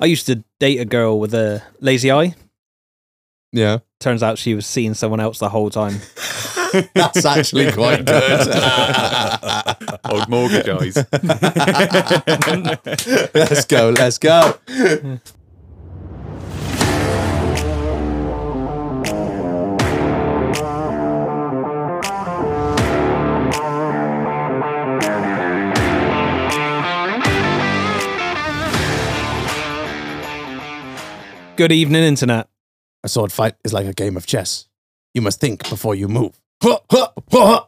I used to date a girl with a lazy eye. Yeah. Turns out she was seeing someone else the whole time. That's actually quite good. Old mortgage eyes. let's go. Let's go. Good evening, internet. A sword fight is like a game of chess. You must think before you move. My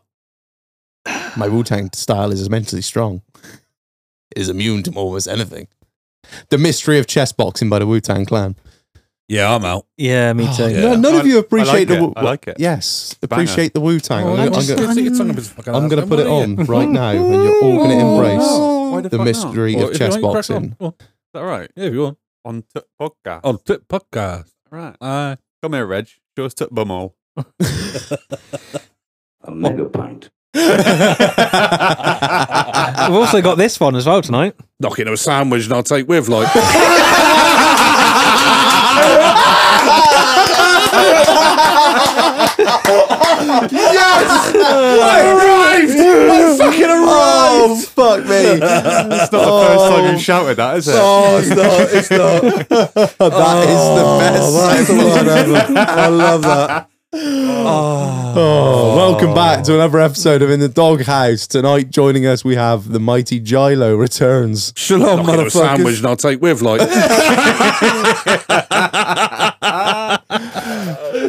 Wu Tang style is immensely strong. It is immune to almost anything. The mystery of chess boxing by the Wu Tang Clan. Yeah, I'm out. Yeah, me too. yeah. No, none of I- you I like appreciate the. it. Wu- I like it. Yes, Banger. appreciate the Wu Tang. Oh, I'm, yeah, gonna- I'm just gonna- get your tongue up his fucking I'm ass. going to Don't put it worry. on right now, and you're all going to Oh. embrace the mystery Or of if you chess want, crack on. boxing. Well, Is that right? yeah, if you want. On t- podcast. On Tip Podcast. right. Uh, Come here, Reg. Show us tut bumhole. a mega pint. We've also got this one as well tonight. knocking a sandwich and I'll take with, like. yes! I arrived! I fucking Oh, fuck me. It's not the first time you've shouted that, is it? Oh, it's not. It's not. That is the best. I love that. Oh. welcome back to another episode of In the Doghouse. Tonight, joining us, we have the mighty Gilo returns. Shalom, Knocking a motherfucker. sandwich sandwich and I'll take with, like.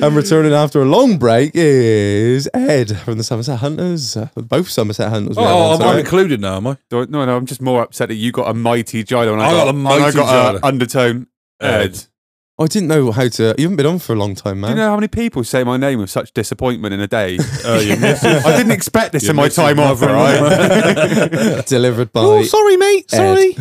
And returning after a long break is Ed from the Somerset Hunters. Both Somerset Hunters. we have oh, on I'm, I'm tonight. included now, am I? Don't- no, no, I'm just more upset that you got a mighty Gilo and I, I got a and I mighty got a Gilo. undertone Ed. Ed. I didn't know how to. You haven't been on for a long time, Do you man. know how many people say my name with such disappointment in a day? Oh, you missed it. I didn't expect this You're in my missing time off, another right? Delivered by. Oh, sorry, mate. Sorry.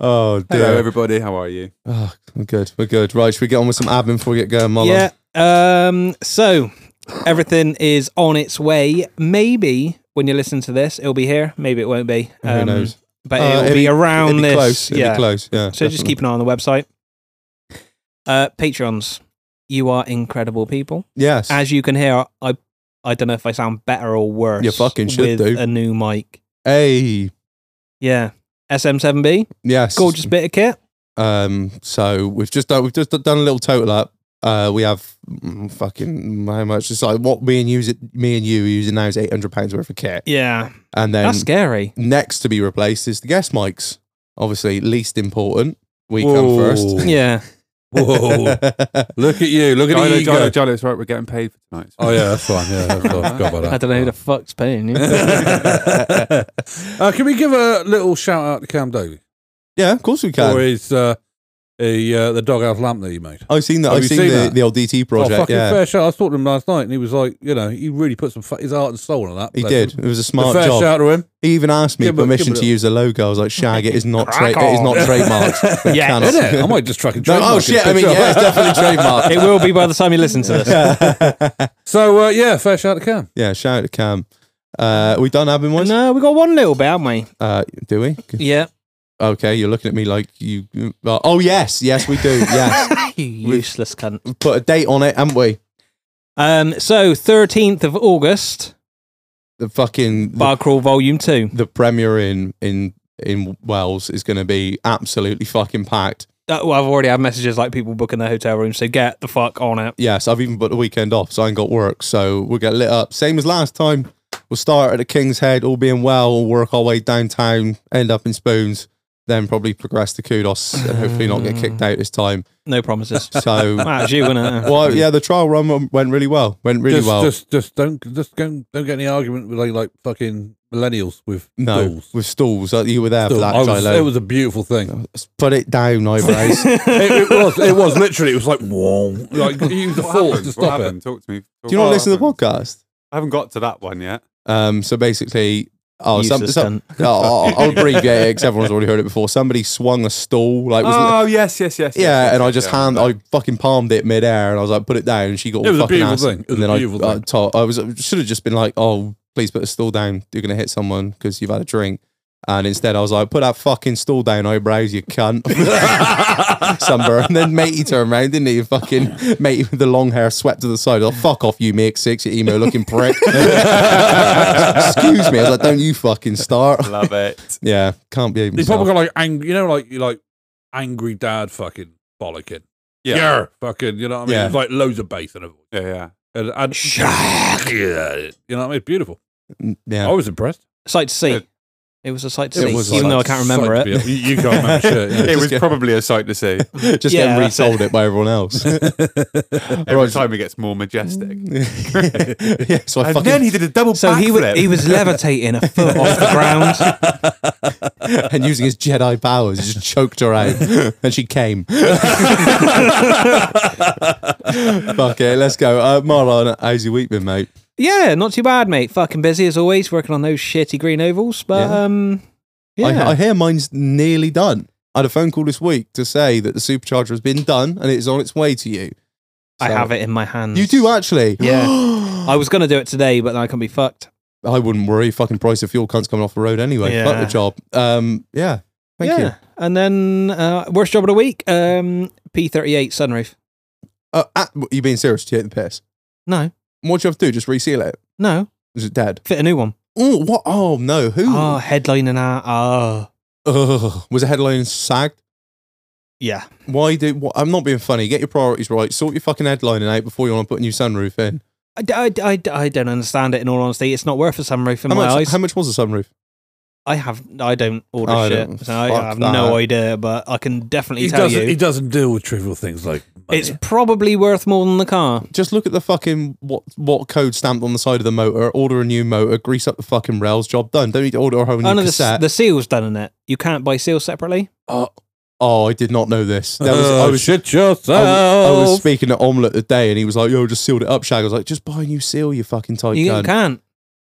oh dear. Hello, everybody. How are you? Oh, we're good. We're good. Right, should we get on with some admin before we get going, Molly? Yeah. Um, so everything is on its way. Maybe when you listen to this, it'll be here. Maybe it won't be. Who Um, knows? But Uh, it'll, it'd be, around it'd be this. Close. It'd yeah. be close. Yeah. So just definitely. keep an eye on the website. Uh, Patreons, you are incredible people. Yes. As you can hear, I I don't know if I sound better or worse. You fucking should with do. a new mic. hey. Yeah. SM7B, Yes. gorgeous bit of kit. Um. So we've just done. We've just done a little total up. Uh, we have mm, fucking how much? It's like what me and you, me and you are using now is eight hundred pounds worth of kit, Yeah, and then that's scary. next to be replaced is the guest mics. Obviously, least important. We come first. Yeah, Whoa. Look at you. Look at Gilo, your ego. Gilo, Gilo, it's right. We're getting paid for tonight. Oh, yeah, that's fine. Yeah, that's fine. I forgot about that. I don't know who the fuck's paying you. uh, can we give a little shout out to Cam Davey yeah, of course we for can. his uh, the uh, the doghouse lamp that he made? I've Oh, seen that. Have I've you seen, seen the, that? the old DT project. oh, fucking yeah, fair shout! I talked to him last night, and he was like, you know, he really put some fu- his heart and soul on that. he Bless did. him. It was a The smart fair job. shout to him. He even asked me Give him a- permission give him to a- use the logo. I was like, "Shag, it is not tra- Crack it is not on. trademarked." Yeah, Cannot- Isn't it? I might just track and No, trademark oh his shit! I mean, picture. yeah, it's definitely trademarked. it will be by the time you listen to this. So uh, yeah, fair shout to Cam. yeah, shout out to Cam. Uh, we done having one? No, we got one little bit, haven't we? Uh, do we? Yeah, Okay, you're looking at me like you. well, Oh yes, yes we do. Yes, you useless cunt. put a date on it, haven't we? Um, so thirteenth of August, The fucking the, Bar Crawl Volume Two. the premiere in in in Wales is going to be absolutely fucking packed. Uh, well, I've already had messages like people booking their hotel rooms, so get the fuck on it. Yes, I've even put the weekend off, so I ain't got work. So we'll get lit up. Same as last time. We'll start at the King's Head, all being well. We'll work our way downtown, end up in Spoons, then probably progress to Kudos and hopefully not Mm. get kicked out this time. No promises. So, That's you, innit? well, yeah, the trial run went really well. Went really just, well. just just don't just don't don't get any argument with like, like fucking millennials with no, tools. with stalls. Uh, You were there Tools. for that, I was- Gilo. it was a beautiful thing. Put it down, eyebrows. Do it, it was. It was literally. It was like whoa. Like you use the What force happened? to What stop happened? it. Talk to me. Do you not listen to the podcast? I haven't got to that one yet. Um, so basically, oh, some, useless some, oh, I'll, I'll abbreviate it because everyone's already heard it before. Somebody swung a stool, like was Oh, yes, yes, yes. yes, yes, Yeah, and I yes, just yeah. hand, I fucking palmed it midair, and I was like, put it down, and she got It all was a fucking beautiful ass- thing. It was and then a I- beautiful I, thing. told- I was should have just been like, oh, please put a stool down. You're gonna hit someone because you've had a drink. And instead, I was like, put that fucking stool down, eyebrows, you cunt. Sunburn. And then matey turned around, didn't he? Fucking matey with the long hair swept to the side. Oh, fuck off, you make six, you emo looking prick. Excuse me. I was like, don't you fucking start. Love it. Yeah, can't be. He's probably got like angry, you know, like you like angry dad fucking bollocking. Yeah, fucking, you know what I mean? Yeah. It's like loads of bass in a voice. Yeah, yeah. And, and Shock. Yeah, you know what I mean? It's beautiful. I Yeah. was impressed. Sight to see. It- It was a sight to It see, was a even sight- though I can't remember Sight it. to be- You, you can't remember shit. yeah. It was get- probably a sight to see. Oh, Just Yeah, getting that's it. retold it by everyone else. Every Right. time it gets more majestic. yeah, so I And Mm. fucking. then he did a double So he was backflip. he was levitating a foot off the ground. and using his Jedi powers, he just choked her out, and she came. Fuck it, let's go. Uh, Marlon, how's your week been, mate? Yeah, not too bad, mate. Fucking busy as always, working on those shitty green ovals. But Yeah. um, yeah, I, I hear mine's nearly done. I had a phone call this week to say that the supercharger has been done and it is on its way to you. I So- have it in my hands. You do actually. Yeah. I was gonna do it today, but then I can be fucked. I wouldn't worry. Fucking price of fuel cunt's coming off the road anyway. Yeah. Fuck the job. Um, yeah. Thank yeah. you. And then uh, worst job of the week, um, P38 sunroof. Uh, at, you being serious? Do you hit the piss? No, What do you have to do? Just reseal it? no, Is it dead? fit a new one. Oh, what? Oh no. Who? Ah, headline and that. Ah, Ugh. Was the headline sagged? yeah. Why do? What, I'm not being funny. Get your priorities right. Sort your fucking headlining out before you want to put a new sunroof in. I, d- I d- I d- I don't understand it. In all honesty, it's not worth a sunroof in How my much? eyes. How much was the sunroof? I have. I don't order I shit, don't- so I fuck have that. no idea. But I can definitely He tell doesn't. you, He doesn't deal with trivial things like money. it's probably worth more than the car. Just look at the fucking what what code stamped on the side of the motor. Order a new motor. Grease up the fucking rails. Job done. Don't need to order a whole new Oh no, the, cassette. the seal's done in it. You can't buy seals separately. oh, I did not know this. That was, I Oh, was shit I was, Oh. I was yourself. speaking to Omelette the day and he was like, yo, just sealed it up, Shag. I was like, just buy a new seal, you fucking tight you cunt. can't.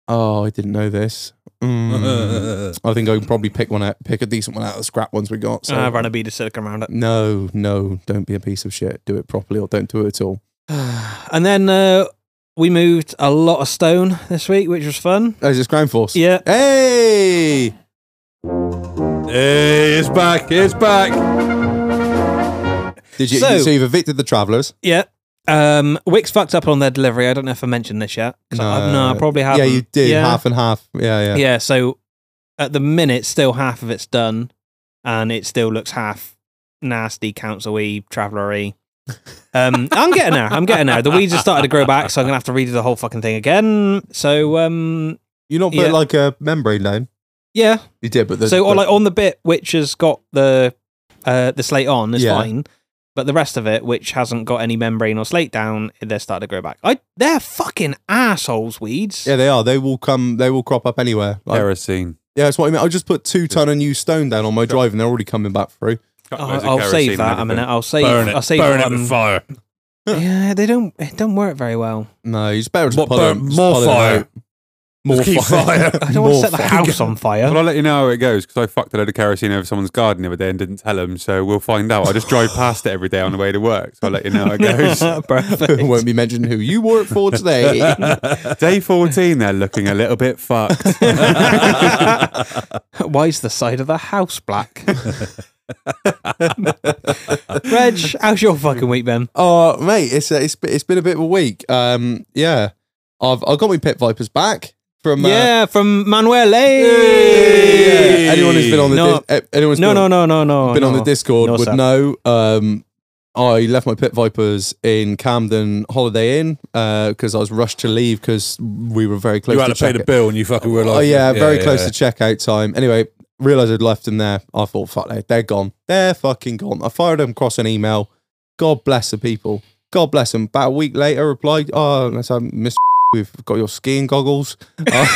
Oh, I didn't know this. Uh, Mm. I think I can probably pick one out, pick a decent one out of the scrap ones we got. So. I ran a bead of silicon around it. no, no, don't be a piece of shit. Do it properly or don't do it at all. And then uh, we moved a lot of stone this week, which was fun. Oh, is this ground force? Yeah. Hey! hey, it's back. It's back. Did you, So- so, you've evicted the travellers. Yeah. Um, Wix fucked up on their delivery. I don't know if I mentioned this yet. 'cause I, no, I probably haven't. Yeah, you did. Yeah. Half and half. Yeah, Yeah. yeah. So at the minute, still half of it's done, and it still looks half nasty, council-y, traveller-y. Um, I'm getting there. I'm getting there. The weeds have started to grow back, so I'm gonna have to redo the whole fucking thing again. So um, You not put Yeah. like a membrane down? yeah. You did, but the, so the- like on the bit which has got the uh, the slate on is Yeah. fine, but the rest of it which hasn't got any membrane or slate down, they're starting to grow back. I they're fucking assholes weeds. yeah, they are. They will come. They will crop up anywhere. Like, Kerosene. Yeah, that's what I mean. I just put two ton of new stone down on my drive, and they're already coming back through. Got I'll, loads of Oh, I'll kerosene save and that a everything. minute. I'll save. Burn I'll it. save. Burn it um, with fire. yeah, they don't. It don't work very well. No, it's better just What, pull burn- them- just more pull them fire? out. More keep fire. fire. I don't want to More set the fire. house on Well, fire. I'll let you know how it goes because I fucked a load of kerosene over someone's garden the other day and didn't tell them. So we'll find out. I just drive past it every day on the way to work. So I'll let you know how it goes. Perfect. Won't be mentioning who you work for today. Day 14, they're looking a little bit fucked. Why is the side of the house black? Reg, how's your fucking week, Ben? oh, mate, it's, uh, it's been- it's been a bit of a week. Um, yeah, I've I got my pit vipers back from. Uh, yeah, from Manuel. Hey! yeah, Anyone who's been on the No. dis- eh, anyone who's No, been no, on, no, no, no. been on no. the Discord No, would sir. know. Um, I left my pit vipers in Camden Holiday Inn because I was rushed to leave because we were very close. You had to to pay check the bill, and you fucking realised. Oh yeah, it. very close yeah. to checkout time. Anyway, realized I'd left them there. I thought, fuck, they, they're gone. They're fucking gone. I fired them across an email. God bless the people. God bless them. About a week later, replied, oh, let's have Miss. We've got your skiing goggles. yeah,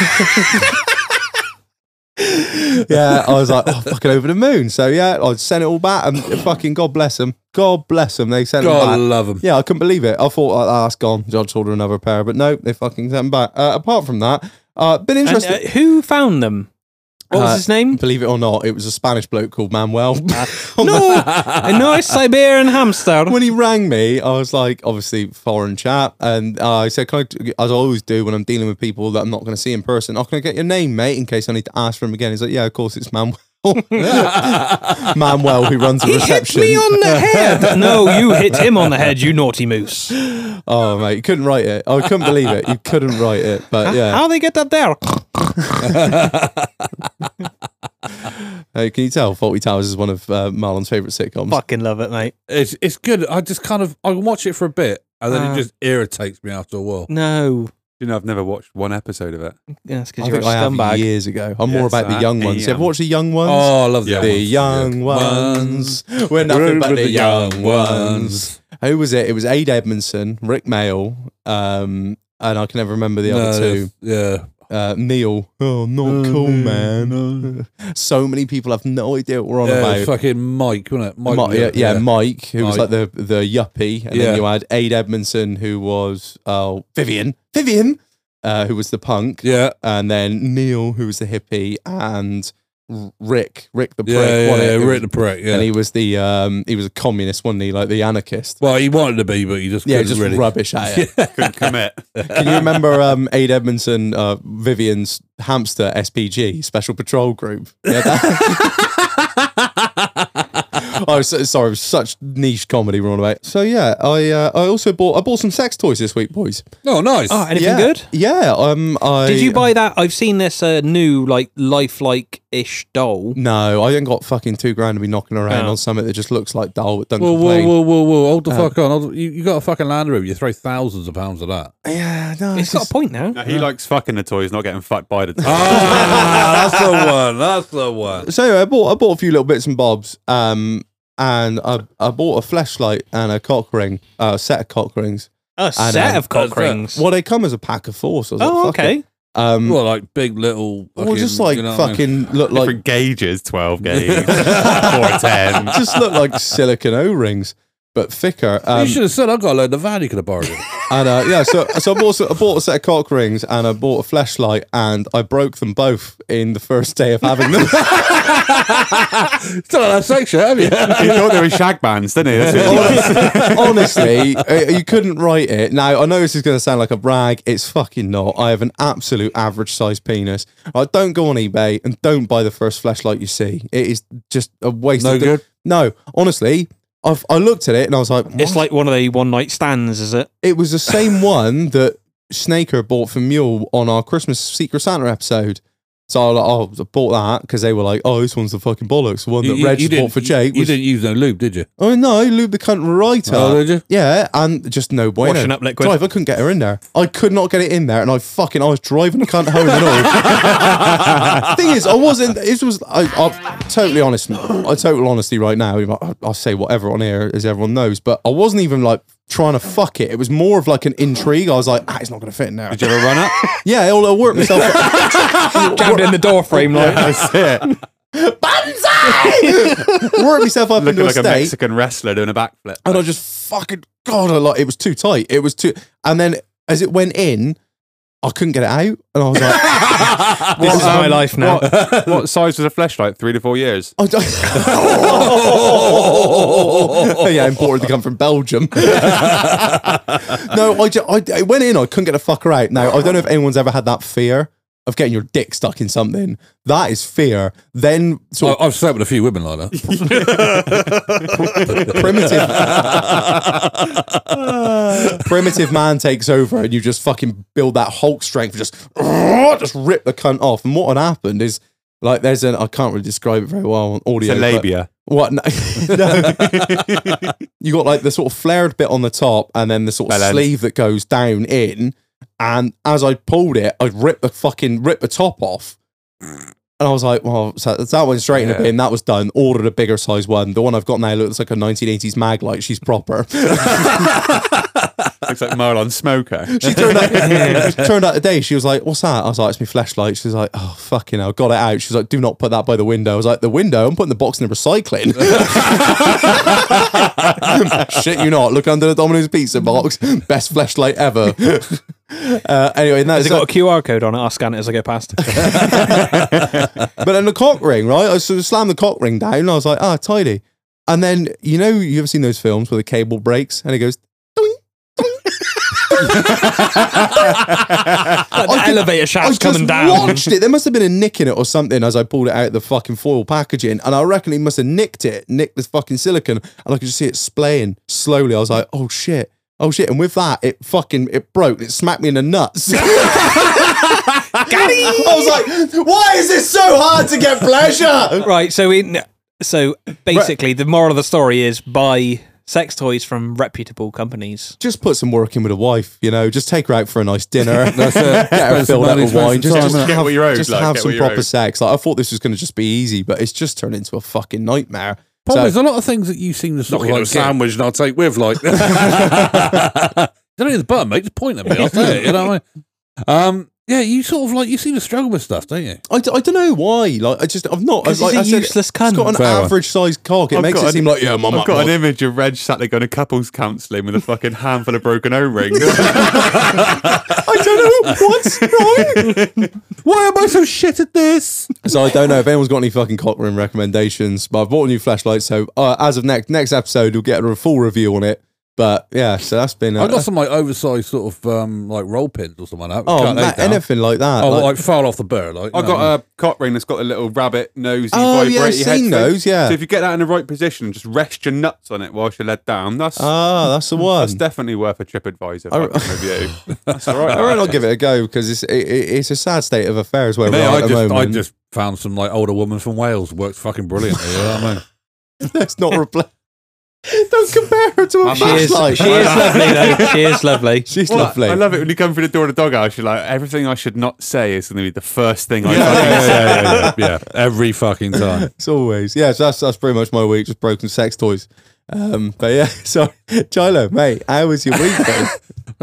I was like, oh, fucking over the moon. So yeah, I sent it all back, and fucking God bless them. God bless them. They sent it God, back. love him. Yeah, I couldn't believe it. I thought, oh, that's gone. Judge ordered another pair, but no, they fucking sent them back. Uh, apart from that, uh, been And, interesting. uh, who found them? What was Uh, his name? Ah. Believe it or not, it was a Spanish bloke called Manuel. no, a nice Siberian hamster. when he rang me, I was like, obviously foreign chap, and uh, I said, "Can I?" As I always do when I'm dealing with people that I'm not going to see in person, "Oh, can I get your name, mate, in case I need to ask for him again?" He's like, "Yeah, of course, it's Manuel." Manuel, who runs a He hit reception. me on the head. No, you hit him on the head, you naughty moose. oh, mate, you couldn't write it. I couldn't believe it. You couldn't write it, but yeah. How they get that there? Hey, can you tell Forty Towers is one of uh, Marlon's favourite sitcoms? Fucking love it, mate. It's it's good. I just kind of I watch it for a bit and then Ah. Uh. it just irritates me after a Mm. while. No, You know, I've never watched one episode of it. yeah, that's because I you're a think I have scumbag. years ago. I'm more Yes, about the I young ones. You am. ever watch the young ones? Oh, I love the, the young ones. We're nothing but the young ones. Who was it? It was Aid Edmondson, Rick Mail, um, and I can never remember the other two. Yeah. Uh, Neil. Oh, not cool, man. So many people have no idea what we're on Yeah, about. fucking Mike, wasn't it? Mike. Mi- yeah, yeah, Mike, who was like Mike. the the yuppie, and Yeah. then you had Aid Edmondson, who was oh Vivian, Vivian, uh, who was the punk, yeah, and then Neil, who was the hippie, and R- Rick, Rick the Uh, prick, yeah, yeah, wasn't yeah, it? It was- Rick the prick. Yeah. and he was the um, he was a communist, wasn't he? Like the anarchist. well, he wanted to be, but he just Yeah, couldn't just really. rubbish at it. Couldn't commit. Can you remember um, Aid Edmondson, uh, Vivian's hamster SPG, Special Patrol Group? Yeah, that- I was so- sorry, it was such niche comedy we're on about. So yeah, I uh, I also bought I bought some sex toys this week, boys. Oh, nice. Oh, anything yeah. good? Yeah. Um. I, Did you buy that? I've seen this uh, new, like, lifelike ish doll. No, I ain't got fucking two grand to be knocking around Oh. on something that just looks like dull with Whoa, Duncan whoa, Plain. whoa, whoa, whoa! Hold the Uh. fuck on! Hold, you, you got a fucking Land Rover. You throw thousands of pounds at that. Yeah, no, It's got a point now. No, he likes fucking the toys, not getting fucked by the toys. Ah, that's the one. That's the one. so anyway, I bought I bought a few little bits and bobs, um, and I I bought a flashlight and a cock ring, uh, a set of cock rings. A I set know. of cock That's it. rings. Well, they come as a pack of four, so I was like, Oh, fuck okay. It. Um, Well, like big little. or just like you know what I mean? fucking look like Different gauges, 12 gauge, 410. just look like silicon O rings, but thicker. Um, you should have said I've got a load of van you could have borrowed. it." and uh, yeah, so so I bought so I bought a set of cock rings and I bought a flashlight and I broke them both in the first day of having them. Still not that sex yet, have you? he thought they were shag bands, didn't he? That's what he thought. Honestly, uh, you couldn't write it. Now, I know this is going to sound like a brag. It's fucking not. I have an absolute average sized penis. I don't go on eBay and don't buy the first flashlight you see. It is just a waste No of good? No, honestly. I've, I looked at it and I was like, It's like one of the one night stands, is it? it was the same one that Snaker bought for Mule on our Christmas Secret Santa episode. So I, was like, oh, I bought that because they were like, oh, this one's the fucking bollocks. The one that Reg bought didn't- for Jake You, was, didn't use no lube, did you? oh no, lubricant right up. Oh, did you? Yeah, and just no bueno. Washing up liquid. Drive, I couldn't get her in there. I could not get it in there, and I fucking I was driving the cunt home and all. Thing is, I wasn't. This was I, I'm totally honest. I total honesty right now. you might- I, I say whatever on here, as everyone knows, but I wasn't even like trying to fuck it. It was more of like an intrigue. I was like, ah, it's not going to fit in there. Did you ever run up? Yeah, I, I worked myself. up. Jammed in the door frame, like. That's it. worked myself up into Looking a like a state. Mexican wrestler doing a backflip. and I just fucking God, I like it was too tight. It was too, and then as it went in, I couldn't get it out, and I was like. This is my life now. um, What, what size was a flashlight? Three to four years. I don't- yeah, imported to come from Belgium. no, I, ju- I, I went in, I couldn't get a fucker out. Now, I don't know if anyone's ever had that fear of getting your dick stuck in something. That is fear. Then, I, sort I've slept with a few women like that. of primitive, primitive man takes over and you just fucking build that Hulk strength, just, just rip the cunt off. And what had happened is, like, there's an, I can't really describe it very well on audio. It's a but- labia. What? No. No. you got like the sort of flared bit on the top and then the sort of Bell end. sleeve that goes down in. And as I pulled it, I ripped the fucking, ripped the top off. And I was like, well, so that went straight in the bin. That was done. Ordered a bigger size one. The one I've got now looks like a 1980s mag light. She's proper. Looks like Marlon Smoker. She turned out, she turned out today. She was like, "What's that?" I was like, "It's my flashlight." She's like, "Oh fucking hell, got it out." She's like, "Do not put that by the window." I was like, "The window? I'm putting the box in the recycling." Shit, you not. Look under the Domino's pizza box. Best flashlight ever. Uh, anyway, and Has that's it got a QR code on it? I'll scan it as I go past. but then the cock ring, right? I sort of slammed the cock ring down. And I was like, "Ah, tidy." And then you know, you ever seen those films where the cable breaks and it goes. "Doing, Like the I could- elevator I shaft's just coming down. watched it. There must have been a nick in it or something as I pulled it out of the fucking foil packaging, and I reckon he must have nicked it, nicked this fucking silicon, and I could just see it splaying slowly. I was like, oh shit, oh shit, and with that, it fucking it broke. It smacked me in the nuts. I was like, why is this so hard to get pleasure? Right. So in so basically, the moral of the story is buy sex toys from reputable companies. Just put some work in with a wife, you know. Just take her out for a nice dinner. That's it. Get her Spend some filled up money, with spend wine. some Just, time, just innit? Get have, what you're owed, just like, have get some what you're proper owed. sex. Like, I thought this was going to just be easy, but it's just turned into a fucking nightmare. Problem So- is, a lot of things that you seem to sort of Knock it like on the head. sandwich, and I'll take with like. Don't need the button, mate. Just point at me. I'll say it. You know. what I mean? Um. Yeah, you sort of like you seem to struggle with stuff, don't you? I, d- I don't know why. Like I just I've not. Because like he's a I said, useless It's got cunt. an Fair one. average sized cock. It I've makes got it an- seem like yeah, my I've mum- got an mum- image of Reg sat there going to couples counselling with a fucking handful of broken O rings. I don't know what's wrong. Why am I so shit at this? so I don't know if anyone's got any fucking cock room recommendations. But I've bought a new flashlight, so uh, as of next next episode, we'll get a full review on it. But yeah, so that's been. Uh, I've got some like oversized sort of um like roll pins or something like that. oh, Cut those ma- down. anything like that. Oh, like- like, far off the burr. Like I got a cock ring that's got a little rabbit nosy Oh, vibrating yeah, I've head seen thing. those, yeah. So if you get that in the right position, just rest your nuts on it whilst you're led down. That's ah, that's the one. that's definitely worth a TripAdvisor I- fucking review. That's all right. All right, I'll give it a go because it's it, it- it's a sad state of affairs where we're Man, at I the just I moment. just found some like older woman from Wales works fucking brilliantly. You know what I mean? Let's not replace. Don't compare her to a She is, flashlight. she is lovely though. She is lovely. She's Well, lovely. I love it when you come through the door of the doghouse. You're like, everything I should not say is going to be the first thing I Yeah. fucking yeah, say. yeah, yeah, yeah, yeah. Every fucking time. It's always yeah. So that's that's pretty much my week. Just broken sex toys. Um, but yeah. So, Chilo, mate, how was your week? Though?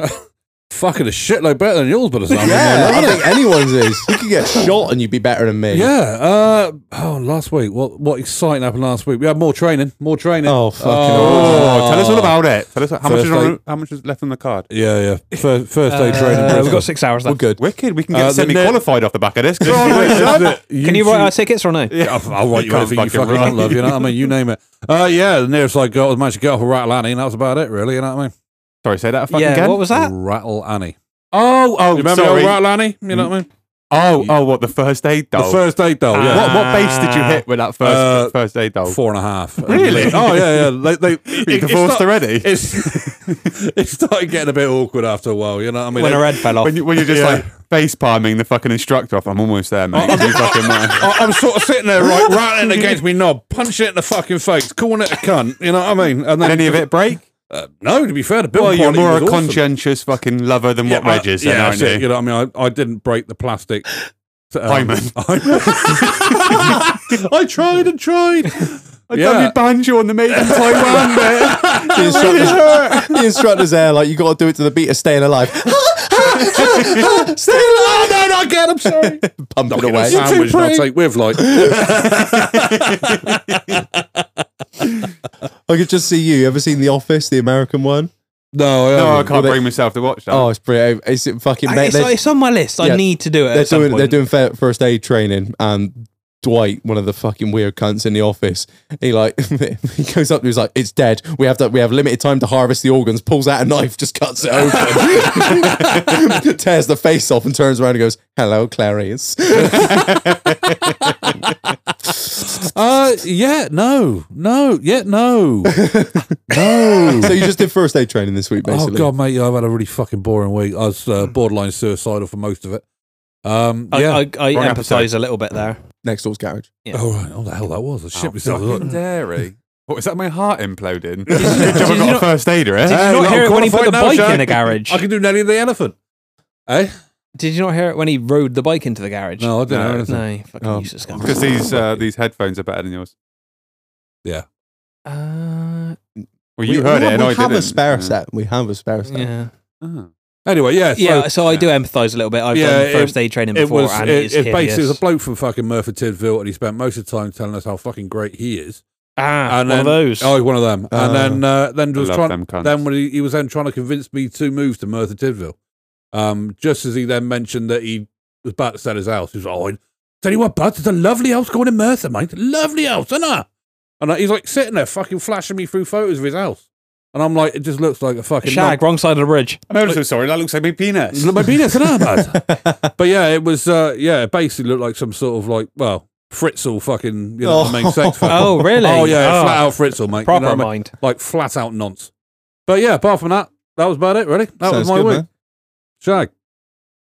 fucking a shitload better than yours, but it's not. yeah, I think anyone's is. You could get shot and you'd be better than me. Yeah. Uh, oh, last week. What what exciting happened last week? We had more training. More training. Uh, Oh fucking. Oh, tell us all about it. Tell us how much, is First on, how much is left on the card. Yeah, yeah. First, first day training. Uh, we've got six hours We're left. good. Wicked. We can Uh, get the semi qualified off the back of this. Go on, mate, son. Can Can you write our tickets or no? Yeah, I'll, I'll write you Can't anything you fucking fucking write. want, love. You know what I mean? You name it. Uh, yeah, the nearest I got was managed to get off a Rattle Annie, and that was about it, really. You know what Sorry, say that a fucking Yeah. again. What was I that? mean? Rattle Annie. Oh, oh, You remember Mm, the sorry. old Rattle Annie? You know what I mean? Oh, oh, what the first aid doll? The first aid doll, yeah. what, what base did you hit with that first Uh, first aid doll? Four and a half. Oh. Really? oh, yeah, yeah. They, they, You it- it divorced start- already? It's, it started getting a bit awkward after a while, you know what I mean? When It- a red fell off. when you when you're just like face palming the fucking instructor off. I'm almost there, mate. You fucking man. I, I'm sort of sitting there, right, rattling against me knob, punching it in the fucking face, calling it a cunt. You know what I mean? And then Did any of it break? Uh, no, to be fair, the bill. Well, you're quality more a was awesome. conscientious fucking lover than what Reg is, I, then, yeah, aren't that's it, you? you know what I mean? I, I didn't break the plastic. Um, Hymen. I tried and tried. I Yeah. yeah. your banjo on the mate in Taiwan, mate. The instructor's, the instructor's there, like you got to do it to the beat of staying alive. Stay alive. no, no, again, I'm sorry. Pump it away. Sandwich too and I'll pretty. take with, like, I could just see you. You ever seen The Office, the American one? no, I No, I haven't. Well, can't they- bring myself to watch that. Oh, it's pretty. It's fucking. I- mate, it's, they- it's on my list. yeah. I need to do it. they're at some doing they're point. doing fir- first aid training and Dwight, one of the fucking weird cunts in the office, he like he goes up to he's like, "It's dead. We have to, we have limited time to harvest the organs." Pulls out a knife, just cuts it open, tears the face off, and turns around and goes, "Hello, Clarice." Uh, yeah, no, no, yeah, no, no. so you just did first aid training this week, Oh basically. god, mate, I've had a really fucking boring week. I was uh, borderline suicidal for most of it. Um, I, yeah. I, I Wrong empathise a little bit there. Next door's garage. I- oh right, oh the hell that was. I shit myself. I was Fucking like, dairy. What, is that my heart imploding? you- Good job did I you got a not- first aider, Did eh? Hey, you look, not hear I'm it when he put the qualified now, bike Jack. in the garage? I can do Nelly the elephant. Eh? Did you not hear it when he rode the bike into the garage? No, I didn't No, know anything. No, you fucking Oh. useless cunt. uh, Because these uh, these headphones are better than yours. Uh, Well, you heard we, it, and we I have didn't. a spare Yeah. set. We have a spare set. Yeah. Mm. Oh. Anyway, yeah. so yeah, so I do empathise a little bit. I've Yeah, done first aid training It before, was, and it, it's it basically, it was hideous. a bloke from fucking Murford Tidville, and he spent most of the time telling us how fucking great he is. ah, one and then- of those. Oh, one of them. Uh, and then, uh, then I was love trying, them cunts. then when he, he was then trying to convince me to move to Merthyr Tydfil. Um, just as he then mentioned that he was about to sell his house, he was like, oh, I tell you what, bud, it's a lovely house going in Merthyr, mate. Lovely house, isn't it? And I, he's like sitting there, fucking flashing me through photos of his house, and I'm like, it just looks like a fucking Shag, wrong side of the bridge. I'm so sorry. That looks like my penis. It's not my penis, isn't it, bud? but yeah, it was. Uh, yeah, it basically looked like some sort of like, well, Fritzl, fucking, you know, the main sex. fucker. Oh, really? Oh yeah, flat out Fritzl, mate. You Proper know what I mean? mind. like flat out nonce. But yeah, apart from that, that was about it. Really, that Sounds was my good, week. man. Shag.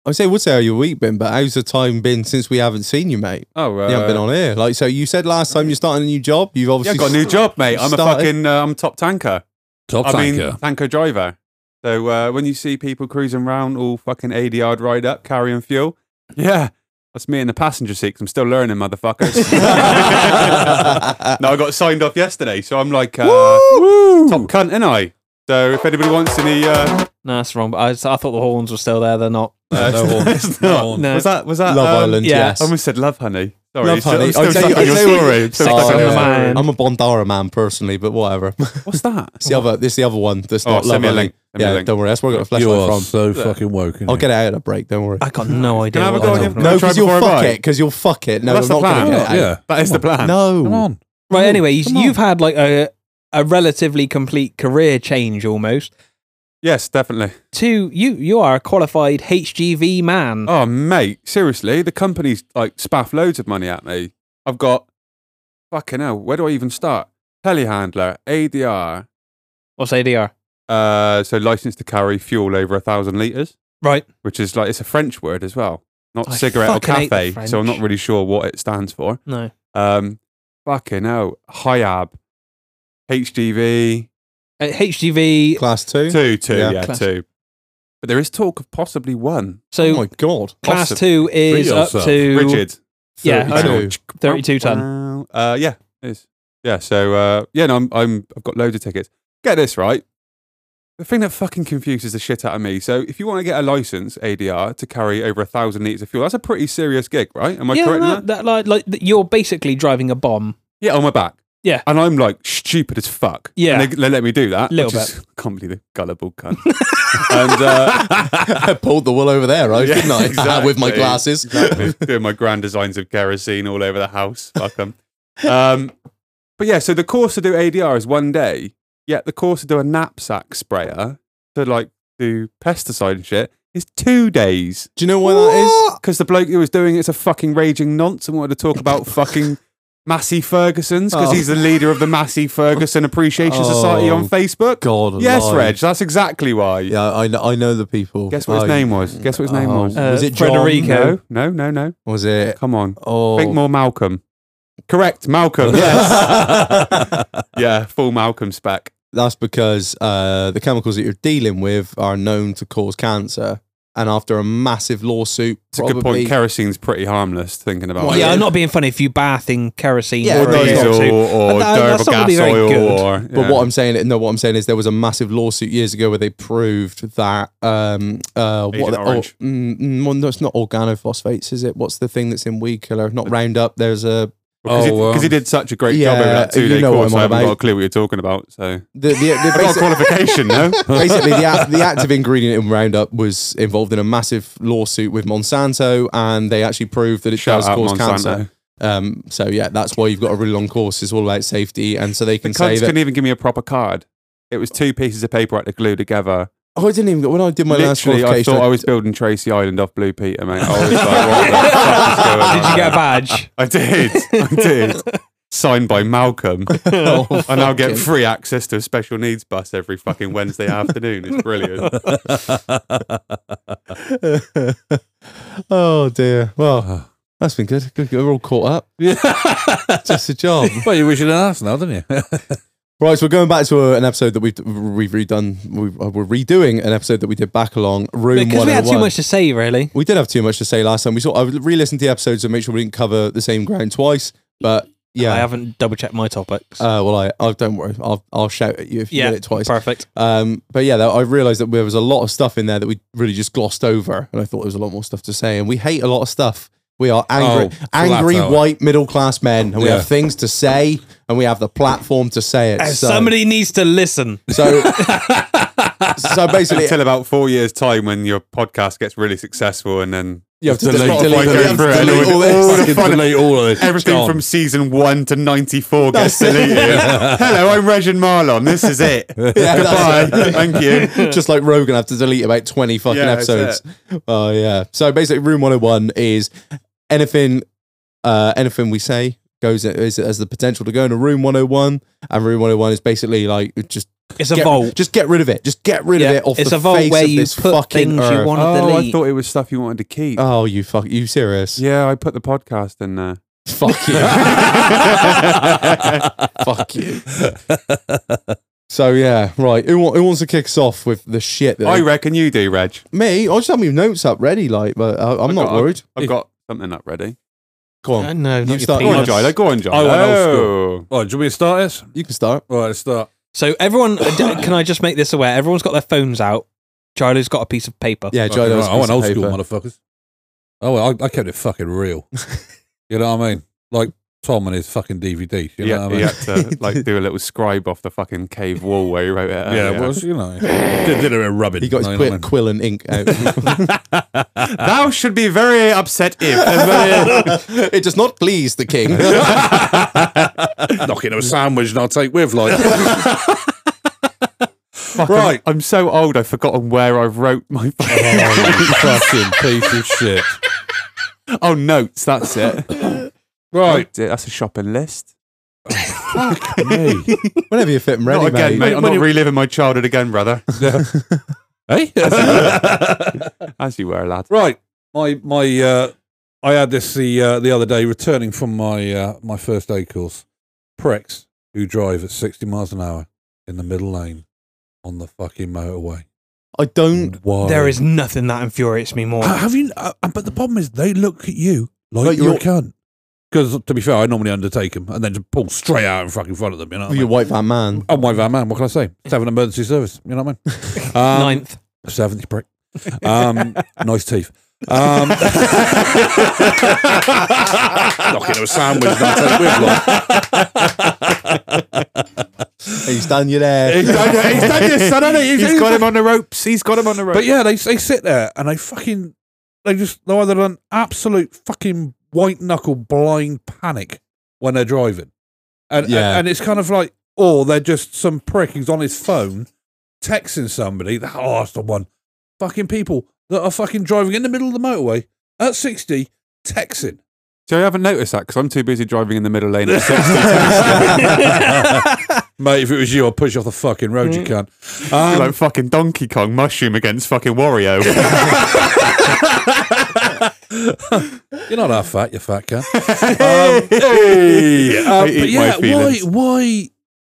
I say, would say how your week been, but how's the time been since we haven't seen you, mate? Oh, uh, you haven't been on here. Like, so you said last time you're starting a new job. You've Yeah, obviously I've got a new job, mate. I'm Started. a fucking uh, I'm top tanker. Top I tanker. mean, tanker driver. So uh, when you see people cruising around all fucking 80 yard ride up carrying fuel, yeah, that's me in the passenger seat 'cause I'm still learning, motherfuckers. no, I got signed off yesterday, so I'm like uh, top cunt, ain't I? So if anybody wants any, uh, No, that's wrong. But I, I thought the horns were still there. They're not. uh, no horn. it's No not. horn. No. Was that was that Love um, Island, yeah. yes. I almost said love, honey. Sorry, Love Oh, still- Honey. still I'll tell stuck you- on your I'll tell you- story. Still Sex stuck on on your the story. mind. I'm a Bondara man personally, but whatever. What's that? it's the other. This is the other one. That's Oh, not send love. me a Island. link. Send me a Yeah, link. don't worry. That's where I got a you flashlight are from. so fucking woke. innit? I'll get it out at a break. Don't worry. I got no idea. Can I have what a go I on was on your- I'll No, try because before you'll I fuck buy. it. Because you'll fuck it. No, That's we're the not going to plan. get it yeah. out. That is the plan. No. Come on. Right. Anyway, Come you've had like a a relatively complete career change almost. Yes, definitely. To you, you are a qualified HGV man. Oh, mate, seriously, the company's like spaff loads of money at me. I've got fucking hell. Where do I even start? Telehandler, ADR, What's ADR? uh, so license to carry fuel over a thousand liters, Right. which is like it's a French word as well, not I cigarette or fucking hate the cafe. So I'm not French. really sure what it stands for. No. Um, fucking hell, Hiab, HGV, Uh, HGV. Class two. two, two, Yeah. yeah, Class- two. But there is talk of possibly one. So Oh my god. class awesome. two is Free up yourself. to Rigid. Yeah, I know. 32. 32 ton. Wow. Uh, yeah, it is. Yeah, so uh, yeah, no, I'm, I'm I've got loads of tickets. Get this right. The thing that fucking confuses the shit out of me. So if you want to get a license ADR to carry over a thousand liters of fuel, that's a pretty serious gig, right? Am I Yeah, correct? in no, that? that, like, like th- you're basically driving a bomb. Yeah, on my back. Yeah. and I'm like stupid as fuck. Yeah. and they, they let me do that. Little which is- can't believe the gullible cunt. and uh, I pulled the wool over there, right? Yeah, didn't I? With my exactly. glasses. Exactly. Doing my grand designs of kerosene all over the house. Fuck 'em. Um, but yeah, so the course to do ADR is one day. Yet the course to do a knapsack sprayer to like do pesticide and shit is two days. Do you know why that is? Because the bloke who was doing it's a fucking raging nonce and wanted to talk about fucking Massey Ferguson's because Oh. he's the leader of the Massey Ferguson Appreciation Society on Oh, Facebook. God. yes, alive. Reg, that's exactly why. Yeah, I know, I know the people. Guess what his I- name was? Guess what his name Oh, was? Uh, was it John? Frederico. No, no, no, no. Was it? Come on. Oh, Think more Malcolm. Correct, Malcolm. yeah, full Malcolm spec. That's because uh, the chemicals that you're dealing with are known to cause cancer. And after a massive lawsuit, It's a good probably- point. Kerosine's pretty harmless, thinking about Well, it. yeah, yeah. I'm not being funny. If you bath in kerosene Yeah, or no, it's diesel, Diesel or But that- dermal that's not really gas very oil good. or. But yeah. what I'm saying, no, what I'm saying is there was a massive lawsuit years ago where they proved that um, uh, what Agent the- Orange. Oh, mm, mm, well, no, it's not organophosphates, is it? What's the thing that's in weed killer? Not Roundup. There's a Because he, Oh, 'cause he um, did such a great yeah, job over that two you day know what course, I'm I haven't about. got a clue what you're talking about. So the the, the I got a basic- qualification, no? basically the, act- the active ingredient in Roundup was involved in a massive lawsuit with Monsanto, and they actually proved that it Shout does out cause cancer. Monsanto. Um, so yeah, that's why you've got a really long course. It's all about safety, and so they The can say cunts that. couldn't even give me a proper card. It was two pieces of paper I had to glue together. oh, I didn't even when I did my last Literally, I qualification. thought I was building Tracy Island off Blue Peter, mate. I was like, what the fuck is going on? did you get a badge? I did. I did. Signed by Malcolm. Oh, I now get fucking- free access to a special needs bus every fucking Wednesday afternoon. It's brilliant. oh dear. Well, that's been good. Good. good. We're all caught up. Just a job. well, you wish you'd asked now, didn't you? Right, so we're going back to uh an episode that we've we've redone. we uh, we're redoing an episode that we did back along room. Because we had too 101. much to say, really. We did have too much to say last time. We saw I re-listened to the episodes to make sure we didn't cover the same ground twice. But Yeah. I haven't double checked my topics. Uh, well, I, I don't worry. I'll, I'll shout at you if you Yeah, get it twice. Perfect. Um, but yeah, though, I realised that there was a lot of stuff in there that we really just glossed over, and I thought there was a lot more stuff to say. And we hate a lot of stuff. We are angry, Oh, flat angry out. white middle class men, and we Yeah. have things to say, and we have the platform to say it. Uh, so, Somebody needs to listen. so, so basically, Until about four years' time when your podcast gets really successful and then you have to delete, Spotify delete, go you have through to it and delete all all the- this. all the fun- all of this. everything Gone. from season one to 94 gets deleted. Hello, I'm Reg and Marlon. This is it. Yeah, that's Goodbye. it. Thank you. Just like Rogan, I have to delete about 20 fucking Yeah, that's episodes. Oh, yeah. So basically, Room 101 is anything uh, anything we say goes is, has the potential to go into Room 101. And Room 101 is basically like, just It's a get, vault. just get rid of it. Just get rid Yeah, of it off it's the a vault face where of you this put fucking things you earth. want to Oh, I delete. thought it was stuff you wanted to keep. Oh, you fuck. You serious? Yeah, I put the podcast in there. Fuck you. fuck you. So, yeah, right. Who, wa- who wants to kick us off with the shit that I reckon you do, Reg. Me, I just have my notes up ready, like, but I, I'm I've not got- worried. I've got something up ready. Go Uh, no, not your start- Go on, penis. Jyla. Go on, Jyla. I went old Oh, do you want me to start this? You can start. All right, let's start. So everyone, uh, d- can I just make this aware? Everyone's got their phones out. Jylo's got a piece of paper. Yeah, Joe, Fucking that was right, a piece I went of old school, paper. motherfuckers. Oh, well, I, I kept it fucking real. you know what I mean? Like Tom and his fucking DVD. You know Yeah, what I he mean? had to like do a little scribe off the fucking cave wall where he wrote it. out, Yeah, it was, you know, did, did it in rubbing. He got his you know quill, what I quill and ink out. Thou should be very upset if. it does not please the king. mean? Knock it in a sandwich and I'll take with, like. right. I'm, so old, I've forgotten where I wrote my. Oh, fucking piece of shit. oh, notes. That's it. Right. Oh, dear, that's a shopping list. Me. Whenever you fit him ready, not again, mate. mate. I'm not When you- reliving my childhood again, brother. Hey? As you were, lad. Right. My my uh I had this the uh, the other day returning from my uh, my first aid course. Pricks who drive at 60 miles an hour in the middle lane on the fucking motorway. I don't. Why? There is nothing that infuriates me more. Ha- Um, Have you uh, but the problem is they look at you like, Like you're, you're- a cunt. Cuz to be fair, I normally undertake them and then just pull straight out in fucking front of them, you know. what I You're mean? white van man. Oh my van man, what can I say? It's having an emergency service, you know what I mean? Um, Ninth. Seventh prick. Um, nice teeth. Um, knock into a sandwich and I'll take with like. He's done you there. He's done it, he's done this, son, hasn't he? He's- He's got him on the ropes. He's got him on the ropes. But yeah, they they sit there and they fucking they just they're either an absolute fucking white knuckle blind panic when they're driving, and Yeah. and, and it's kind of like or they're just some prick who's on his phone texting somebody. that, Oh, that's the one. Fucking people that are fucking driving in the middle of the motorway at sixty texting. So I haven't noticed that because I'm too busy driving in the middle lane at 60. Mate, if it was you, I'd push you off the fucking road, you can't. You're Um, like fucking Donkey Kong mushroom against fucking Wario. you're not that fat, you fat cunt. Hey! Uh, I but eat my yeah, why, feelings. why,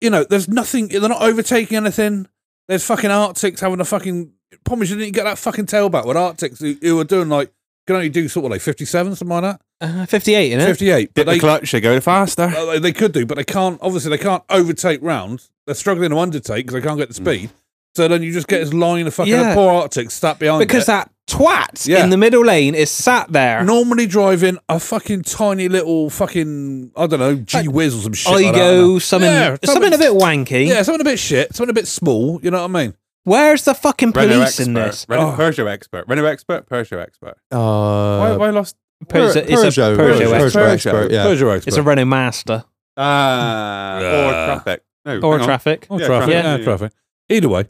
you know, there's nothing, they're not overtaking anything. There's fucking Arctics having a fucking, problem is you didn't get that fucking tailback with Arctics who, who are doing like, can only do sort of like 57, something like that. Uh, 58, innit? 58. But Hit they, the clutch, they go faster. uh, they- they could do, but they can't, obviously, they can't overtake round. They're struggling to undertake because they can't Mm. get the speed. So then you just get this line of fucking Yeah. poor Arctics sat behind Because it. that twat Yeah. in the middle lane is sat there. Normally driving a fucking tiny little fucking I don't know G whiz or some shit. I like that, go don't I? something, Yeah, something a bit wanky. Yeah, something a bit shit, something a bit small. You know what I mean? Where's the fucking Renault police in this? Renault- Oh. Peugeot expert. Renault expert, Peugeot expert. why, Uh, why lost? Peugeot- it's a Peugeot, Peugeot Peugeot expert. expert, yeah. Peugeot expert. It's a Renault Master Ah, Yeah. or traffic. No, or hang on. traffic. Oh, Yeah, traffic. traffic. Yeah, Yeah. traffic. Either way,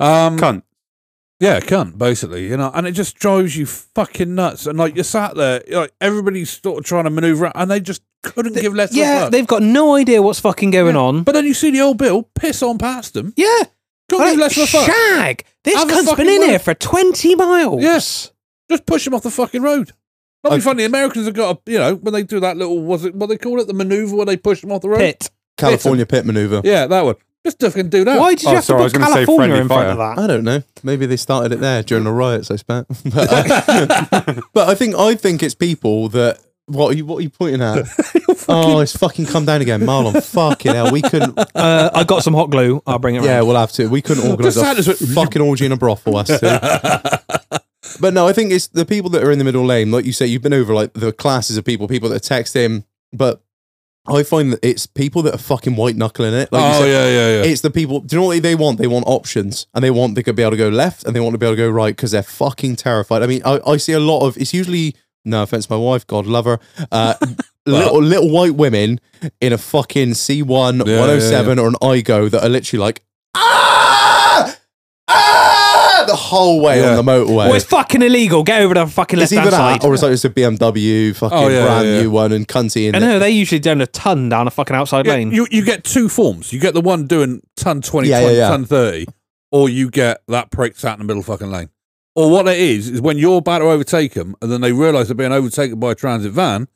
um, Cunt. yeah, cunt. Basically, you know, and it just drives you fucking nuts. And like you're sat there, you're like everybody's sort of trying to maneuver, and they just couldn't give less. of a Yeah, fuck. they've got no idea what's fucking going on. But then you see the old Bill piss on past them. yeah, Couldn't give Like, less of a fuck. shag. This Have a cunt's been fucking in word. here for twenty miles. Yes. Just push him off the fucking road. Not be funny. The Americans have got a, you know, when they do that little, was it what they call it, the maneuver where they push them off the road? pit. California pit maneuver. Yeah, that one. Just fucking do that. Why did you Oh, have sorry, I was to put gonna say California friendly in front of I don't know. Maybe they started uh, it there during the riots. I spent, but, I- but I think I think it's people that What are you? What are you pointing at? oh, it's fucking come down again, Marlon. fucking hell, we couldn't. Uh, I got some hot glue. I'll bring it. Yeah, round. we'll have to. We couldn't organise a Just had this- fucking orgy in a brothel. Us two. But no, I think it's the people that are in the middle lane. Like you say, you've been over like the classes of people, people that text him. But I find that it's people that are fucking white knuckling it. Like you oh said, yeah, yeah, yeah. It's the people. Do you know what they want? They want options, and they want they could be able to go left, and they want to be able to go right because they're fucking terrified. I mean, I, I see a lot of. It's usually no offense, to my wife, God love her, uh, little little white women in a fucking C one yeah, 107 or an IGO that are literally like ah ah the whole way Yeah. on the motorway. Well, it's fucking illegal. Get over the fucking left it's either hand that, side. or it's like it's a BMW fucking Oh, yeah, brand yeah, yeah. new one and cunty in I it. know they usually down a ton down a fucking outside Yeah, lane. you you get two forms. You get the one doing ton 20, Yeah, yeah, 20, yeah. ton 30, or you get that prick sat in the middle fucking lane. Or what it is, is when you're about to overtake them and then they realise they're being overtaken by a transit van and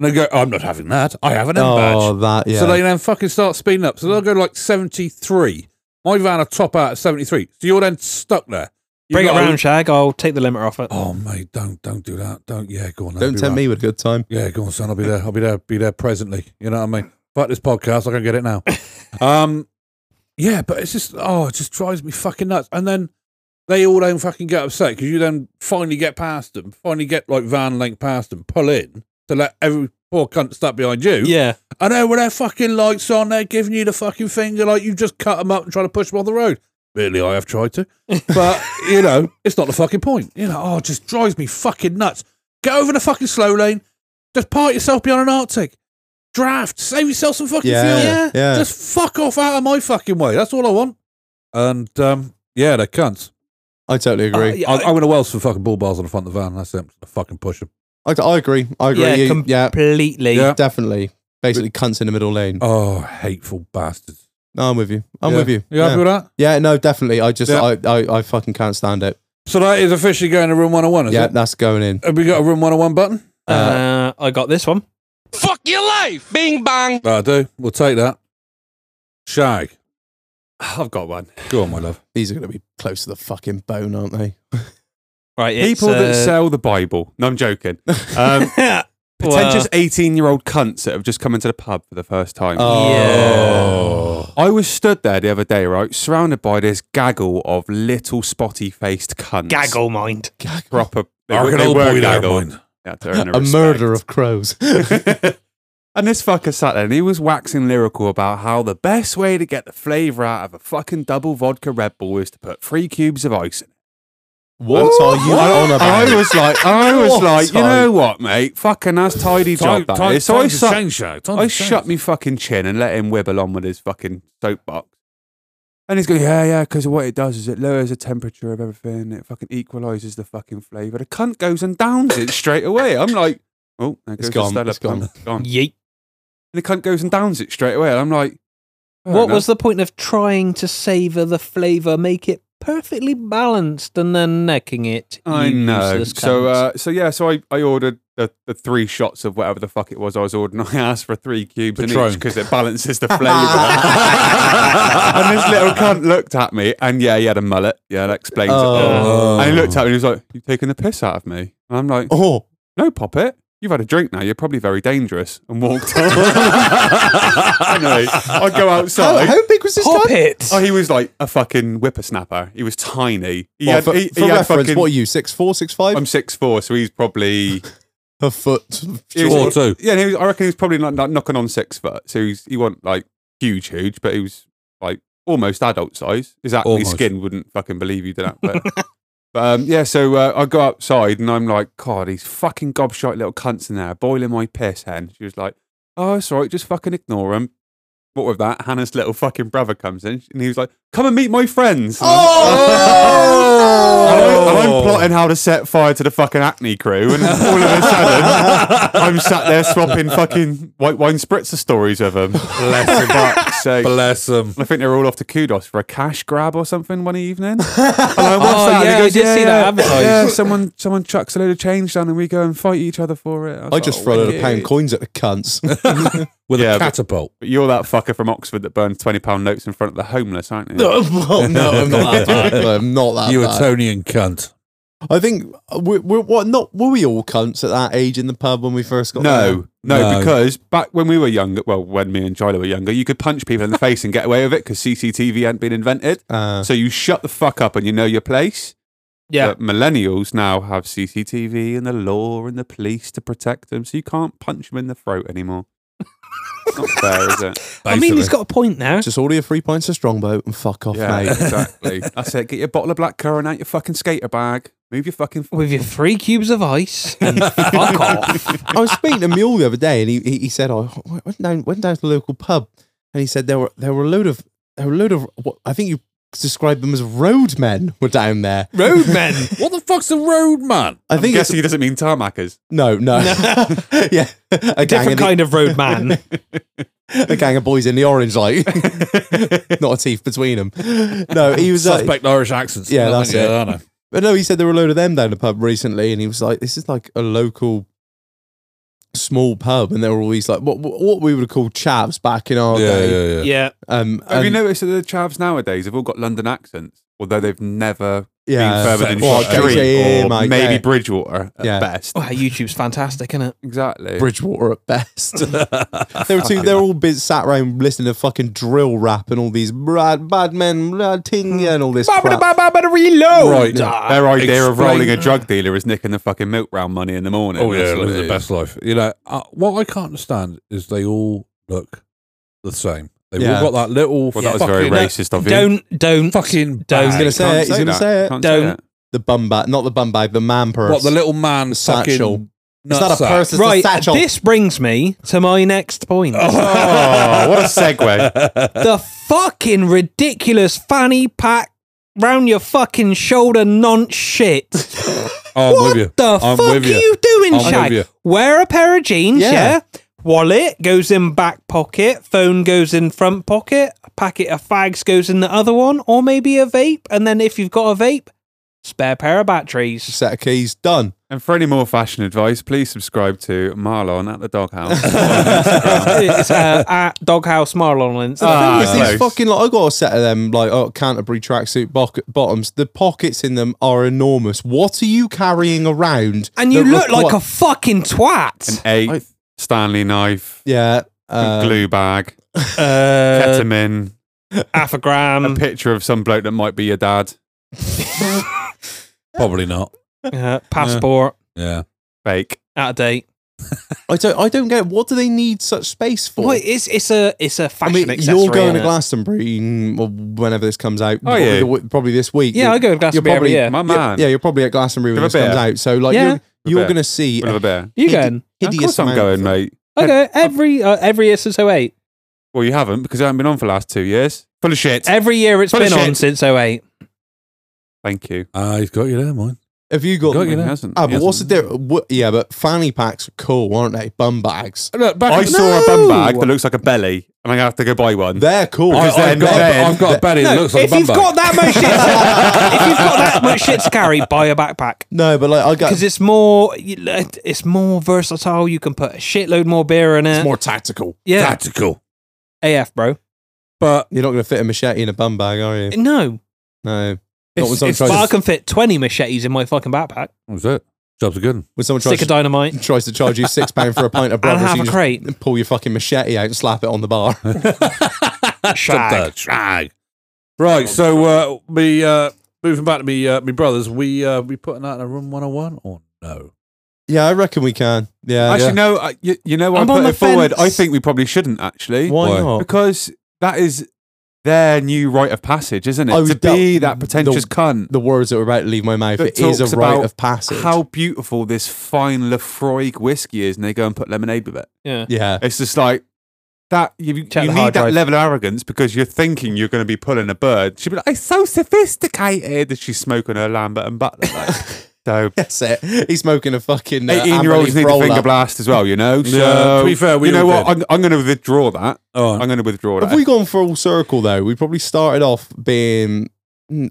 they go, I'm not having that. I have an M oh, badge. that yeah. So they then fucking start speeding up. So they'll go like 73. My van will top out at 73. So you're then stuck there. You've bring it got to- round, Shag. I'll take the limiter off it. Oh, mate, don't don't do that. Don't, yeah, go on. that'd don't be tempt right. me with a good time. Yeah, go on, son. I'll be there. I'll be there. Be there presently. You know what I mean? Fuck this podcast. I can get it now. Um, yeah, but it's just oh, it just drives me fucking nuts. And then they all don't fucking get upset because you then finally get past them, finally get like van length past them, pull in to let every poor cunt stuck behind you. Yeah, And then with their fucking lights on, they're giving you the fucking finger like you just cut them up and try to push them off the road. Really, I have tried to, but you know, it's not the fucking point. You know, oh, it just drives me fucking nuts. Get over the fucking slow lane. Just park yourself beyond an Arctic. Draft. Save yourself some fucking Yeah, fuel. yeah, yeah. Just fuck off out of my fucking way. That's all I want. And um, yeah, they're cunts. I totally agree. Uh, yeah, I, I went to Wells for fucking ball bars on the front of the van. That's it. Fucking push them. I, I agree. I agree. yeah, You- yeah, completely. Yeah. definitely. Basically, cunts in the middle lane. Oh, hateful bastards. No, I'm with you. I'm Yeah. with you. You happy Yeah. with that? Yeah, no, definitely. I just, Yeah. I, I, I fucking can't stand it. So that is officially going to room 101, is yeah, it? that's going in. Have we got a room 101 button? Uh, I got this one. Oh, I do. We'll take that. Shag. I've got one. Go on, my love. These are going to be close to the fucking bone, aren't they? Right, it's, People that uh, sell the Bible. No, I'm joking. Um, Well, pretentious 18 year old cunts that have just come into the pub for the first time. Oh, Oh. Yeah. I was stood there the other day, right, surrounded by this gaggle of little spotty faced cunts. gaggle mind. Proper. They, I were- reckon they old were boy there, gaggle. mind. Yeah, to earn a murder of crows. respect. and this fucker sat there and he was waxing lyrical about how the best way to get the flavour out of a fucking double vodka Red Bull is to put three cubes of ice in it. what are you I, on about? I was like, I was What like, you time? know what, mate? Fucking that's tidy job. that is. So I to sat change, Shag. Time I to shut change. me fucking chin and let him wibble on with his fucking soapbox. And he's going, yeah, yeah, because what it does is it lowers the temperature of everything. It fucking equalizes the fucking flavor. The cunt goes and downs it straight away. I'm like, oh, there It's goes gone, The Stella it's gone. pump, gone. And Yeet. the cunt goes and downs it straight away. And I'm like, fair What enough. was the point of trying to savor the flavor, make it perfectly balanced, and then necking it? I you know. useless So, cunts? uh, so yeah. So I, I ordered the, the three shots of whatever the fuck it was I was ordering. I asked for three cubes in Patron. each because it balances the flavour. and this little cunt looked at me, and yeah, he had a mullet. Yeah, that explains Oh. it. all. And he looked at me, and he was like, "You've taken the piss out of me." And I'm like, oh, "No, pop it. You've had a drink now. You're probably very dangerous." And walked on. anyway, I go how, outside. how big was this Pop gun? it. Oh, he was like a fucking whippersnapper. He was tiny. He Well, had, Oh, for he, for he had reference, fucking- what are you, six four, six five? I'm six four, so he's probably a foot. He was- Or two. Yeah, and he was, I reckon he was probably like, like knocking on six foot. So he's, he wasn't like huge, huge, but he was like almost adult size. His acne Almost. skin wouldn't fucking believe you did that. But, but um, yeah, so uh, I go outside and I'm like, God, these fucking gobshite little cunts in there boiling my piss. Hen. She was like, Oh, it's all right, just fucking ignore them. What with that, Hannah's little fucking brother comes in and he was like, Come and meet my friends. And I'm- and I'm, and Oh. I'm plotting how to set fire to the fucking acne crew, and all of a sudden, I'm sat there swapping fucking white wine spritzer stories with them. Bless him. Fuck's sake. And Bless him. I think they're all off to kudos for a cash grab or something one evening. And I watched Oh, that, and yeah, he I goes, did see that advertised. Yeah, someone, someone chucks a load of change down, and we go and fight each other for it. was I like, just "Oh, throw a load of wicked." pound coins at the cunts. With Yeah, a but- catapult. But you're that fucker from Oxford that burned twenty pound notes in front of the homeless, aren't you? oh, no, I'm not that bad. I'm not that you bad. Etonian cunt. I think we we're what not were we all cunts at that age in the pub when we first got there? No, no, No. because back when we were younger, well, when me and Chilo were younger, you could punch people in the face and get away with it because CCTV hadn't been invented. Uh, So you shut the fuck up and you know your place. Yeah. But millennials now have CCTV and the law and the police to protect them, so you can't punch them in the throat anymore. It's Not fair, is it? I mean, he's basically. got a point there. just order your three pints of Strongbow and fuck off, Yeah, mate. exactly. That's it. Get your bottle of black currant out your fucking skater bag. Move your fucking. With your three cubes of ice and fuck off. I was speaking to Mule the other day, and he he, he said, "I went down went down to the local pub, and he said there were there were a load of there were a load of what I think you described them as roadmen were down there. Roadmen. What the fuck's a road man? I I think guess it's, he doesn't mean tarmackers. no, no, yeah, a gang, in Different the, kind of roadman. a gang of boys in the orange, like not a teeth between them. No, he was uh, like, Suspect Irish accents. Yeah, that's it. I know. But no, he said there were a load of them down the pub recently, and he was like, "This is like a local small pub," and there were all these like what what we would call chaps back in our Yeah, day. yeah, yeah. Yeah. Um, Have you and- noticed that the chavs nowadays have all got London accents, although they've never yeah, been further than Well, Shropshire, Shrewsbury JJ, or mate, maybe yeah. Bridgewater at Yeah. best. Wow, Oh, YouTube's fantastic, isn't it? Exactly. Bridgewater at best. they were two. They're all bit sat around listening to fucking drill rap and all these bad bad men, bad Hmm. ting and all this crap. Right. Their Ah, idea of Explain- rolling a drug dealer is nicking the fucking milk round money in the morning. Oh yeah, That's what living it the is. best life. You know uh, what I can't understand is they all look the same. They've Yeah. all got that little. Well, that was very fucking- racist of you. Ah, Don't, don't. Fucking Don't- bag. He's He's gonna say Can't it. He's gonna that. say it. Can't say Don't- that. The bum bag, not the bum bag, the man purse. What the little man The fucking satchel. It's nutsack. not a purse. It's Right. a satchel. This brings me to my next point. Oh, what a segue. the fucking ridiculous fanny pack round your fucking shoulder non shit. Oh, I'm what with you. the I'm fuck with are you. you doing, I'm with Shag? you. Wear a pair of jeans, Yeah. yeah. Wallet goes in back pocket, phone goes in front pocket, a packet of fags goes in the other one, or maybe a vape. And then if you've got a vape, spare pair of batteries. set of keys. Done. And for any more fashion advice, please subscribe to Marlon at the Doghouse. it's uh, at Doghouse Marlon on Instagram. Ah, It's these close. fucking like I got a set of them like oh, Canterbury tracksuit bo- bottoms. The pockets in them are enormous. What are you carrying around? and you that look like requi- a fucking twat. Eight Stanley knife, yeah. Uh, glue bag, Uh, ketamine, half a gram. mm. a picture of some bloke that might be your dad, Probably not. Uh, passport Yeah. fake. out of date. I don't. I don't get. it. What do they need such space for? Well, it's it's a it's a I fashion mean, accessory. you're going to innit? Glastonbury mm, well, whenever this comes out. probably, Oh, yeah. the w- probably this week. Yeah, I go to Glastonbury every probably- year. My You're- man. Yeah, you're probably at Glastonbury when Have this a comes beer. out. So like, Yeah. you're, you're beer. going to see Bit of a a bear. You hide- going? Of hideous course I'm amount going, of- mate. I go every uh, every year since 08. Well, you haven't because I haven't been on for the last two years. Full of shit. Eh. Every year it's Full of been on shit. since 08. Thank you. Ah, he's got you there, mine. Have you got? Got you He there. hasn't. Ah, He but what's the hasn't. difference? What, yeah, but fanny packs are cool, aren't they? Bum bags. Uh, Look, back I in- saw a bum bag No. that looks like a belly, and I have to go buy one. They're cool. I, Because they're I've, got, men. I've got a belly that looks like if a bum you've bag. got that much shit, if you've got that much shit to carry, buy a backpack No, but like I got because it's more it's more versatile. You can put a shitload more beer in it. It's more tactical. yeah, Tactical. AF, bro. But You're not going to fit a machete in a bum bag, are you? No, No. it's, when someone it's tries but to- I just- can fit 20 machetes in my fucking backpack. That was it. Job's a good one. When someone tries Stick of to, dynamite tries to charge you six pound for a pint of and brothers, have you a just crate. pull your fucking machete out and slap it on the bar. Shag. Shag. Shag. Right, so uh, me uh, moving back to me uh, me brothers, we uh, we putting out a room one hundred and one or no? yeah, I reckon we can. Yeah. Actually, yeah. no. I, you, you know, what, I'm I on put the it forward. I fence. think we probably shouldn't actually, Why, Why? not? because that is their new rite of passage, isn't I it? To would doubt- be that pretentious cunt. Oh, The words that were about to leave my mouth. That It is talks a rite about of passage. How beautiful this fine Lefroy whiskey is, and they go and put lemonade with it. Yeah. Yeah. It's just like that. You, you need Check the that hard drive. level of arrogance because you're thinking you're going to be pulling a bird. She'd be like, "I'm so sophisticated." As she's smoking her Lambert and Butler. like. so That's it. He's smoking a fucking. Uh, 18 year olds Amberley need a roll finger up. blast as well, you know? So, Yeah, to be fair, we you know all what? did. I'm, I'm going to withdraw that. Oh, I'm going to withdraw Have that. we gone full circle though? We probably started off being n-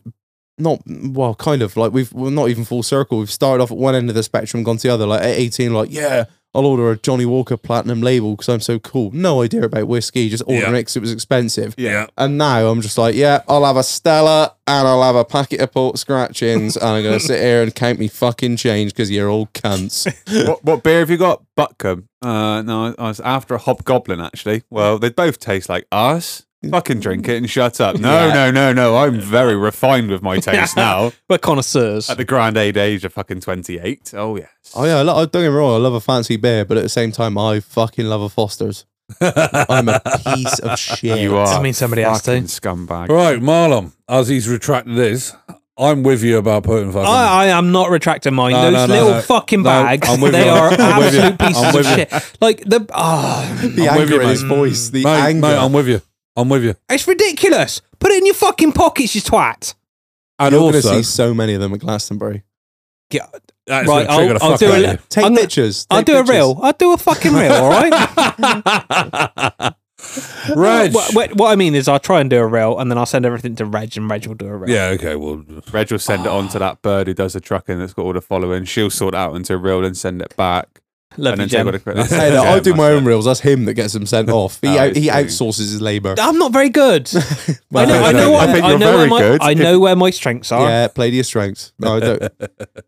not well, kind of like we've we're not even full circle. We've started off at one end of the spectrum, gone to the other. Like at eighteen, like yeah, I'll order a Johnny Walker Platinum label because I'm so cool. No idea about whiskey, just order Yeah. it because it was expensive. Yeah. And now I'm just like, yeah, I'll have a Stella and I'll have a packet of port scratchings and I'm going to sit here and count me fucking change because you're all cunts. what, what beer have you got? Butcombe. Uh, no, I I was after a hobgoblin actually. Well, they both taste like us. Fucking drink it and shut up. No, Yeah. no, no, no. I'm very refined with my taste now. We're connoisseurs. At the grand aid age of fucking 28. Oh, yes. oh, yeah, look, I- don't get me wrong, I love a fancy beer, but at the same time, I fucking love a Foster's. I'm a piece of shit. You are. I mean, somebody has to. fucking Scumbag. Right, Marlon, as he's retracted his, I'm with you about putting fucking. I, I am not retracting mine. No, Those no, no, little no. fucking No, bags, I'm with they you. are I'm with you. absolute I'm pieces of with you. shit. Like the ah, The I'm with anger you, in his mate. voice, the mate, anger. mate, I'm with you. I'm with you. it's ridiculous. Put it in your fucking pockets, you twat. And You're going to also, see so many of them at Glastonbury. Yeah, that's Right, gonna trigger the I'll- I'll fuck do out a of li- you. Take I'm gonna- pictures. I'll take do a pictures. reel. I'll do a fucking reel. All right. Reg. What, what- what I mean is, I'll try and do a reel, and then I'll send everything to Reg, and Reg will do a reel. Yeah, okay, well, Reg will send it on to that bird who does the trucking that's got all the following. She'll sort it out into a reel and send it back. Love and you, then take all Jem. the credit. Hey, no, Yeah, I do my that's own it. reels. That's him that gets them sent off. He, Oh, out, he I see. outsources his labour. I'm not very good. I know, I I know, what, think- I I think you're know where very my, good. I know where my strengths are. Yeah, play to your strengths. No, I don't.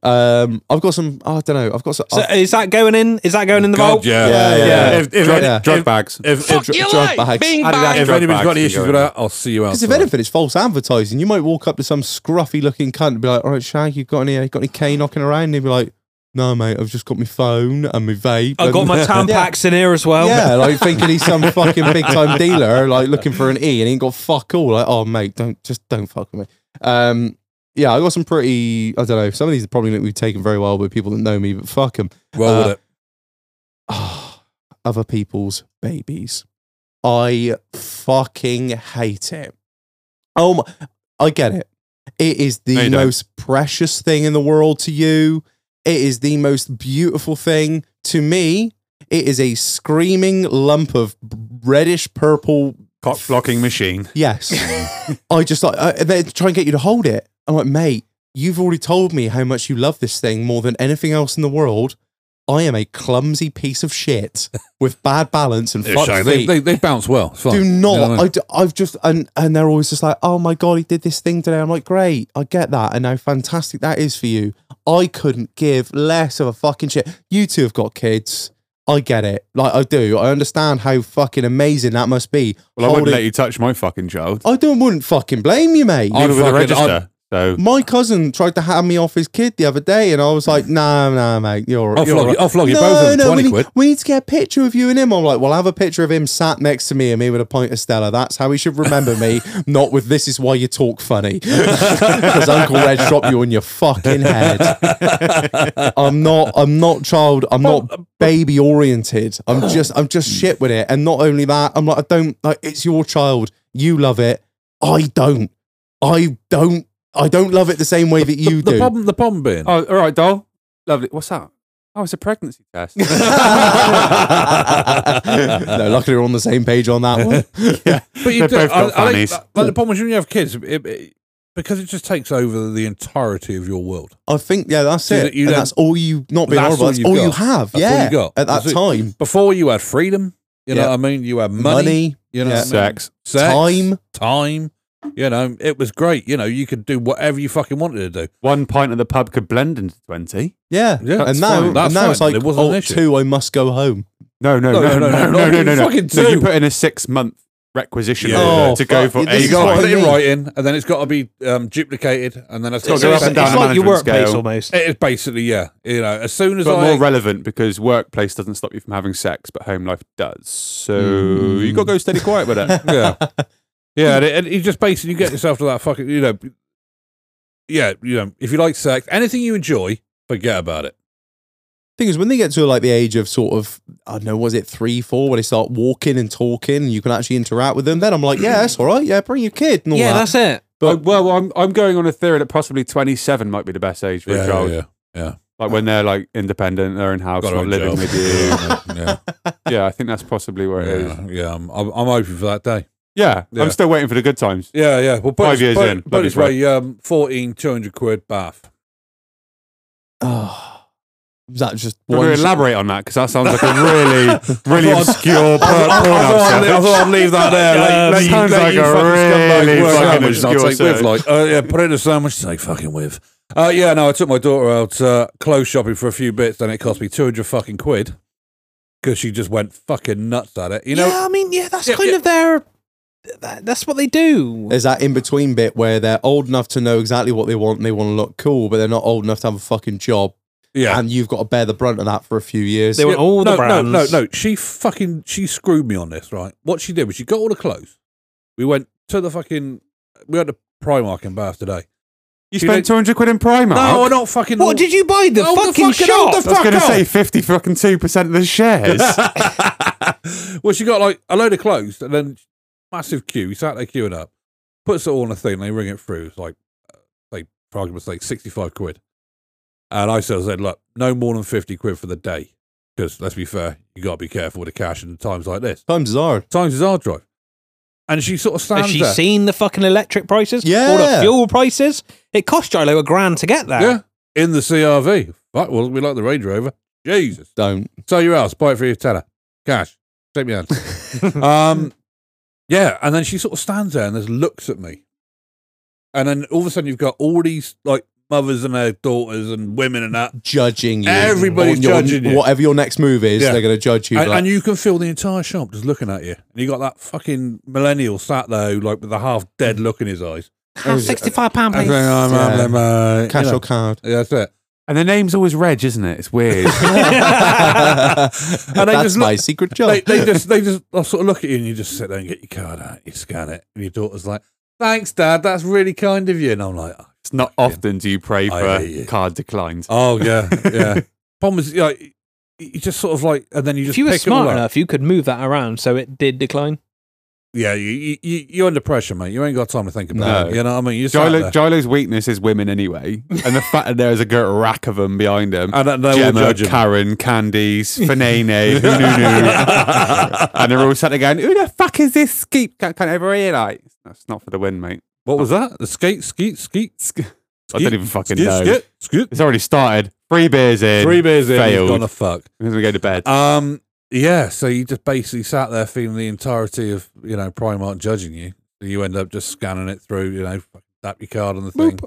um, I've got some. I don't know. I've got some. So I've- is that going in? Is that going in the God, vault? yeah. yeah, yeah. Yeah, If, if, drug, yeah. drug bags. if, if, Dr- drug bags. Adidas if drug anybody's bags got any can issues go with in. that, I'll see you out. Because if anything, it's false advertising. You might walk up to some scruffy looking cunt and be like, all right, Shag, you got any, uh, you got any K knocking around? And he'd be like, no, mate, I've just got my phone and my vape. I've got and- my Tampax in here as well. Yeah, like thinking he's some fucking big time dealer, like looking for an E and he ain't got fuck all. Like, oh mate, don't just don't fuck with me. Um, yeah, I got some pretty. I don't know. Some of these are probably not be taken very well by people that know me, but fuck them. Roll Uh, with it. other people's babies. I fucking hate it. Oh, my, I get it. It is No, the you don't. most precious thing in the world to you. It is the most beautiful thing to me. It is a screaming lump of reddish purple. Cock blocking machine. Yes, Mm. I just like I, they try and get you to hold it. I'm like, mate, you've already told me how much you love this thing more than anything else in the world. I am a clumsy piece of shit with bad balance and They're fucked shy. feet. They, they, they bounce well. It's fine. Do You know what I not. mean? I, have just and and they're always just like, oh my god, he did this thing today. I'm like, great, I get that, and how fantastic that is for you. I couldn't give less of a fucking shit. You two have got kids. I get it. Like I do. I understand how fucking amazing that must be. Well, I wouldn't Holding- let you touch my fucking child. I don't wouldn't fucking blame you, mate. I'd Neither with a fucking- I'd- register. So my cousin tried to hand me off his kid the other day, and I was like, "No, no, mate, you're I'll you're flog Oh, you- right." I'll flog you both of them, 20 we need, quid. we need to get a picture of you and him. I'm like, "Well, have a picture of him sat next to me and me with a pint of Stella. That's how he should remember me, not with this is why you talk funny because Uncle Reg dropped you on your fucking head." I'm not. I'm not child. I'm uh, not baby oriented. I'm just. I'm just shit with it. And not only that, I'm like, I don't like. It's your child. You love it. I don't. I don't. I don't love it the same way that The- you the, do. problem, the problem being, Oh, all right, doll. Lovely. What's that? Oh, it's a pregnancy test. no, luckily we're on the same page on that one. but you They've do, both got I- I like- fannies. like the problem is when you have kids, it, it- because it just takes over the entirety of your world. I think yeah, that's So it. that you and don't- that's all you not being That's horrible. all That's you've all you got. have. That's all yeah, you got. at that That's it. time. Before you had freedom, you know Yeah. what I mean. You had money, Money, you know, yeah. what I mean? Sex. Sex, time. time. You know, it was great. You know, you could do whatever you fucking wanted to do. One pint of the pub could blend into 20. Yeah, Yeah, that's and now, fine. That's and now it's fine. like It wasn't an oh, issue. two. I must go home. No, no, No, no, no, no, no, no, no, no, no, you no. fucking No, you do. put in a six month requisition Yeah. order Oh, to go fuck. for This is eight. You got what to put I it in mean. writing, and then it's got to be um, duplicated, and then it's got It's So to go got up it's, and and down it's a down. like your management workplace scale. almost. It is basically yeah. You know, as soon as But I more relevant because workplace doesn't stop you from having sex, but home life does. So you got to go steady quiet with it. yeah, yeah, and, it- and you just basically get yourself to that fucking you know, yeah, you know, if you like sex, anything you enjoy, forget about it. thing is when they get to like the age of sort of I don't know, was it three, four, where they start walking and talking and you can actually interact with them, then I'm like, yeah, that's all right, yeah, bring your kid and all Yeah, that. that's it. But well, I'm I'm going on a theory that possibly 27 might be the best age for a child. Like when they're like independent, they're in house, Got not living job. with you. yeah, yeah, I think that's possibly where yeah, it is. yeah. yeah, yeah. I'm, I'm I'm hoping for that day. Yeah. I'm still waiting for the good times. Yeah, yeah. Well, but Five it's- years but, in. but Lovely it's way um, 14, 200 quid bath. Oh, that just We're one going to elaborate on that because that sounds like a really, really obscure por- porn I thought, I'd, search. I thought I'd leave that there. Um, Like, sounds like a really fucking I'll obscure take with. search. Like, uh, yeah, put in a sandwich. Take fucking with. Uh, yeah, no, I took my daughter out uh, clothes shopping for a few bits, and it cost me two hundred fucking quid because she just went fucking nuts at it. You know, yeah, I mean, yeah, that's Yeah, kind yeah. of their. That, that's what they do. There's that in between bit where they're old enough to know exactly what they want and they want to look cool, but they're not old enough to have a fucking job. yeah. And you've got to bear the brunt of that for a few years. They were- Yeah, all the no, No, brands. no, no. She fucking she screwed me on this, right? What she did was she got all the clothes. We went to the fucking we went to Primark in Bath today. You She spent did- 200 quid in Primark? No, we're not fucking. what did you buy? The Oh, the fucking fucking- shop. oh, I was Fuck going to off. say 50 fucking 2% of the shares. well, she got like a load of clothes and then massive queue. We sat there queuing up, puts it all on a thing, they ring it through. It's like, uh, like for argument's sake, 65 quid. And I sort of said, look, no more than 50 quid for the day. Because let's be fair, you got to be careful with the cash in times like this. Times is hard. Times is our drive. And she sort of stands Has she there. seen the fucking electric prices? All the Yeah. fuel prices? It cost Jolo a grand to get that. yeah, in the CRV. Fuck, well, we like the Range Rover. Jesus. Don't. Sell your house, buy it for your tenner. Cash. Take me hand. um, yeah, and then she sort of stands there and just looks at me. And then all of a sudden you've got all these like mothers and their daughters and women and that. Judging you. Everybody's On your- judging you. Whatever your next move is, Yeah. they're going to judge you. And, like, and you can feel the entire shop just looking at you. And you got that fucking millennial sat there like with a half dead look in his eyes. Have £65 pound, And please. going, "Oh, mum, Yeah. mum, uh," you cash know. or card. Yeah, that's it. and the name's always Reg, isn't it? It's weird. and they That's just look- my secret Oh. job. They, they just they just they'll sort of look at you and you just sit there and get your card out, you scan it, and your daughter's like, Thanks, Dad, that's really kind of you. And I'm like, "Oh, it's not often do you pray I for hate you. card declines. Oh yeah, yeah. Problem is, yeah, you- you just sort of like, and then you just if you were pick it all smart up. enough, you could move that around so it did decline. Yeah, you, you you you're under pressure, mate. You ain't got time to think about No. it. You know what I mean? You just Jilo, Jolo, Jilo's weakness is women anyway, and the fact that there is a good rack of them behind him. and then they all Gemma, judge him. Karen, Candice, Fanene, who knew, knew. and they're all sat there going, "Who the fuck is this skeep cunt cunt over here?" Like, that's not for the win, mate. What was that? The skate, skeet, skeet, I don't even fucking skeet, know. skeet, skeet. It's already started. Three beers in. Three beers in, he's failed. gonna fuck. As we go to bed. Um, yeah. So you just basically sat there feeling the entirety of you know Primark judging you. You end up just scanning it through. You know, tap your card on the thing.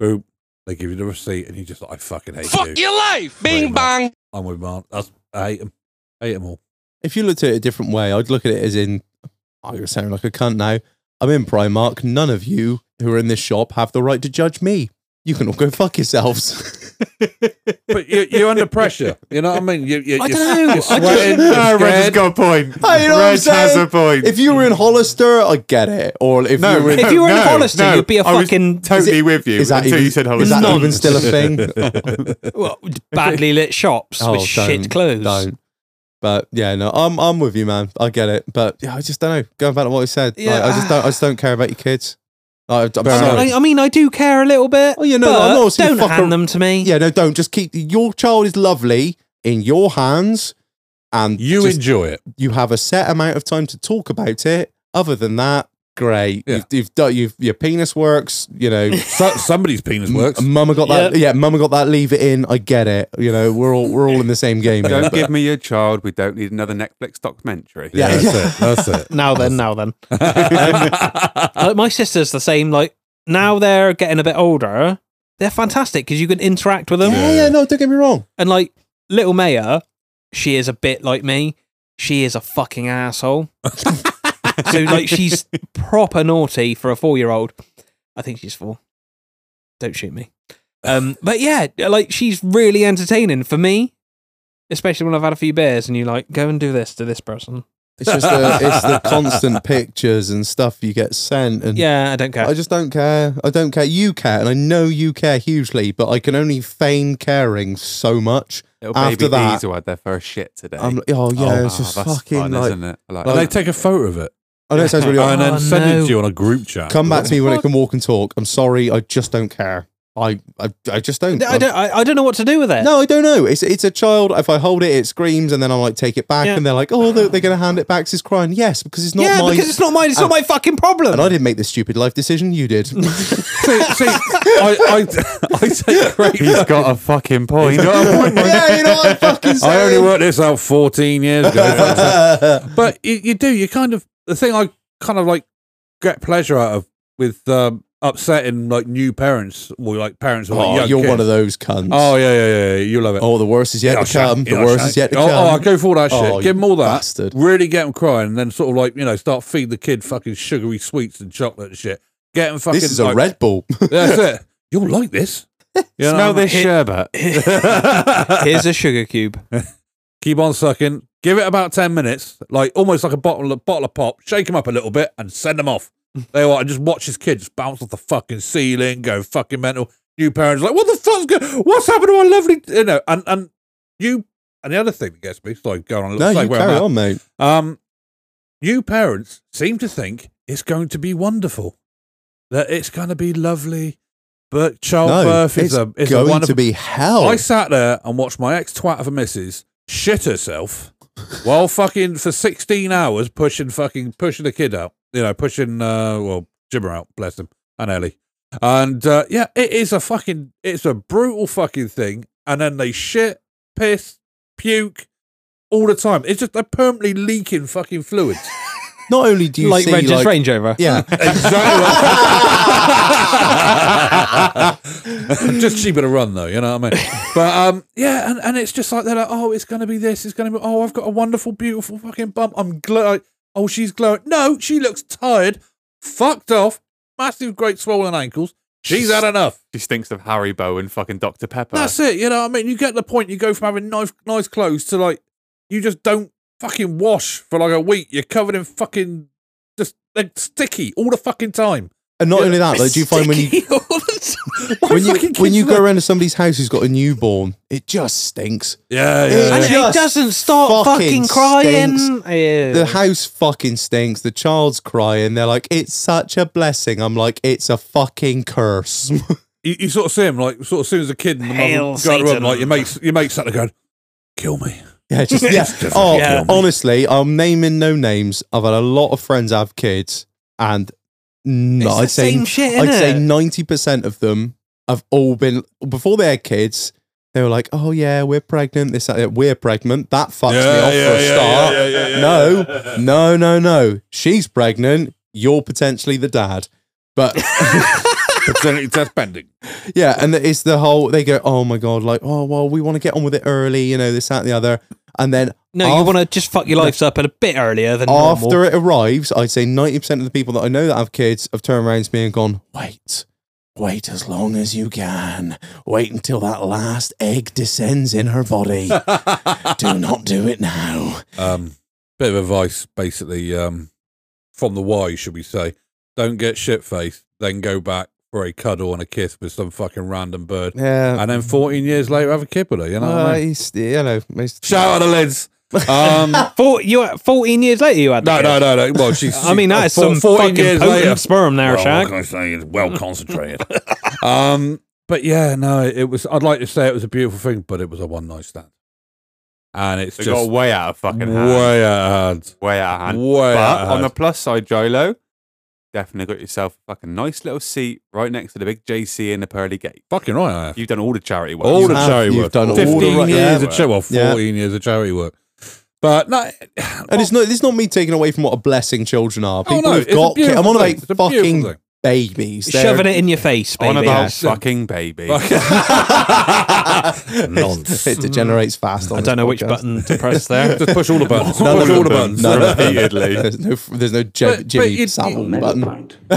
Boop. They give you the receipt, and you just like, I fucking hate you. Fuck your life. Pretty Bing much. bang. I'm with Mark. That's I hate him. Hate him all. if you looked at it a different way, I'd look at it as in, I'm going to sound like a cunt now. I'm in Primark. None of you who are in this shop have the right to judge me. You can all go fuck yourselves. But you, you're under pressure. You know what I mean? You, you, I you're, dunno, You're Uh, I sweating. just- you're no, Reg has scared. got a point. I know what I'm Reg has saying. a point. if you were in Hollister, I get it. Or if you were in If you were in no, Hollister, no, you'd be a I was fucking- totally with you Is that until even, you said is Hollister. that even still a thing? Well, badly lit shops with shit Oh, don't, clothes. Don't. But yeah, no, I'm I'm with you, man. I get it. But yeah, I just don't know. Going back to what I said, Yeah. like, I just don't I just don't care about your kids. Like, I'm Fair sorry. enough. I, I mean, I do care a little bit. Oh, yeah, no, but I'm not saying don't fuck hand a- them to me. Yeah, no, don't. Just keep your child is lovely in your hands, and You just- enjoy it. you have a set amount of time to talk about it. Other than that, great. Yeah. You've, you've done you've, your penis works. You know, So, somebody's penis works. M- Mama got that. Yeah, Mama got that. Leave it in. I get it. You know, we're all we're all in the same game. here, Don't but- give me your child. We don't need another Netflix documentary. Yeah. that's it. Now then, now then. That's it. Um, Like, my sister's the same. Like now they're getting a bit older. They're fantastic because you can interact with them. Um, yeah, yeah, no, don't get me wrong. And like little Maya, she is a bit like me. She is a fucking asshole. so like she's proper naughty for a four year old. I think she's four. Don't shoot me. Um, but yeah, like she's really entertaining for me, especially when I've had a few beers and you like go and do this to this person. It's just the, it's the constant pictures and stuff you get sent, and Yeah, I don't care. I just don't care. I don't care. You care, and I know you care hugely, but I can only feign caring so much. Little After baby that- Diesel had their first shit today. I'm like, oh yeah, it's just that's fucking fun, like. isn't it? I Like, And they like, take a photo of it I know it sounds really. Oh, and then send it no. to you on a group chat. Come back to me when it can walk and talk. I'm sorry, I just don't care. I, I, I just don't. I don't. I, I don't know what to do with it. No, I don't know. It's it's a child. If I hold it, it screams, and then I like take it back, Yeah. and they're like, "Oh, they're, they're going to hand it back." 'cause It's crying. Yes, because it's not yeah, mine. because it's not mine. It's not my fucking problem. and I didn't make this stupid life decision. You did. See, see, I, I, I take great. He's got a fucking point. yeah, you know what I'm fucking I saying. only worked this out 14 years ago. but you, you do, you kind of, the thing I kind of like get pleasure out of with um, upsetting like new parents or like parents who are Oh, like, young you're one kids. of those cunts. Oh, yeah, yeah, yeah, yeah. You love it. Oh, the worst is yet Yeah, to shut- come. The yeah, worst shut- is yet to oh, come. Oh, I go for all that shit. Oh, Give you them all that. bastard. Really get them crying, and then sort of like you know start feed the kid fucking sugary sweets and chocolate and shit. Get them fucking. this is a like- Red Bull. That's it. You'll like this. You know Smell what I this sherbet. mean? Here's a sugar cube. Keep on sucking. Give it about ten minutes, like almost like a bottle of bottle of pop. Shake him up a little bit and send him off. They are and just watch his kid just bounce off the fucking ceiling, go fucking mental. New parents like, what the fuck's going? What's happened to our lovely? You know, and and you and the other thing that gets me, sorry, going on a No, little you segue on carry that. on, mate. Um, you parents seem to think it's going to be wonderful, that it's going to be lovely, but No, childbirth it's is a is a going wonderful. to be hell. I sat there and watched my ex twat of a missus shit herself while fucking for sixteen hours pushing fucking pushing the kid out. You know, pushing uh, well Jimmer out, bless him, and Ellie. And uh, yeah, it is a fucking it's a brutal fucking thing. And then they shit, piss, puke all the time. It's just they're permanently leaking fucking fluids. Not only do you Like see, Reg's like, Range Rover. yeah, just cheaper to run though, you know what I mean? But um, yeah, and, and it's just like they're like, oh, it's gonna be this, it's gonna be, oh, I've got a wonderful, beautiful fucking bump. I'm glowing. Oh, she's glowing. No, she looks tired, fucked off, massive, great swollen ankles. She's had enough. She stinks of Harry Bow and fucking Dr. Pepper. That's it. You know what I mean? You get the point. You go from having nice, nice clothes to like, you just don't fucking wash for like a week. You're covered in fucking just like sticky all the fucking time. and not only that, like, do you find when you when you when you go around to somebody's house who's got a newborn, it just stinks. yeah, Yeah, And yeah. it Just doesn't stop fucking fucking, crying. stinks. Ew. The house fucking stinks. The child's crying. They're like, "It's such a blessing." I'm like, "It's a fucking curse." you, you sort of see him like sort of as soon as a kid and the mother Hail go to him Satan. like your mates your mates sat there going, Kill me. yeah, just yeah. Just Oh, Yeah. honestly, I'm naming no names. I've had a lot of friends have kids, and no, It's the I'd say same shit, I'd innit? say ninety percent of them have all been before they had kids. They were like, "Oh yeah, we're pregnant. This, that, that. we're pregnant. That fucks me off for a start." no, no, no, no. She's pregnant. You're potentially the dad. But Paternity test pending. yeah, and it's the whole. They go, "Oh my god!" Like, "Oh well, we want to get on with it early," you know, this, that, and the other. And then no, you after- want to just fuck your lives up a bit earlier than normal. after it arrives, I'd say 90% of the people that I know that have kids have turned around to me and gone, wait, wait as long as you can. Wait until that last egg descends in her body. do not do it now. Um bit of advice basically, um from the why, should we say. Don't get shit faced, then go back for a cuddle and a kiss with some fucking random bird. Yeah. And then fourteen years later have a kid with her, you know what Uh, I mean? it's- you know, it's- Shout out to Liz. Um Four, you 14 years later, you had the No, kid. no, no, no. Well, she's. I mean, that is four- some fucking potent sperm there, well, Shaq. What can I say? It's well concentrated. um, but yeah, no, it was. I'd like to say it was a beautiful thing, but it was a one night stand, and it's They got just way out of fucking hand. way out, of Way out of hand. hand. way But out of on the hand. plus side, Jolo, definitely got yourself a fucking nice little seat right next to the big JC in the Pearly Gate. fucking right. I have. You've done all the charity work. all You the have- charity you've work. done all the Fifteen right years work. of charity. Well, Yeah. fourteen years of charity work. But no, And it's not, it's not me taking away from what a blessing children are. oh, People no, who've it's a got kids. beautiful I'm on thing. about It's a beautiful fucking thing. babies. Shoving it in your face, baby. On about Yeah. fucking baby. Nonsense. It degenerates fast. On I this don't know which podcast. button to press there. Just push all the buttons. None push of all the them. buttons. None of them. Repeatedly. There's no, there's no Jim- But- but Jimmy you- Savile button.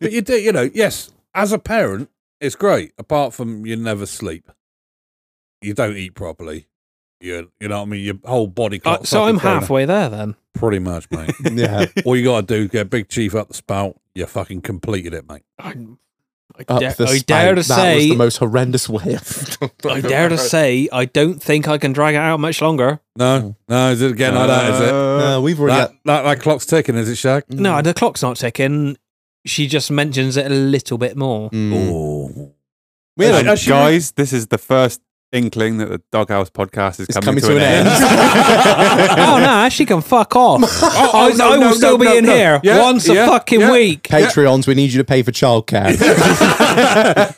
but you do, you know, yes, as a parent, it's great, apart from you never sleep. You don't eat properly. You, you know what I mean? Your whole body clock. Uh, so I'm fucking thrown halfway there then. off. Pretty much, mate. Yeah. All you got to do is get Big Chief up the spout. You fucking completed it, mate. Up Yeah, the I spout. dare to that was say- the most horrendous way. I've- I dare to say, I don't think I can drag it out much longer. No, no, is it getting like that? Is it? Uh, we've already Mm. That, that, that clock's ticking, is it, Shag? No, the clock's not ticking. she just mentions it a little bit more. Mm. Oh. Well, Has- has she re- guys, this is the first inkling that the Doghouse podcast is It's coming, to, an, end. oh no, she can fuck off. Oh, Oh, I, no, I will no, still no, be no, in no. here Yeah, once a yeah, fucking yeah. week. Patreons, we need you to pay for childcare.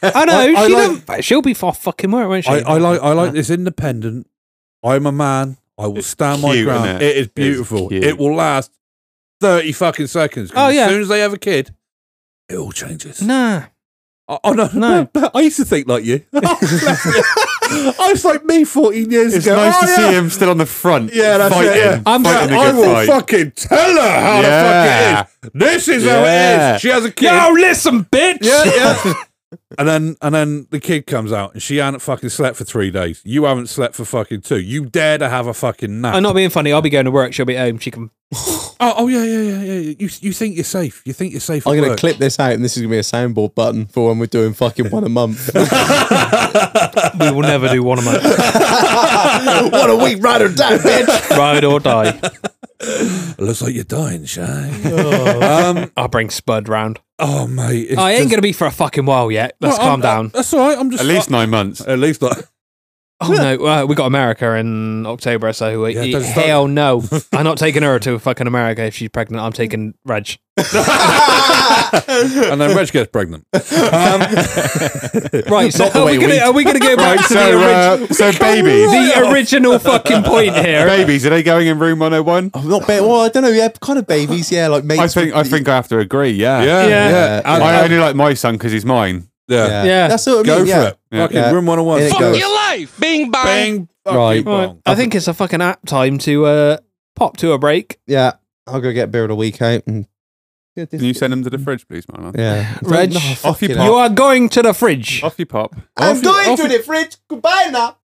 I know I she like- don't, she'll be for fucking work, won't she? I, I like I like this independent. I'm a man. I will It's stand my cute, ground. innit? it is beautiful. cute. It will last thirty fucking seconds. 'cause Oh, as yeah. soon as they have a kid, it all changes. nah, Oh, oh, no, No. no! I used to think like you. I was like me fourteen years It's ago. nice Oh, to yeah. see him still on the front. Yeah, that's fighting, it. Yeah. I'm fighting gonna- a I good will fight. fucking tell her how Yeah. the fuck it is. This is how it Yeah. is. She has a kid. yo, listen, bitch. Yeah, yeah. and then and then the kid comes out and she hadn't fucking slept for three days. You haven't slept for fucking two. You dare to have a fucking nap. I'm not being funny. I'll be going to work. She'll be at home. She can. Oh, oh yeah, yeah, yeah, yeah. You you think you're safe? You think you're safe? I'm at going to work. clip this out, and this is going to be a soundboard button for when we're doing fucking one a month. We will never do one of them. what a week, right or down, bitch. Ride or die. Looks like you're dying, Shay. Oh. Um, I'll bring Spud round. oh mate, it's I ain't just- gonna be for a fucking while yet. Let's Well, calm I'm- down. That's all right. I'm just At least nine months. At least not. Oh no, uh, we got America in October, so we, Yeah, don't start- hell no. I'm not taking her to fucking America if she's pregnant. I'm taking Reg. And then Reg gets pregnant. Right, so Not the are way we, gonna, we- are we gonna go back Right, to so the, orig- uh, so babies, the original fucking point here? babies, are they going in room one hundred and one? I'm not ba- well, I don't know. Yeah, kind of babies. Yeah, like mates. I think I with- think I have to agree. Yeah, Yeah, Yeah. yeah. Yeah, And- I only like my son because he's mine. yeah. Yeah. Yeah. that's what I mean. Go for yeah. it. Yeah. Fucking Yeah. room 101. In it Fuck goes. you. life. Bing bang. Bang. Fuck Right. you, Right, bong. I think it's a fucking apt time to uh, pop to a break. Yeah, I'll go get beer of the week out. And Can you send him to the fridge, please, man? Yeah, Reg, fuck off you it. pop. You are going to the fridge. Off you pop. I'm Off you- going to off the fridge. Goodbye now.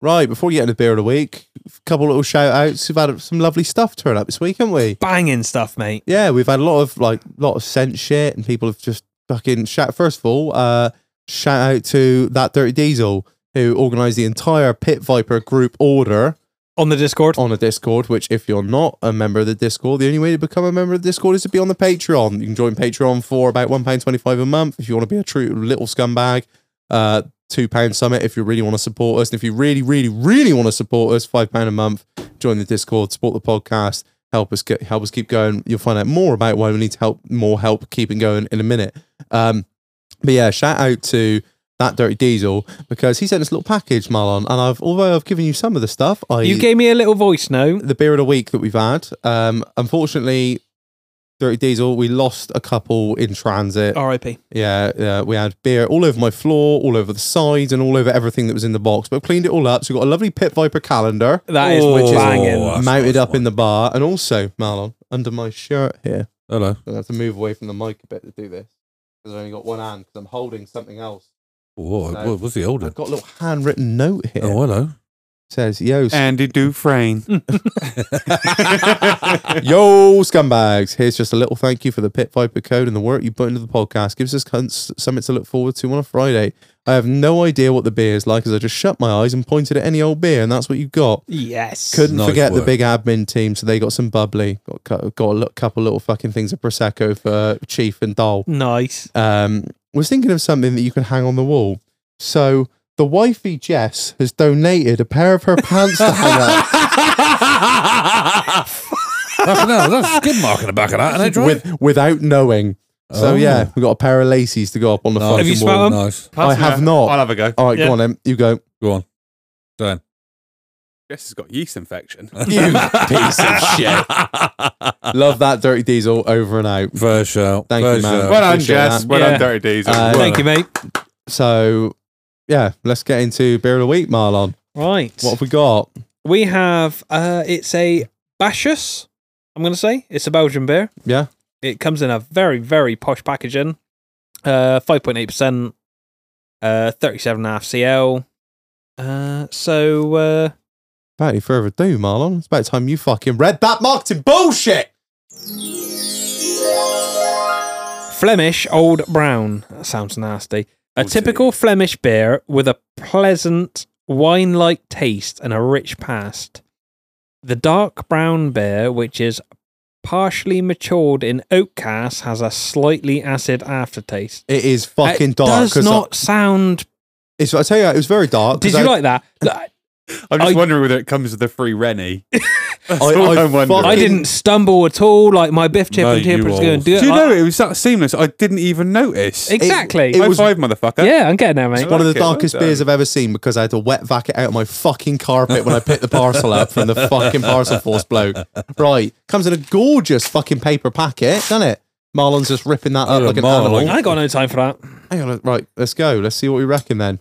Right, before we get into beer of the week, a couple little shout outs. We've had some lovely stuff turn up this week, haven't we? Banging stuff, mate. Yeah, we've had a lot of like lot of sense shit, and people have just fucking shout. First of all, uh, shout out to that Dirty Diesel who organised the entire Pit Viper group order On the Discord. on a Discord. Which, if you're not a member of the Discord, the only way to become a member of the Discord is to be on the Patreon. You can join Patreon for about one pound twenty five a month if you want to be a true little scumbag. Uh, two pound summit if you really want to support us, and if you really, really, really want to support us, five pound a month. Join the Discord, support the podcast, help us get help us keep going. You'll find out more about why we need to help more help keeping going in a minute. Um, but yeah, shout out to. That dirty diesel because he sent us a little package, Marlon, and I've although I've given you some of the stuff, I You gave me a little voice note. the beer of the week that we've had. Um, unfortunately, Dirty Diesel, we lost a couple in transit. R.I.P. Yeah, yeah, we had beer all over my floor, all over the sides, and all over everything that was in the box. But I've cleaned it all up. So we've got a lovely Pit Viper calendar That is Oh, which is Oh, banging. that's mounted nice up in one. the bar. And also, Marlon, under my shirt here. Hello. I'm going to have to move away from the mic a bit to do this. Because I've only got one hand because I'm holding something else. Oh, No. what's the older? I've got a little handwritten note here. Oh, hello. says, yo, Andy Dufresne. Yo, scumbags! Here's just a little thank you for the Pit Viper code and the work you put into the podcast. Gives us cunts something to look forward to on a Friday. I have no idea what the beer is like, as I just shut my eyes and pointed at any old beer, and that's what you got. Yes. Couldn't Nice forget the work. big admin team, so they got some bubbly. Got cu- got a lo- couple little fucking things of prosecco for uh, Chief and Doll. Nice. Um, was thinking of something that you can hang on the wall. So the wifey Jess has donated a pair of her pants to hang up. Fucking hell, that's a skid mark in the back of that, and I drive. with without knowing. So Oh. yeah, we got a pair of laces to go up on the Nice. fucking Have you wall. smelled 'em? Nice. I have not. I'll have a go. All right, Yeah. go on then. You go. Go on. Dan. Guess he's got yeast infection. You piece of shit. Love that dirty diesel over and out. First shout. Thank you, First man. shout. Well done, Appreciate Jess. that. Well Yeah. done, Dirty Diesel. Uh, Well Thank you, done. mate. So yeah, let's get into beer of the week, Marlon. Right. What have we got? We have uh it's a Bacchus, I'm gonna say. It's a Belgian beer. Yeah. It comes in a very, very posh packaging. Uh five point eight percent, uh thirty seven and a half CL. Uh so uh Without any further ado, Marlon, it's about time you fucking read that marketing bullshit. Flemish Old Brown. That sounds nasty. A Naughty. typical Flemish beer with a pleasant wine like taste and a rich past. The dark brown beer, which is partially matured in oak cask, has a slightly acid aftertaste. It is fucking it dark. does 'cause not sound. I, it's, I tell you, it was very dark. 'cause Did you I, like that? That- I'm just I- wondering whether it comes with the free Rennie. I, all I'm wondering. I didn't stumble at all. Like my biff chip No, and chip you was all- going to do it. Do you I- know it was that seamless? I didn't even notice. it- exactly. it High was- five, motherfucker. yeah, I'm getting there, mate. It's one of the Okay, well darkest done. beers I've ever seen because I had to wet vac it out of my fucking carpet when I picked the parcel up from the fucking parcel force bloke. Right. Comes in a gorgeous fucking paper packet, doesn't it? Marlon's just ripping that up Yeah, like an Marlon. animal. I ain't got no time for that. Hang on, right, let's go. Let's see what we reckon then.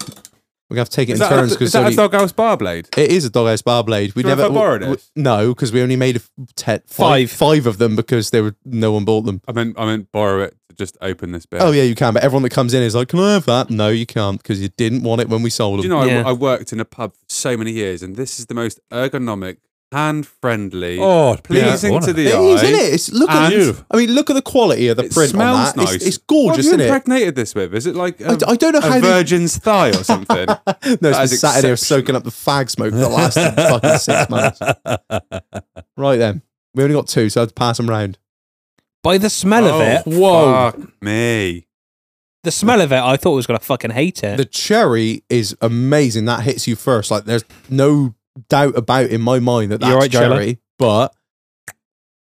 We're gonna have to take it Is in that, turns is because that a doghouse bar blade? it is a doghouse bar blade. We Do you never want if I borrowed w- it? w- No, because we only made a f- te- five, Five. five of them because there were no one bought them. I meant, I meant borrow it to just open this beer. Oh yeah, you can. But everyone that comes in is like, "Can I have that?" No, you can't because you didn't want it when we sold Do them. you know, Yeah. I, I worked in a pub for so many years, and this is the most ergonomic, hand friendly, Oh, it's pleasing beautiful, to isn't it? It the eye. is, isn't it? It's look at And- you. I mean, look at the quality of the It print on smells that. It's- nice. It's, gorgeous, what have isn't you it? impregnated this with? Is it like I, um, I don't know a how they. virgin's thigh or something? No, it's That been is sat in here soaking up the fag smoke for the last fucking six months. Right then, we only got two, so I had to pass them round. By the smell Oh, of it, Fuck me. the smell of it, I thought was gonna fucking hate it. The cherry is amazing. That hits you first. Like there's no doubt about in my mind that that's You all right, Jolo? cherry, but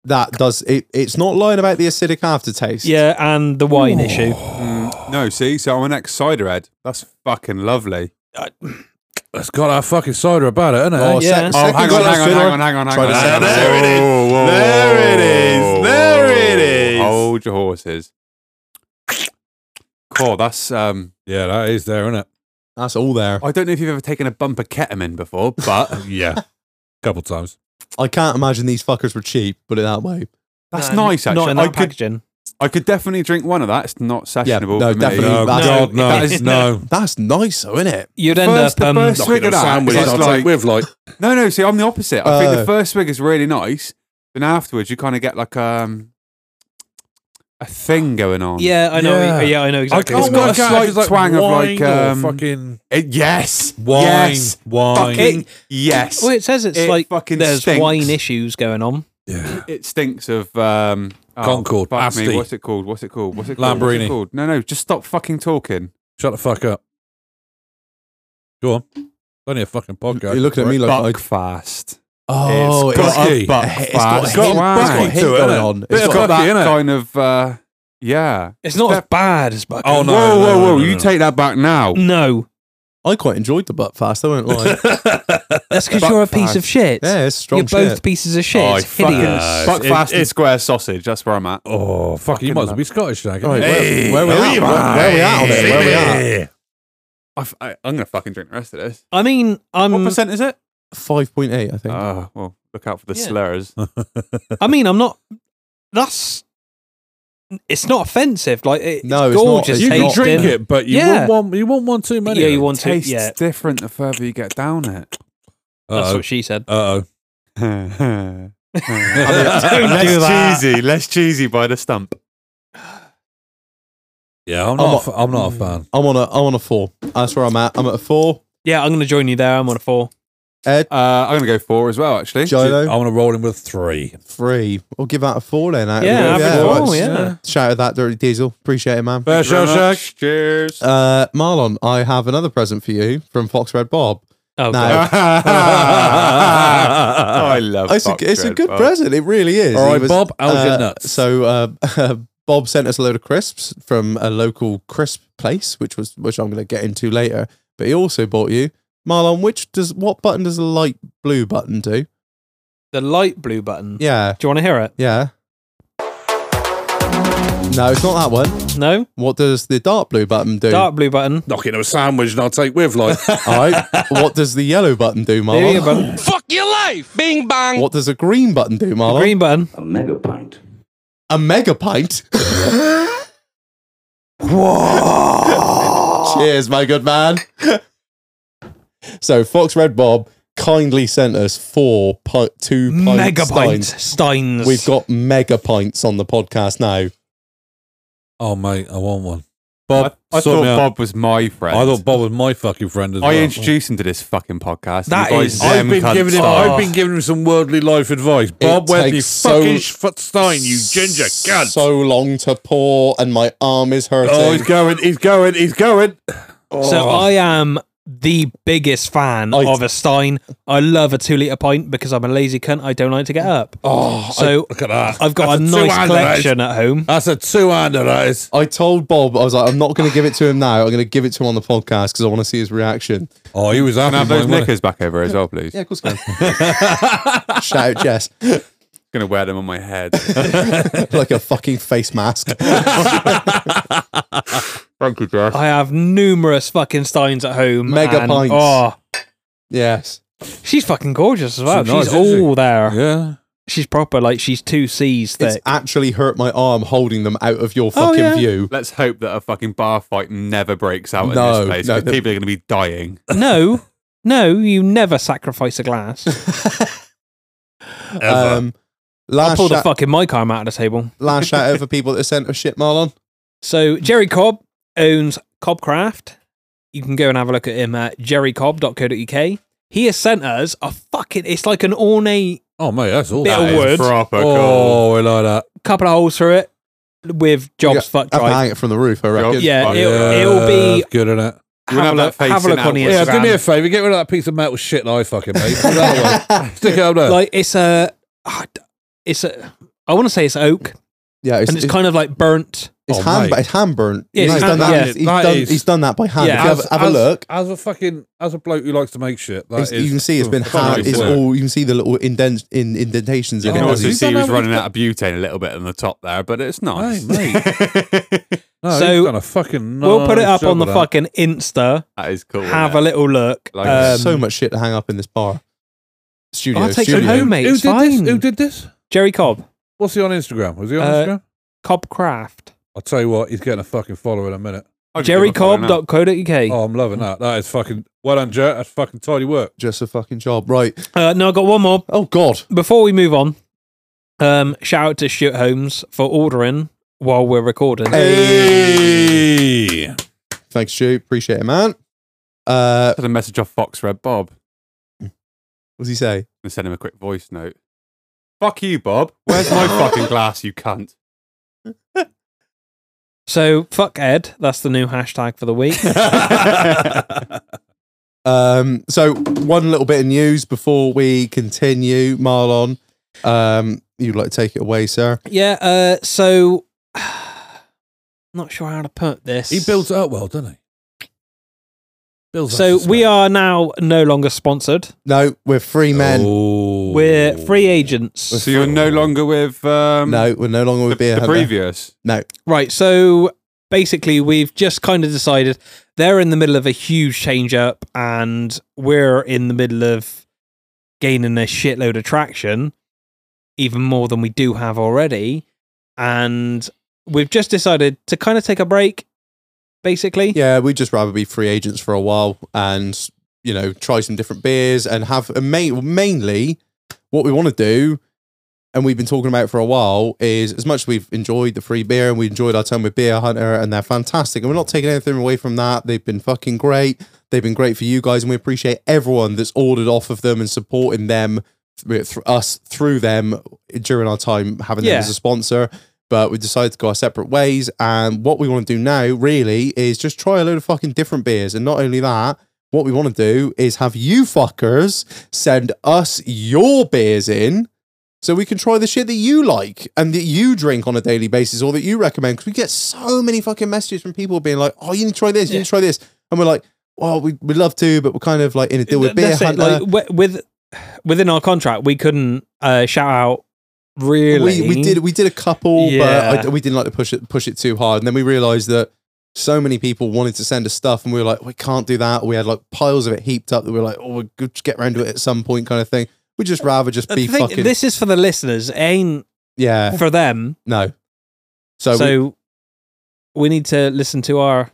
that does it. It's not lying about the acidic aftertaste. yeah, and the wine issue. Mm, no, see, so I'm an ex cider head. That's fucking lovely. It's got our fucking cider about it, isn't it? Oh, eh? yeah. sec- Oh, Oh, second hang on, glass hang on, good hang one. on, hang on, hang Try on. to Oh. hang say on. that. There it is. Whoa, whoa, There it whoa. Oh, is. There it is. Hold your horses. Cool, that's um Yeah, that is there, isn't it? That's all there. I don't know if you've ever taken a bump of ketamine before, but Yeah, couple times. I can't imagine these fuckers were cheap. Put it that way. that's No, nice Not actually. in I that could packaging. I could definitely drink one of that. It's not Yeah, sessionable no, for definitely. me. Um, No, that's- God, no, that is- no. That's nice, though, isn't it? You'd end First, up the um, first Knocking swig of a that sandwich is on like- top with like No, no, see, I'm the opposite. I think Uh. Oh. the first swig is really nice. Then afterwards you kinda get like um a thing going on. Yeah, I know. Yeah. Yeah, I know exactly. Oh can't what you got mean. a slight twang of, like, um, fucking It- yes. wine, Yes. wine. Fucking yes. well, it says it's It like fucking there's stinks. wine issues going on. yeah. It stinks of um oh, Concord, fuck me, Asti. What's it called? What's it called? What's it called? What's Lamborghini. it called? No, no, just stop fucking talking. Shut the fuck up. Go on. It's Only a fucking podcast. You're looking at me like I Buck fast. Oh, it's it's got, got cocky. a buck it's got, fast. it's got, it's got, wine. hint to it, going innit? on. It's It's Bit got got, cocky, that innit? kind of uh, yeah. It's not That- as bad as Buck. Oh, no, whoa, no, whoa, no, whoa! no, you no. take that back now. No, I quite enjoyed the butt fast. I won't lie. that's because Buck you're a piece fast. of shit. yeah, it's strong you're both shit. pieces of shit. Oh, it's fucking hideous. Uh, buck it- fast and it's- square sausage. That's where I'm at. oh, fucking, you might as well be Scottish, Jack. All right, Hey, where, where, we at? Where, where we at on it? Where we at? Yeah. I f- I, am gonna fucking drink the rest of this. I mean, What I'm. percent is it? Five point eight, I think. Oh, well, look out for the Yeah. slurs. I mean, I'm not. That's. It's not offensive. Like it, No, it's it's not. gorgeous. You can tasting. drink it, but you Yeah. won't want you won't want too many. Yeah, you want to. Tastes Yeah, different the further you get down it. that's Uh what she said. oh. Don't less do that. cheesy, less cheesy by the stump. Yeah, I'm I'm not. a f- I'm not a fan. I'm on a I'm on a four. That's where I'm at. I'm at a four. Yeah, I'm going to join you there. I'm on a four. Ed Uh, I'm gonna go four as well, actually. I Jolo want to roll in with three. three. We'll give that a four then. out of Yeah, have it. a all four, right. yeah. Shout out that dirty diesel. Appreciate it, man. Fair Very show, Jack. much. Cheers. Uh, Marlon, I have another present for you from Fox Red Bob. Oh, No. God. I love It's a, Fox it's a Red good Bob. present. It really is. All He right, was- Bob, how's your uh, nuts? So uh, Bob sent us a load of crisps from a local crisp place, which was which I'm going to get into later. But he also bought you Marlon. Which does what button does the light blue button do? the light blue button. Yeah, Do you want to hear it? yeah. No, it's not that one. No, What does the dark blue button do? dark blue button. Knock in a sandwich, and I'll take with like. All right. What does the yellow button do, The green Marlon? button. What does a green button do, Marlon? Green button. a mega pint. A mega pint. Cheers, my good man. so, Fox Red Bob kindly sent us four pi- two pint Mega pint steins. steins. We've got mega pints on the podcast now. Oh, mate, I want one. Bob, I, I sort thought me out. Bob was my friend. I thought Bob was my fucking friend as well. I introduced him to this fucking podcast. That and he got is- his I've damn been cunt giving him. style. I've been giving him some worldly life advice. Bob, where's takes your so- fucking so, Stein, you ginger cunt? So long to pour, and my arm is hurting. oh, he's going. He's going. He's going. So I am the biggest fan Oh. I- of a stein. I love a two liter pint because I'm a lazy cunt. I don't like to get up. Oh, So Look at that. I've got That's a two nice handed, collection at home. That's a two-hander. That is. I told Bob, I was like, I'm not going to give it to him now. I'm going to give it to him on the podcast because I want to see his reaction. Oh, he was Can I having have those one, wasn't he? knickers back over as well, please? Yeah, of course, can. Shout out Jess Gonna wear them on my head. like a fucking face mask. Thank you, Jeff. I have numerous fucking steins at home. Mega and- pints. Oh, Yes, she's fucking gorgeous as well. She's She's, nice, isn't all there. Yeah. She's proper like she's two C's it's thick. actually hurt my arm holding them out of your Oh, fucking yeah. view. Let's hope that a fucking bar fight never breaks out in No, this place no, because the- people are gonna be dying. no, no, you never sacrifice a glass. Ever. I Um, last pulled the shout- fucking mic arm out of the table. last shout out for people that sent us shit, Marlon. So Jerry Cobb owns Cobbcraft. You can go and have a look at him at jerrycobb.co.uk. He has sent us a fucking. It's like an ornate Oh, mate, that's all. Bit that of is. wood. Good. Proper cool. Oh, we like that. couple of holes through it with jobs fucked Have to right. hang it from the roof, I reckon. Jobs. Yeah, fucked. it'll, Oh, yeah, it'll be. that's good in Have You wanna it. a have look, that have a facing look on outwards. Instagram. Yeah, do me a favour. Get rid of that piece of metal shit that I fucking made. Put that away. Stick it up there. Like it's a, ah, d- it's a. I want to say it's oak, yeah, it's, and it's it's, kind of like burnt. it's Oh, hand, mate. it's hand burnt. Yeah, he's, it's done hand- that, yeah. he's, he's That done, is- he's done that by hand. Yeah. If you have, have a look. As a fucking as a bloke who likes to make shit, that It's- is, you can see it's been fucking hand, nice it's work. all you can see the little indent, in, indentations You in can it. Oh, also he's see he done was that with running out of butane a little bit on the top there, but it's nice. Hey, mate. No, So, he's done a fucking. we'll put it nice up on job the of that. fucking Insta. that is cool. have isn't a it? little look. Like, um, so much shit to hang up in this bar. Studio, I'll take some studio. home, mate. Who It's did fine. this? Who did this? Jerry Cobb, What's he on Instagram? Was he on Uh, Instagram? Cobbcraft, I'll tell you what, he's getting a fucking follow in a minute. I'll give him a follow now. jerrycobb.co.uk. Oh, I'm loving that. That is fucking well done, Jer. That's fucking tidy work. Just a fucking job, right? Uh, no, I've got one more. Oh God, Before we move on, um, shout out to Stuart Holmes for ordering while we're recording. Hey, thanks, Stu. Appreciate it, man. Uh, Had a message off Fox Red Bob what does he say? and sent him a quick voice note. Fuck you, Bob. Where's my fucking glass, you cunt? So fuck Ed. That's the new hashtag for the week. Um, so one little bit of news before we continue, Marlon. Um, you'd like to take it away, sir? yeah. Uh, so not sure how to put this. he builds it up well, doesn't he? Builds So we are now no longer sponsored. No, we're free men. We're free agents. So you're no longer with um, No, we're no longer the, with beer. the Hunter. previous. No, Right. So basically, we've just kind of decided they're in the middle of a huge change up, and we're in the middle of gaining a shitload of traction, even more than we do have already. And we've just decided to kind of take a break, basically. yeah, we'd just rather be free agents for a while and you know try some different beers and have and ma- mainly what we want to do. And we've been talking about for a while is as much as we've enjoyed the free beer and we enjoyed our time with Beer Hunter and they're fantastic and we're not taking anything away from that. They've been fucking great. They've been great for you guys and we appreciate everyone that's ordered off of them and supporting them, th- th- us through them during our time having Yeah. them as a sponsor but we decided to go our separate ways. And what we want to do now, really, is just try a load of fucking different beers. And not only that, what we want to do is have you fuckers send us your beers in so we can try the shit that you like and that you drink on a daily basis or that you recommend. Because we get so many fucking messages from people being like, oh, you need to try this, you need to try this. And we're like, well, we, we'd love to, but we're kind of like in a deal with beer That's it, hunter. like, wi- with within our contract, we couldn't uh, shout out really. We, we did we did a couple, but Yeah. I, we didn't like to push it push it too hard. And then we realized that so many people wanted to send us stuff, and we were like, we can't do that. We had like piles of it heaped up that we were like, oh, we'll g- get round to it at some point, kind of thing. We'd just rather just I be think fucking This is for the listeners, it ain't yeah, for them. no. So, So we, need to listen to our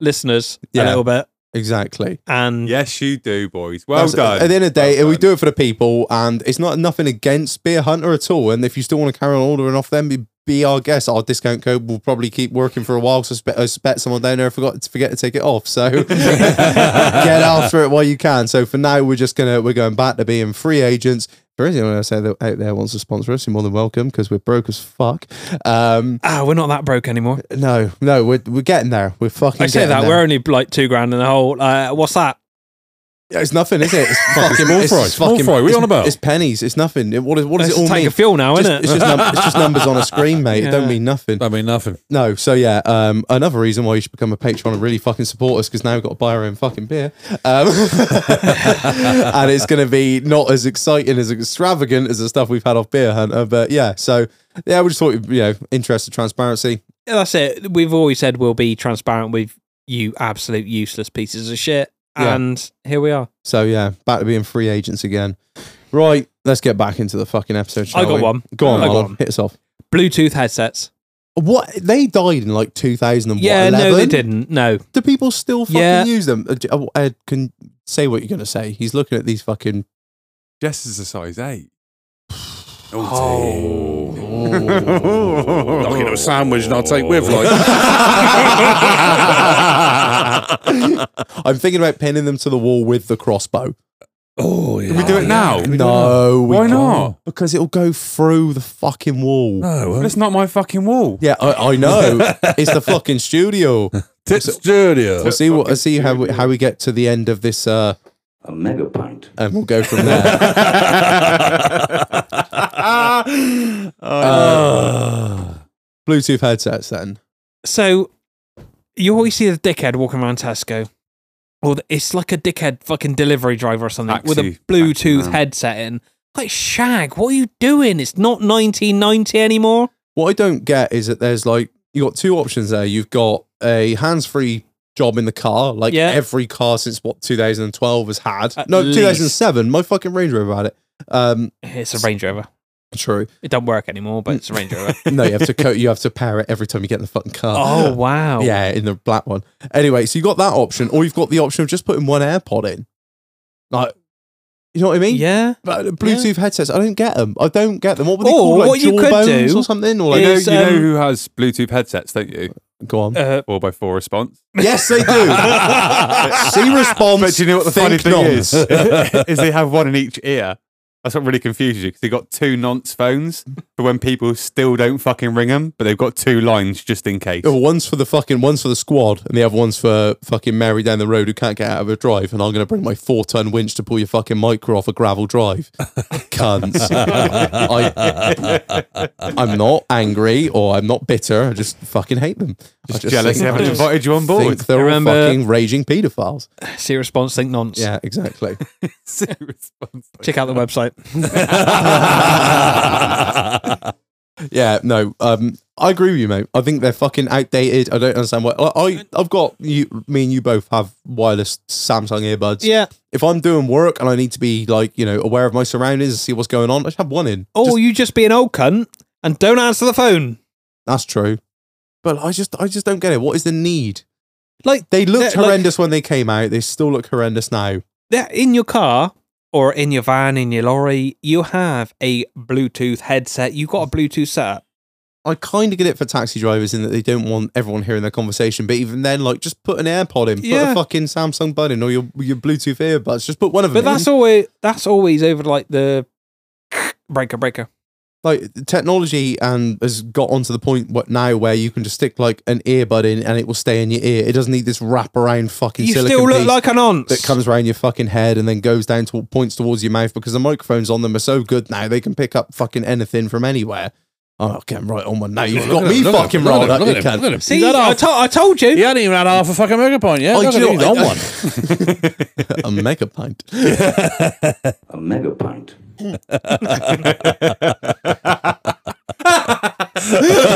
listeners a Yeah. little bit. Exactly. And Yes, you do, boys. Well Mm. That's- done. At the end of the day, Well we done. do it for the people, and it's not nothing against Beer Hunter at all. And if you still want to carry on ordering off them, be- be our guest. Our discount code will probably keep working for a while. So I spe- I suspect someone down there forgot to forget to take it off. So get after it while you can. So for now, we're just gonna we're going back to being free agents. If there is anyone else out there- out there wants to sponsor us, you're more than welcome because we're broke as fuck. Um, ah, we're not that broke anymore. no, no, we're, we're getting there. We're fucking. I say getting that there. we're only like two grand in the whole. Uh, what's that? It's nothing, is it? It's fucking Small fry, small fry, what are you it's- on about? It's pennies. It's nothing. It, what is, what does It's it all take mean? a fuel now, just, isn't It's it? just, num- it's just numbers on a screen, mate. It don't Yeah. mean nothing. I mean, nothing. No, so yeah, um, another reason why you should become a patron and really fucking support us because now we've got to buy our own fucking beer, um, and it's going to be not as exciting as extravagant as the stuff we've had off Beer Hunter. But yeah, so yeah, we just thought you know, interest of transparency. Yeah, That's it. We've always said we'll be transparent with you, absolute useless pieces of shit. Yeah. And here we are. So yeah, back to being free agents again. Right, let's get back into the fucking episode. shall I got we? one. Go on, I got Marlon, one. hit us off. Bluetooth headsets. What they died in like 2011. yeah, no, they didn't. No. Do people still fucking Yeah. use them? Uh, j- uh, Ed can say what you're gonna say. He's looking at these fucking. Jess is a size eight. Oh. Knocking up a sandwich and I'll take with, like. I'm thinking about pinning them to the wall with the crossbow. oh, yeah. Can we do it now? Can we do it No, we Why can't. not? Because it'll go through the fucking wall. now? No. That's not my fucking wall. Yeah, I, I know. it's the fucking studio. Tits studio. We'll see what. I'll see how we, how we get to the end of this, uh, a mega pint. and we'll go from there. Oh, Uh, Bluetooth headsets then. So you always see the dickhead walking around Tesco. Or the, it's like a dickhead fucking delivery driver or something with a Taxi- Bluetooth taxi man. headset in. Like, Shag, what are you doing? It's not 1990 anymore. What I don't get is that there's like you got two options there. You've got a hands-free job in the car, like Yeah. every car since what 2012 has had. At no, least. 2007. My fucking Range Rover had it. Um, It's a Range Rover. true. It don't work anymore, but it's a Range Rover. No, you have to co- you have to pair it every time you get in the fucking car. oh, wow. Yeah, in the black one. Anyway, so you got that option, or you've got the option of just putting one AirPod in. Like, you know what I mean? Yeah. But Bluetooth headsets, I don't get them. I don't get them. What were they Or called? Like what you could jawbones do or something? Or like, You know, Is, you know um, who has Bluetooth headsets, don't you? go on. Uh, Four by four response. Yes, they do. See response. But do you know what the funny think thing nonce. is? is they have one in each ear. That's what really confuses you because they got two nonce phones for when people still don't fucking ring them, but they've got two lines just in case. Oh, one's for the fucking, one's for the squad, and the other one's for fucking Mary down the road who can't get out of her drive. And I'm going to bring my four ton winch to pull your fucking micro off a gravel drive. Cunts. I, I'm not angry or I'm not bitter. I just fucking hate them. I Just jealous think- they I haven't just invited you on board. Think they're all Remember- fucking raging paedophiles. see response, think nonce. Yeah, exactly. response. Check out the website. Yeah, no, um, I agree with you, mate. I think they're fucking outdated. I don't understand why. I, I I've got you, me and you both have wireless Samsung earbuds. Yeah. If I'm doing work and I need to be like you know aware of my surroundings and see what's going on, I should have one in. Or Just- Oh, you just be an old cunt and don't answer the phone. that's true. But I just I just don't get it. What is the need? Like They looked Yeah, like- horrendous when they came out. They still look horrendous now. they're in your car or in your van, in your lorry, you have a Bluetooth headset. You got a Bluetooth setup. I kind of get it for taxi drivers in that they don't want everyone hearing their conversation, but even then, like, just put an AirPod in, put a Yeah. fucking Samsung bud in, or your your Bluetooth earbuds. Just put one of them. But that's in. always that's always over like the breaker breaker. like technology and has got onto the point what now where you can just stick like an earbud in and it will stay in your ear. It doesn't need this wrap around fucking You silicone still look piece like an aunt. that comes around your fucking head and then goes down to points towards your mouth because the microphones on them are so good now they can pick up fucking anything from anywhere. Oh, I'm not getting right on one now. You've got me fucking Look at rolled him, up. look You at him, can. look at him. See, He's had I, half- to- I told you. He hadn't even had half a fucking mega point yet. Oh, Look do at you him, he's know on what? one. a mega pint. A mega pint.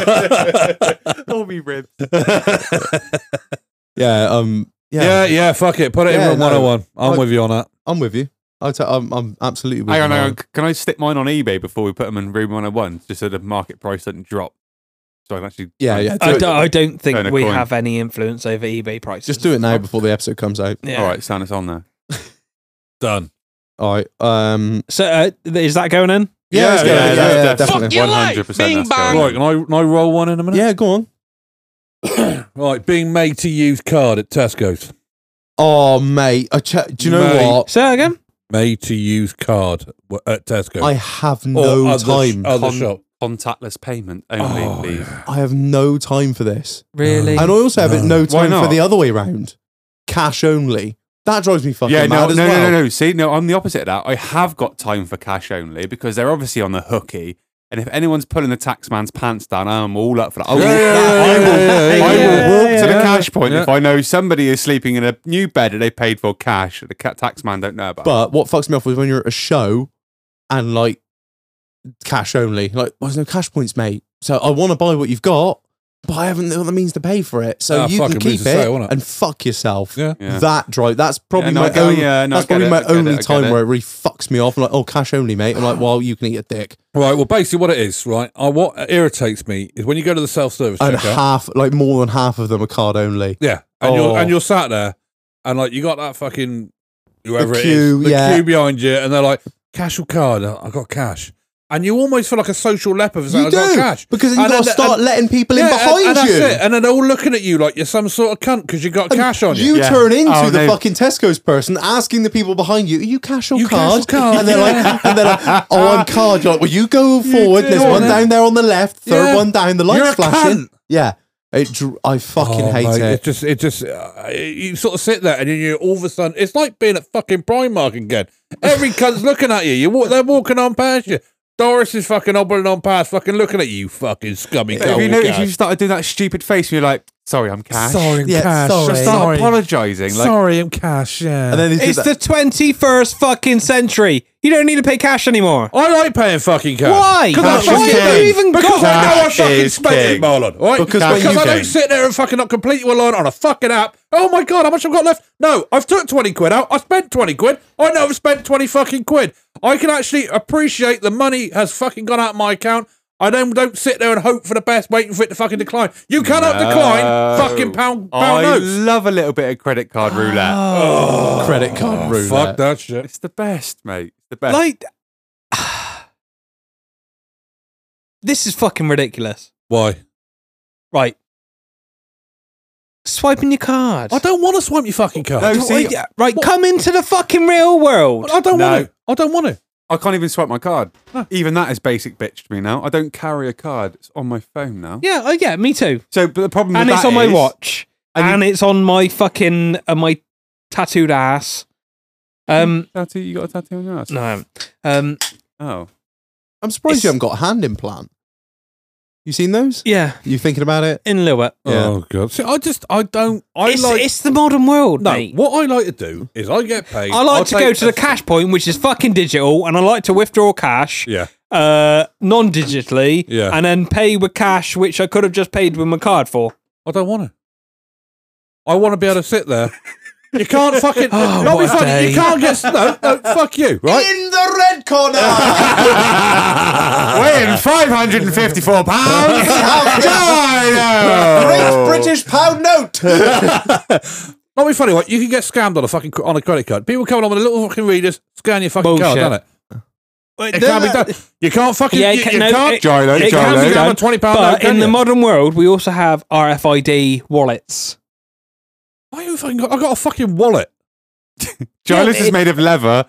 Oh, me ribs. Yeah. Um. Yeah. Yeah, yeah, fuck it. Put it Yeah, in room no. 101. I'm Fuck. with you on that. I'm with you. I t- I'm, I'm absolutely with Hang on, you. oh hang on. Can I stick mine on eBay before we put them in room 101 just so the market price doesn't drop? So I can actually. Yeah, yeah. I do it. don't, I don't think Turn a we coin. have any influence over eBay prices. Just do it now before the episode comes out. Yeah. All right, Stan, it's on there. Done. All right. Um, So uh, th- is that going in? yeah, let's Yeah, go. yeah, yeah, yeah, yeah, def- definitely. 100% that's going. Right, can I, can I roll one in a minute? Yeah, go on. Right, being made to use card at Tesco's. Oh, mate. I ch- do you know Mate. what? Say that again. Made to use card w- at Tesco. I have Or no other, time. Other Con- shop. Contactless payment only, Oh, please. I have no time for this. Really? And I also have No. it no Why time for not? the other way round. Cash only. That drives me fucking Yeah, mad no, no, as no, well. no, no. See, no, I'm the opposite of that. I have got time for cash only because they're obviously on the hooky. And if anyone's pulling the tax man's pants down, I'm all up for that. I will, Yeah, yeah, I yeah, will, yeah, yeah, I will yeah, walk yeah, to the yeah. cash point Yeah. if I know somebody is sleeping in a new bed that they paid for cash that the ca- tax man don't know about. But what fucks me off is when you're at a show and like cash only. Like, well, there's no cash points, mate. So I want to buy what you've got, but I haven't got the means to pay for it. So Ah, you fuck, can it means keep a sale, it innit? and fuck yourself. Yeah. Yeah. That drive. That's probably Yeah, no, my I get- oh, only. yeah, no, I that's get probably it, my I get it, only I get time it. where it really fucks me off. I'm like, oh, cash only, mate. I'm like, well, you can eat a dick Right, well, basically, what it is, right? I, what irritates me is when you go to the self service and checkout. half, like more than half of them are card only. Yeah, and Oh. you're and you're sat there, and like you got that fucking whoever queue, it is, the yeah. queue behind you, and they're like, "Cash or card? I I got cash." And you almost feel like a social leper for saying, You "I got do cash," because you And got to then- start and- letting people in yeah, behind and, and you. That's it. And then they're all looking at you like you're some sort of cunt because you got And cash on you. Yeah. turn into Oh, the no. fucking Tesco's person, asking the people behind you, "Are you cash or You cash card?" or card? And they're like, "And they're like, oh, I'm card." You're like, "Well, you go forward. do, There's one innit? down there on the left. Third Yeah. one down. The lights You're a flashing." cunt. Yeah, it. dr- I fucking Oh, hate mate, it. just, it just, uh, you sort of sit there and then you all of a sudden, it's like being at fucking Primark again. Every cunt's looking at you. You walk, they're walking on past you. Doris is fucking hobbling on past, fucking looking at you, you fucking scummy. Have you gold noticed cash. you started doing that stupid face where you're like, sorry, I'm cash? Yeah, Just sorry. start apologising. Like, sorry, I'm cash. Yeah. And then they do It's that- the 21st fucking century. You don't need to pay cash anymore. I like paying fucking cash. Why? Because Cash I, is why have king. you even because I know I Cash fucking is spent king. it, Marlon. Because Right? Because, when you I came- don't sit there and fucking not complete your line on a fucking app. Oh my god, how much I've got left? No, I've took twenty quid out. I spent twenty quid. I know I've spent twenty fucking quid. I can actually appreciate the money has fucking gone out my account. I don't don't sit there and hope for the best, waiting for it to fucking decline. You cannot decline fucking pound I pound notes. Ah. love a little bit of credit card roulette. credit card roulette. Fuck that shit. It's the best, mate. It's the best. Like, this is fucking ridiculous. Why? Right. Swiping your card. I don't want to swipe your fucking card. No, Don't- see- yeah, right, What- come into the fucking real world. I don't No. want to. I don't want to. I can't even swipe my card. Even that is basic bitch to me now. I don't carry a card. It's on my phone now. Yeah, oh, yeah, me too. So, but the problem And with it's that on my is- watch. and you- And it's on my fucking uh, my tattooed ass. Um, Tattoo, you got a tattoo on your ass? no, I haven't. um, Oh. I'm surprised you It's- haven't got a hand implant. You seen those? yeah, You thinking about it? in Lua. Yeah. Oh god! See, I just I don't. I It's, like it's the modern world, no. mate. What I like to do is I get paid. I like I'll to go take to the a- cash point, which is fucking digital, and I like to withdraw cash Yeah, uh, non digitally Yeah. and then pay with cash, which I could have just paid with my card for. I don't want to. I want to be able to sit there. You can't fucking. Oh, I'll what be a fucking- day. You can't get no, no. Fuck you, right? In the red corner. Weighing 554 pounds. Great British pound note. Not be funny. Right? You can get scammed on a fucking on a credit card. People coming on with little fucking readers, scan your fucking card, Bullshit. don't it? It can't be done. You can't fucking. Yeah, you, ca- you no, can't. it- Gyro, it can can't be be done done. on £20 note, But can in the you? modern world, we also have RFID wallets. Why you fucking got, I got a fucking wallet, Gyrus Yeah, is it- made of leather.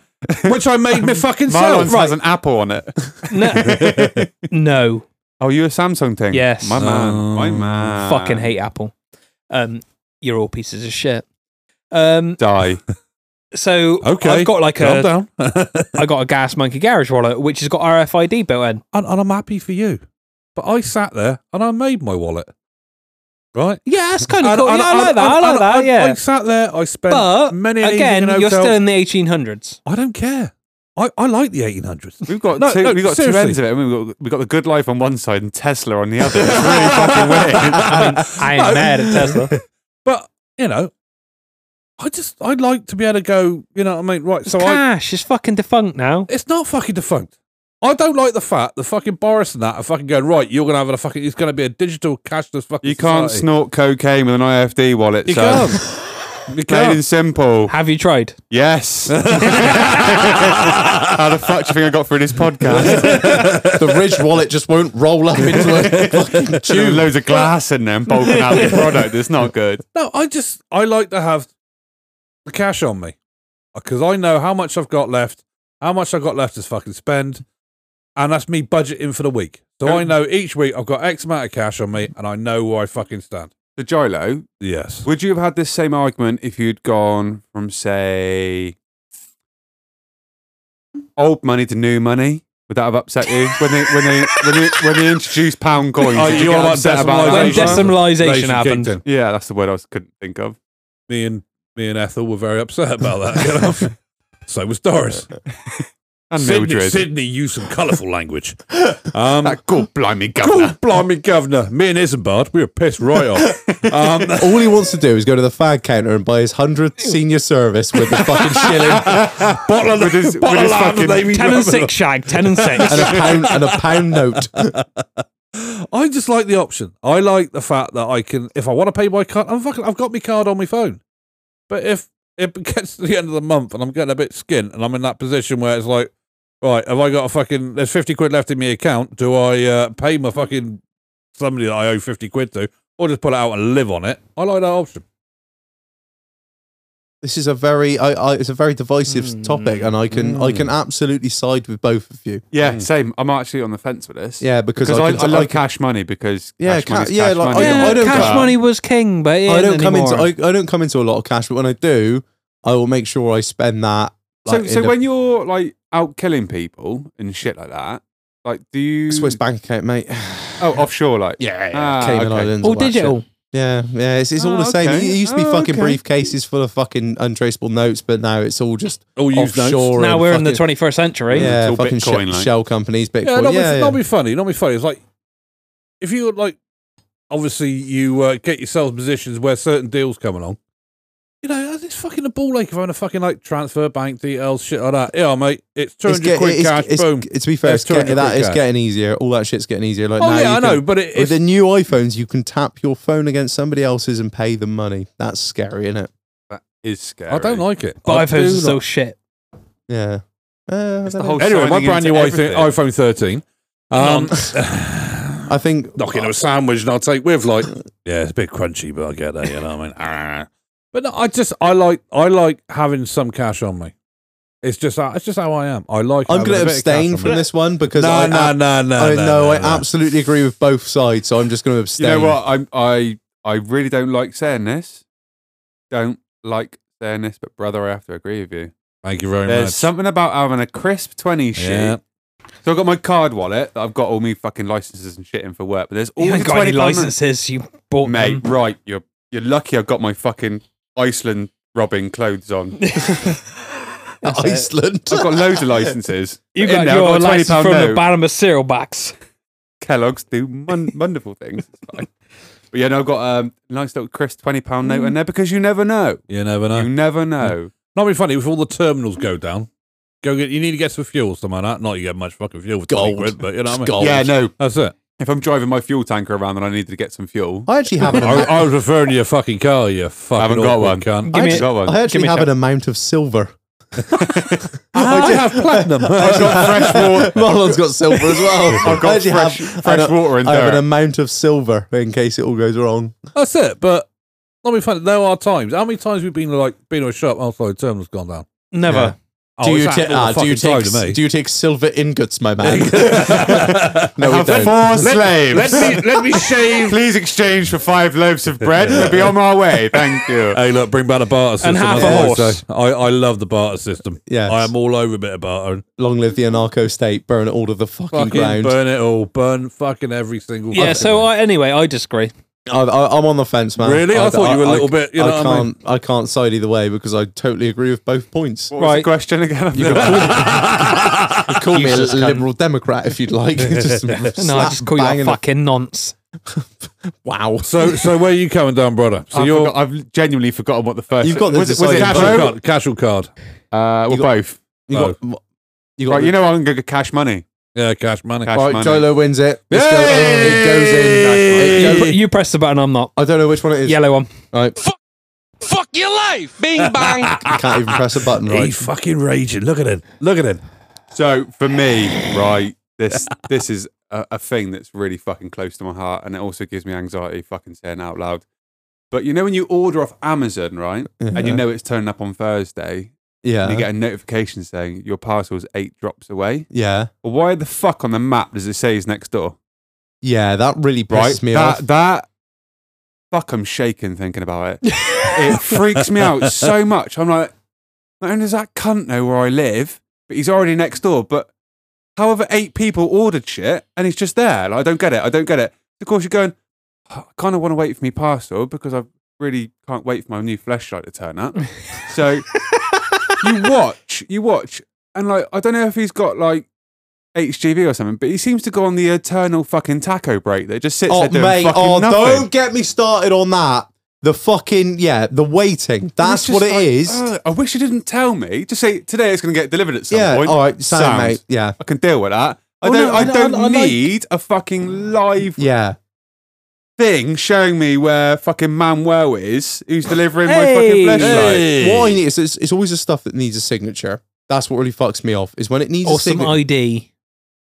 which I made me fucking Marlon's self. has an apple on it. No, no, oh, you a Samsung thing? Yes. My man. Oh. My man. fucking hate Apple. Um, you're all pieces of shit. Um, Die. so Okay, I've got like Calm a down. I got a Gas Monkey Garage wallet, which has got RFID built in. and, and I'm happy for you. But I sat there and I made my wallet. Right? Yeah, that's kind of And- cool. and- Yeah, I like and- that. I and- like that. and I Yeah, sat there, I spent but many an evening in again, a you're hotel. still in the 1800s. I don't care. I, I like the 1800s. We've got No, two, no, we've got two seriously. ends of it. I mean, we've, got, we've got the good life on one side and Tesla on the other. It's really fucking weird. I mean, I am No. mad at Tesla. But, you know, I just, I'd like to be able to go, you know what I mean? Right. It's So I, cash is fucking defunct now. it's not fucking defunct. I don't like the fact the fucking Boris and that are fucking going right. You're gonna have a fucking. It's gonna be a digital cashless fucking. You can't society. snort cocaine with an IFD wallet. You so. can't. You Plain can't. and simple. Have you tried? Yes. How the fuck do you think I got through this podcast? the ridge wallet just won't roll up into a fucking Chewing tube. loads of glass in there and bulking out the product. It's not good. No, I just I like to have the cash on me because I know how much I've got left, how much I've got left to fucking spend, and that's me budgeting for the week. So I know each week I've got X amount of cash on me, and I know where I fucking stand. The Jilo, Yes. would you have had this same argument if you'd gone from, say, old money to new money? Would that have upset you when they when they when they, when they introduced pound coins? Oh, did you you get want upset decimalisation? about When that? When decim- decimalisation Nation kicked happened, in. yeah, that's the word I was, couldn't think of. Me and me and Ethel were very upset about that. you know? so was Doris. And Sydney, Mildred. Sydney used some colourful language. Um, That good blimey governor. cool, blimey, governor. Me and Isambard, we were pissed right off. Um, All he wants to do is go to the fag counter and buy his hundredth senior service with the fucking shilling bottle of, With his- bottle with his of fucking- Navy ten rubber. and six shag, ten and and six. a pound and a pound note. I just like the option. I like the fact that I can, if I want to pay by card, I'm fucking, I've got my card on my phone. But if it gets to the end of the month and I'm getting a bit skint and I'm in that position where it's like, right, have I got a fucking, there's 50 quid left in my account. Do I uh, pay my fucking somebody that I owe 50 quid to or just pull it out and live on it? I like that option. This is a very, I, I, it's a very divisive Hmm. topic, and I can, I can absolutely side with both of you. Yeah, same. I'm actually on the fence with this. Hmm. Yeah, because, because I, I, I, can, love I can- cash money because Yeah, cash ca- money's yeah, cash like, money. I Oh, Yeah, don't cash care. money was king, but it I don't isn't come into, anymore. I, I don't come into a lot of cash, but when I do, I will make sure I spend that. So, like, in so the when you're like out killing people and shit like that, like do you Swiss bank account, mate. Oh, offshore, like Yeah, Ah, Cayman okay. Islands. All that shit. digital. Yeah, yeah, it's, it's all Oh, the same. okay. It used to be Oh, fucking okay. briefcases full of fucking untraceable notes, but now it's all just All used notes. offshore. Now and we're in the fucking- 21st century. Yeah, It's all fucking Bitcoin, she- like. shell companies, Bitcoin. Yeah, Yeah, not, be, yeah. not be funny. Not be funny. It's like if you like, obviously you uh, get yourselves positions where certain deals come along. You know, it's fucking a ball ache if I'm to fucking like transfer bank details, shit like that. Yeah, mate, it's two It's hundred get- quid it's- cash. it's- boom. To be fair, It's it's, get, 200 that quid is cash. getting easier. All that shit's getting easier. Like oh now yeah, you I know, can- but it, with it's, the new iPhones, you can tap your phone against somebody else's and pay them money. That's scary, isn't it? that is scary. I don't like it. But I I've heard Oh, do it's not- so shit. Yeah. Uh, I, It's the don't whole know. anyway. My signing brand new into iPhone, everything. iPhone thirteen. Um, I think knocking a sandwich and I'll take with like yeah, it's a bit crunchy, but I get that. You know what I mean? Ah. but no, I just I like I like having some cash on me. It's just how- it's just how I am. I like. I'm going having a to bit of abstain cash on from me. this one because No, I, no, ab- no, no, I, no, no, no, I no. absolutely agree with both sides, so I'm just going to You abstain. know what? I'm I I really don't like saying this. Don't like saying this, but brother, I have to agree with you. Thank you very There's much. something about having a crisp twenty sheet. Yeah. So I've got my card wallet that I've got all my fucking licenses and shit in for work, but there's all You the ain't got 20 any pound notes. licenses. You bought Mate, them. right, you're you're lucky I've got my fucking Iceland robbing clothes on. That's it. Iceland. I've got loads of licenses. You In got there, I've your got a 20 license pound from note. the bottom of cereal box. Kellogg's do mon- wonderful things. It's fine. But yeah, no, I've got a um, nice little crisp twenty pound Mm. note in there because you never know. You never Uh, know. You never know. Not be funny if all the terminals go down. Go get. You need to get some fuel, something like that. Not you get much fucking fuel for twenty Gold. quid, but you know what I mean. Gold. Yeah, no. That's it. If I'm driving my fuel tanker around and I needed to get some fuel, I actually have an I, I was referring to your fucking car. You fucking. haven't got awkward one. Cunt. Give I me actually, it. got one. I actually Give me a have an shout. amount of silver. I have platinum. I've got fresh water. Marlon's got silver as well. I've I got actually fresh, have fresh an- water in I have an there. amount of silver in case it all goes wrong. That's it. But not be funny. There are times. How many times we've been like been to a shop? Oh, sorry, the terminal's gone down. Never. Oh, do it's you, happened take? all the ah, do you fucking take? time to me. Do you take silver ingots, my man? no, we Have don't. four slaves. me let me shave. Please exchange for five loaves of bread. We'll be on our way. Thank you. Hey, look, bring back the barter system. And half that's a what I horse. say. I, I love the barter system. Yes. I am all over a bit of bartering. Long live the anarcho state. Burn it all to the fucking, Fucking ground. burn it all. Burn fucking every single. Yeah, fucking so one. I, anyway, I disagree. I, I, I'm on the fence, man. Really? I thought you were a little bit, you I know what I can't. I, can't side either way because I totally agree with both points. What was the Right. question again? You can call me, you can call me Useless a cunt. liberal democrat if you'd like. just No, I just call you a fucking nonce. wow. So, so where are you coming down, brother? So I've, you're forgot- I've genuinely forgotten what the first. You've got the was it, was it deciding casual vote. Afro? card, casual card. Uh, well, You got- both. Oh, You got. You got Right, the- you know I'm gonna go cash money. Yeah, cash money. Oh, Cash All right, money. Jolo wins it. Let's go. Yay! It goes in. It You, goes- pr- you press the button, I'm not. I don't know which one it is. Yellow one. All right. Fuck, your life. Bing bang. Can't even press a button, right? He's fucking raging. Look at him. Look at him. So for me, right, this this is a, a thing that's really fucking close to my heart, and it also gives me anxiety fucking saying it out loud. But you know when you order off Amazon, right, and you Uh-huh. know it's turning up on Thursday, Yeah. and you get a notification saying your parcel is eight drops away. yeah. Well, why the fuck on the map does it say it's next door? Yeah. That really Right, pisses me that off. that fuck, I'm shaking thinking about it. it freaks me out so much. I'm like, not only does that cunt know where I live, but he's already next door. But however, eight people ordered shit and he's just there. Like, I don't get it. I don't get it. Of course, you're going, "Oh, I kind of want to wait for me parcel because I really can't wait for my new flashlight to turn up. so you watch, you watch. And like, I don't know if he's got like, HGV or something, but he seems to go on the eternal fucking taco break that just sits Oh, there doing mate. fucking Oh, nothing. don't get me started on that. The fucking, yeah, the waiting. That's It's what just it like, uh, is. "Ugh, I wish you didn't tell me. Just say today it's going to get delivered at some yeah. point. All right. Same, Sound. mate. Yeah. I can deal with that. I Oh, don't. no, I I- I- don't I like- need a fucking live Yeah. thing showing me where fucking Manuel is, who's delivering my Hey! fucking flashlight. What I need is it's, it's always the stuff that needs a signature. That's what really fucks me off. Is when it needs Or a some signature. ID.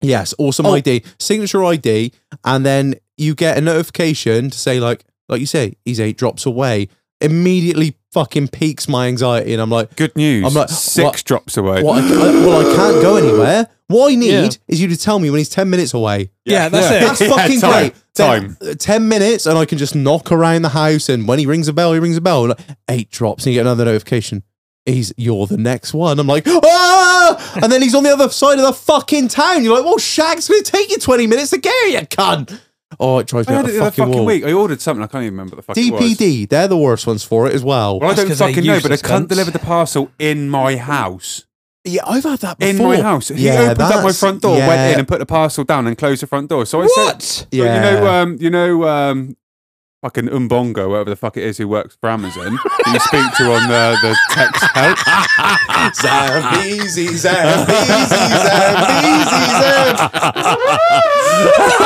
Yes, awesome Oh. ID, signature ID, and then you get a notification to say like, like you say, he's eight drops away. Immediately, fucking peaks my anxiety, and I'm like, Good news. I'm like, six what- drops away. well, I, I- well, I can't go anywhere. What I need is you to tell me when he's ten minutes away. Yeah, that's it. That's fucking time, great. Time. Then, uh, ten minutes, and I can just knock around the house. And when he rings a bell, he rings a bell. Like, eight drops, and you get another notification. He's you're the next one. I'm like, ah! And then he's on the other side of the fucking town. You're like, well, Shag's gonna take you 20 minutes to get here, you cunt. Oh, it drives I me had out it the the other fucking, fucking wall. week. I ordered something. I can't even remember what the fuck it was. DPD, they're the worst ones for it as well. Well, I That's don't 'cause they're fucking know, but a useless cunt cunts. delivered the parcel in my house. Yeah, I've had that in before. my house. He Yeah, opened up my that's- front door, went yeah. in and put the parcel down and closed the front door. So I said, so Yeah. you know, um, you know, um, fucking Umbongo, whatever the fuck it is who works for Amazon, who you speak to on the, the text help. Zambezi, Zambezi, Zambezi, Zambezi. so,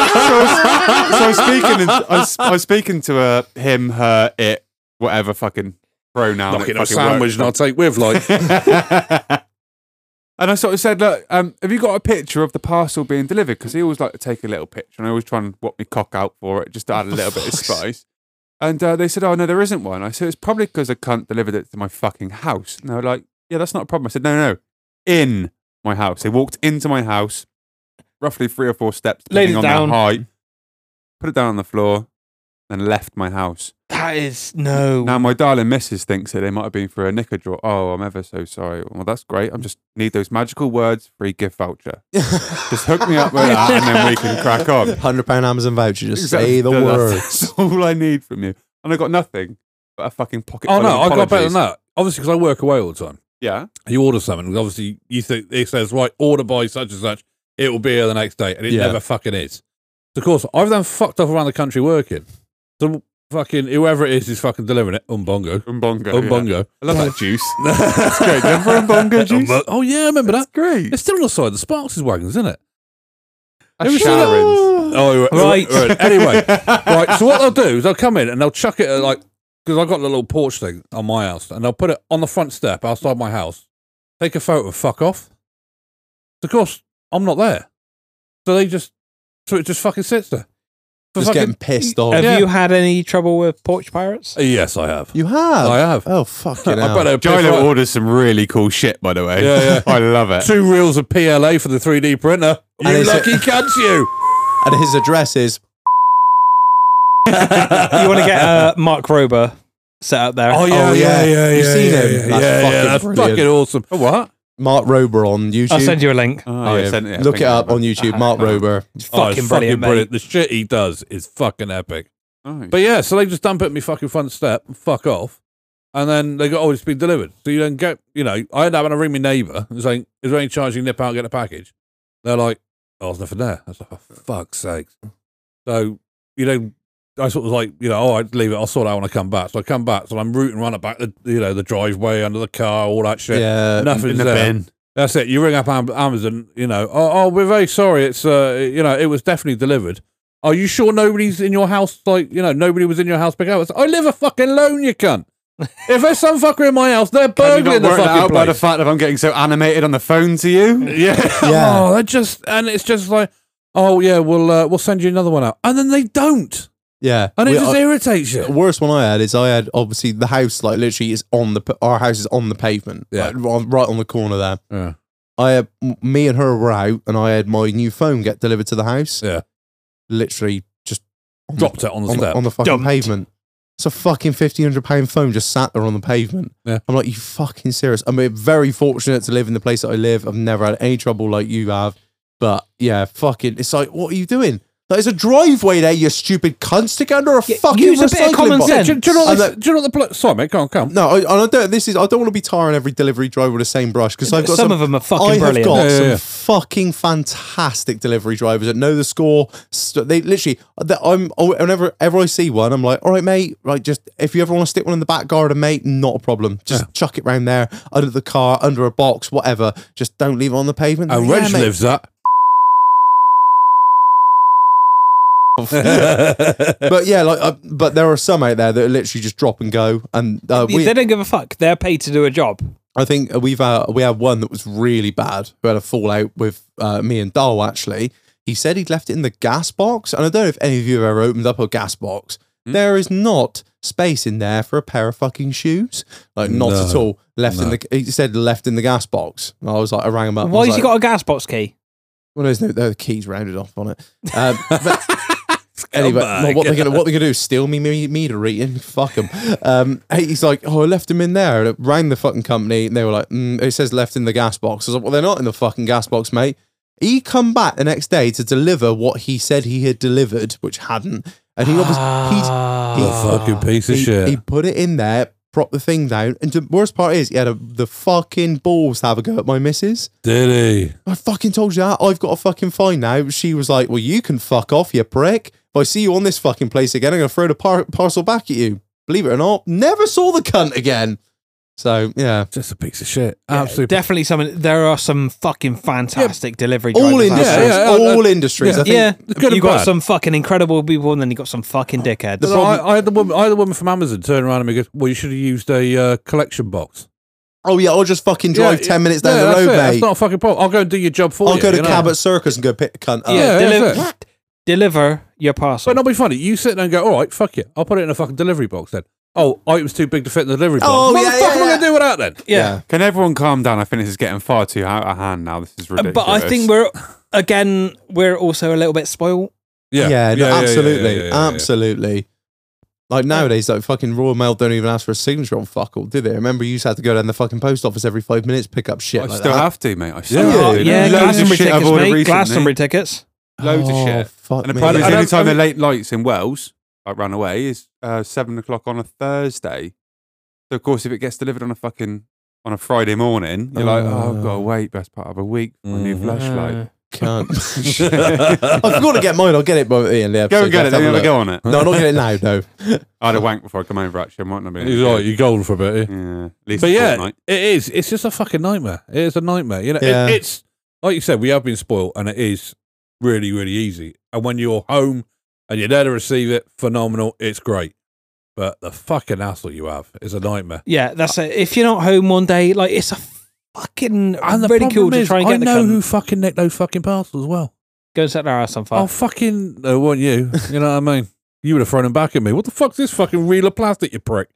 I was, so I was speaking, and I was, I was speaking to uh, him, her, it, whatever fucking pronoun. Knocking it a fucking sandwich works and I'll take with, like. And I sort of said, look, um, have you got a picture of the parcel being delivered? Because he always like to take a little picture, and I always try and whop my cock out for it, just to add a little bit of spice. And uh, they said, oh no, there isn't one. I said, it's probably because a cunt delivered it to my fucking house. And they were like, yeah, that's not a problem. I said, no, no, in my house. They walked into my house, roughly three or four steps, Laid depending it on their down. height, put it down on the floor, and left my house. That is no. Now my darling missus thinks that they might have been for a knicker draw. Oh, I'm ever so sorry. Well, that's great. I'm just need those magical words, free gift voucher. just hook me up with that, and then we can crack on. Hundred pound Amazon voucher. Just say the That's- word. That's all I need from you, and I got nothing but a fucking pocket. oh, full of no, I got better apologies. than that. Obviously, because I work away all the time. Yeah, You order something, obviously, you think it says, right, order by such and such, it will be here the next day, and it Yeah. never fucking is. So, of course, I've then fucked off around the country working. So, fucking, whoever it is is fucking delivering it, umbongo. umbongo. yeah. Umbongo. I love that juice. That's great. Remember Umbongo juice? Oh, yeah, I remember that. Great. It's still on the side of the Sparks' wagons, isn't it? That's seen that? Sharon's. Oh, right. Right. right, right. Anyway, right. So what they'll do is they'll come in and they'll chuck it at like because I've got a little porch thing on my house, and they'll put it on the front step outside my house, take a photo, and fuck off. Of course, I'm not there, so they just so it just fucking sits there. For Just getting pissed off. Have Yeah. you had any trouble with porch pirates? Yes, I have. You have. I have. Oh fucking I hell! bet they're pissed Gilo off. orders some really cool shit, by the way. Yeah, yeah. I love it. two reels of PLA for the 3D printer. And You it's a- lucky cunts, you. and his address is you want to get uh, Mark Rober set up there? Oh yeah, Oh, yeah, yeah. yeah, yeah. You've seen yeah, him? Yeah, That's yeah, yeah, fucking that's brilliant. fucking awesome. what? Mark Rober on YouTube. I'll send you a link. Oh, yeah, send it, yeah, Look thank it you up very on much. YouTube. Mark Rober. It's Oh, fucking it's brilliant, mate. The shit he does is fucking epic. Nice. But yeah, so they just dump it in my fucking front step and fuck off. And then they go, oh, it's been delivered. So you don't get, you know, I end up having to ring my neighbour and saying, is there any chance you can nip out and get a package? They're like, oh, there's nothing there. I was like, oh, fuck's sake. So, you know, I sort of like, you know, oh, I'd leave it. I'll sort it out when I come back. So I come back. So I'm rooting around the back, the, you know, the driveway, under the car, all that shit. Yeah. Nothing's there. That's it. You ring up Am- Amazon, you know, oh, oh, we're very sorry. It's, uh, you know, it was definitely delivered. Are you sure nobody's in your house? Like, you know, nobody was in your house. Pick up. It's, I live a fucking loan, you cunt. If there's some fucker in my house, they're Can you not burgling the work that fucking out by the place. fact that I'm getting so animated on the phone to you? yeah. Yeah. Oh, that just and it's just like, oh yeah, we'll uh, we'll send you another one out, and then they don't, Yeah. and it We- just irritates The you. worst one I had is I had obviously the house like literally is on the our house is on the pavement Yeah. like, right, right on the corner there. Yeah. I had m- me and her were out and I had my new phone get delivered to the house. Yeah. literally just on the- Dropped it on the on step. the, on the fucking Dumped. pavement. It's a fucking fifteen hundred pound phone just sat there on the pavement. Yeah. I'm like, you fucking serious? I'm uh, very fortunate to live in the place that I live. I've never had any trouble like you have. But yeah, fucking, it's like, what are you doing? There's a driveway there, you stupid cunt. Stick it under a Yeah, fucking use a bit of recycling common box. sense. do, do you know what And they- that- do you know what the pl- sorry mate, come on, come. No, I, and I don't. This is I don't want to be tarring every delivery driver with the same brush because I've got Some of them are fucking I have brilliant. got Yeah, yeah, some yeah. fucking fantastic delivery drivers that know the score. St- they literally, that I'm oh, whenever ever I see one, I'm like, all right, mate, right, just if you ever want to stick one in the back garden, mate, not a problem. Just chuck it round there under the car, under a box, whatever. Just don't leave it on the pavement. And Yeah, Reg mate. lives up. But yeah, like, uh, but there are some out there that literally just drop and go, and uh, we, they don't give a fuck. They're paid to do a job. I think we've uh, we had one that was really bad who had a fallout with uh, me and Dahl actually. He said he'd left it in the gas box, and I don't know if any of you have ever opened up a gas box. Hmm? There is not space in there for a pair of fucking shoes, like not No, at all. Left in the he said left in the gas box. And I was like, I rang him up. and I Why was has he like, got a gas box key? Well, there's no there are the keys rounded off on it. Um, but anyway, Scumbag. well, what they're gonna what they're gonna do? is Steal me me meter reading? Fuck them. Um, hey, he's like, oh, I left him in there. And I rang the fucking company, and they were like, mm, it says left in the gas box. I was like, well, they're not in the fucking gas box, mate. He come back the next day to deliver what he said he had delivered, which hadn't, and he obviously he's You Ah. fucking piece of Oh, he, shit. he put it in there, propped the thing down, and the worst part is he had a, the fucking balls to have a go at my missus. Did he? I fucking told you that. I've got a fucking fine now. She was like, Well, you can fuck off, you prick. If I see you on this fucking place again, I'm going to throw the par- parcel back at you. Believe it or not, never saw the cunt again. So, yeah. Just a piece of shit. Yeah, Absolutely. Definitely something. There are some fucking fantastic delivery drivers. All out industries. there. yeah, yeah, all industries. I think Yeah, good and you got bad. some fucking incredible people, and then you got some fucking dickheads. No, I, I had the woman. I had the woman from Amazon turn around and me goes, "Well, you should have used a uh, collection box." Oh, yeah. I'll just fucking drive Yeah, 10 minutes down yeah, the that's road, it. That's mate. not a fucking problem. I'll go and do your job for I'll you. go to you know? Cabot Circus and go pick a cunt up. yeah, yeah, deli- that's deliver your parcel. But no, it'll be funny. You sit there and go, "All right, fuck it. I'll put it in a fucking delivery box then." Oh, I was too big to fit in the delivery Oh, box. yeah, what the yeah, fuck am I yeah. gonna do without then? yeah. Can everyone calm down? I think this is getting far too out of hand now. This is ridiculous. Uh, but I think we're again we're also a little bit spoiled. Yeah, no, yeah, yeah, absolutely. yeah, yeah, yeah, yeah. Absolutely. Like nowadays, like fucking Royal Mail don't even ask for a signature on fuck all, do they? Remember, you used to have to go down the fucking post office every five minutes, pick up shit I like still that. have to, mate. I still Yeah. have Oh, to. yeah, Loads of Glastonbury shit I've tickets, ordered mate. recently. Glastonbury tickets. Loads of shit. Oh, Fuck And the me. problem is I the only don't- I time the mean- late lights in Wales, like run away, is uh, seven o'clock on a Thursday. So of course, if it gets delivered on a fucking on a Friday morning, you're like, oh, I've got to wait best part of a week for a new Mm-hmm. Mhm. Uh, flashlight. Can't. I've got to get mine. I'll get it by the end of the episode. Go and get it. Let's have Then a have a look. go on it. No, I'm not getting it now, no. I'd have wanked before I come over. Actually, I might not be. He's all right. You're golden for a bit. Yeah. Yeah, at least a But yeah, fortnight. it is. It's just a fucking nightmare. It is a nightmare. You know, Yeah. it, it's like you said, we have been spoiled, and it is really, really easy. And when you're home and you're there to receive it, phenomenal. It's great. But the fucking hassle you have is a nightmare. Yeah, that's it. If you're not home one day, like it's a fucking And the ridicule problem to is, try and I get the know cunt. who fucking nicked those fucking parcels as well. go and set their ass on fire. Oh, fucking, no, it wasn't you. You know what I mean? You would have thrown them back at me. What the fuck's this fucking reel of plastic, you prick?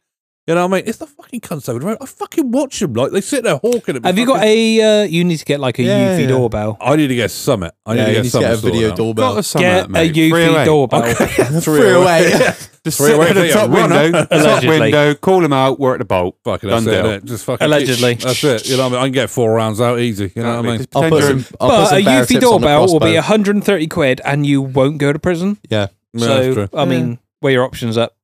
You know what I mean? It's the fucking cunts over the road. I fucking watch them like they sit there hawking at me. Have you got fucking- a? Uh, you need to get like a Yeah, UV yeah. doorbell. I need to get summit. I need Yeah, to you get need to summit. get a video sorted out. doorbell. Got a Get summit, a mate. Free UV away. doorbell. Free away. Just Free sit away at the video, top runner. window, top Allegedly. window. Call them out. Work the bolt. Fucking Done that's it, deal. innit? Just fucking Allegedly. That's it. You know what I mean? I can get four rounds out easy. You know what I mean? Just I'll put pretend you're- some, I'll put but a some bear Yuffie tips on the doorbell will be crossbow. 130 quid, and you won't go to prison. Yeah. Yeah, that's so true. I mean, weigh your options up.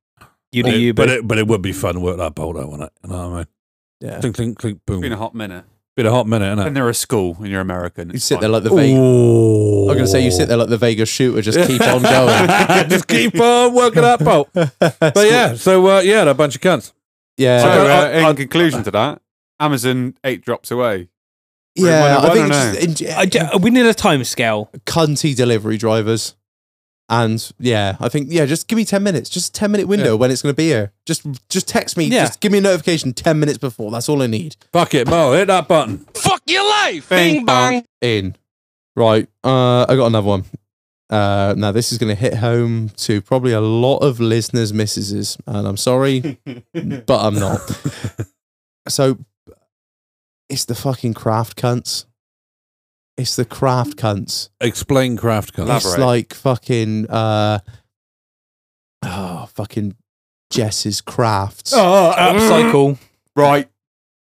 You do But you, it, but but it but it would be fun to work that bolt out on it. You know what I mean? Yeah. Clink clink clink boom. Been a Been hot minute. a hot minute, innit? And they're a school, and you're American. You it's sit fine. there like the Vegas. Oh. I'm going to say you sit there like the Vegas shooter, just keep on going. just keep on working that bolt. But yeah, so uh, yeah, they're a bunch of cunts. So, Yeah. I- uh, I- in conclusion to that, Amazon eight drops away. Room yeah, I 101, think I it's just, in, I ju- we need a time scale. cunty delivery drivers. And yeah, I think yeah, just give me ten minutes, just a ten minute window when it's going to be here. Just just text me, Yeah. just give me a notification ten minutes before. That's all I need. Fuck it, Mo, hit that button. Bing bang. In right, uh, I got another one. Uh, now this is going to hit home to probably a lot of listeners' misses, and I'm sorry, but I'm not. so it's the fucking craft cunts. It's the craft cunts. Explain craft car. It's like fucking uh oh fucking Jess's crafts. Oh, Upcycle. Right.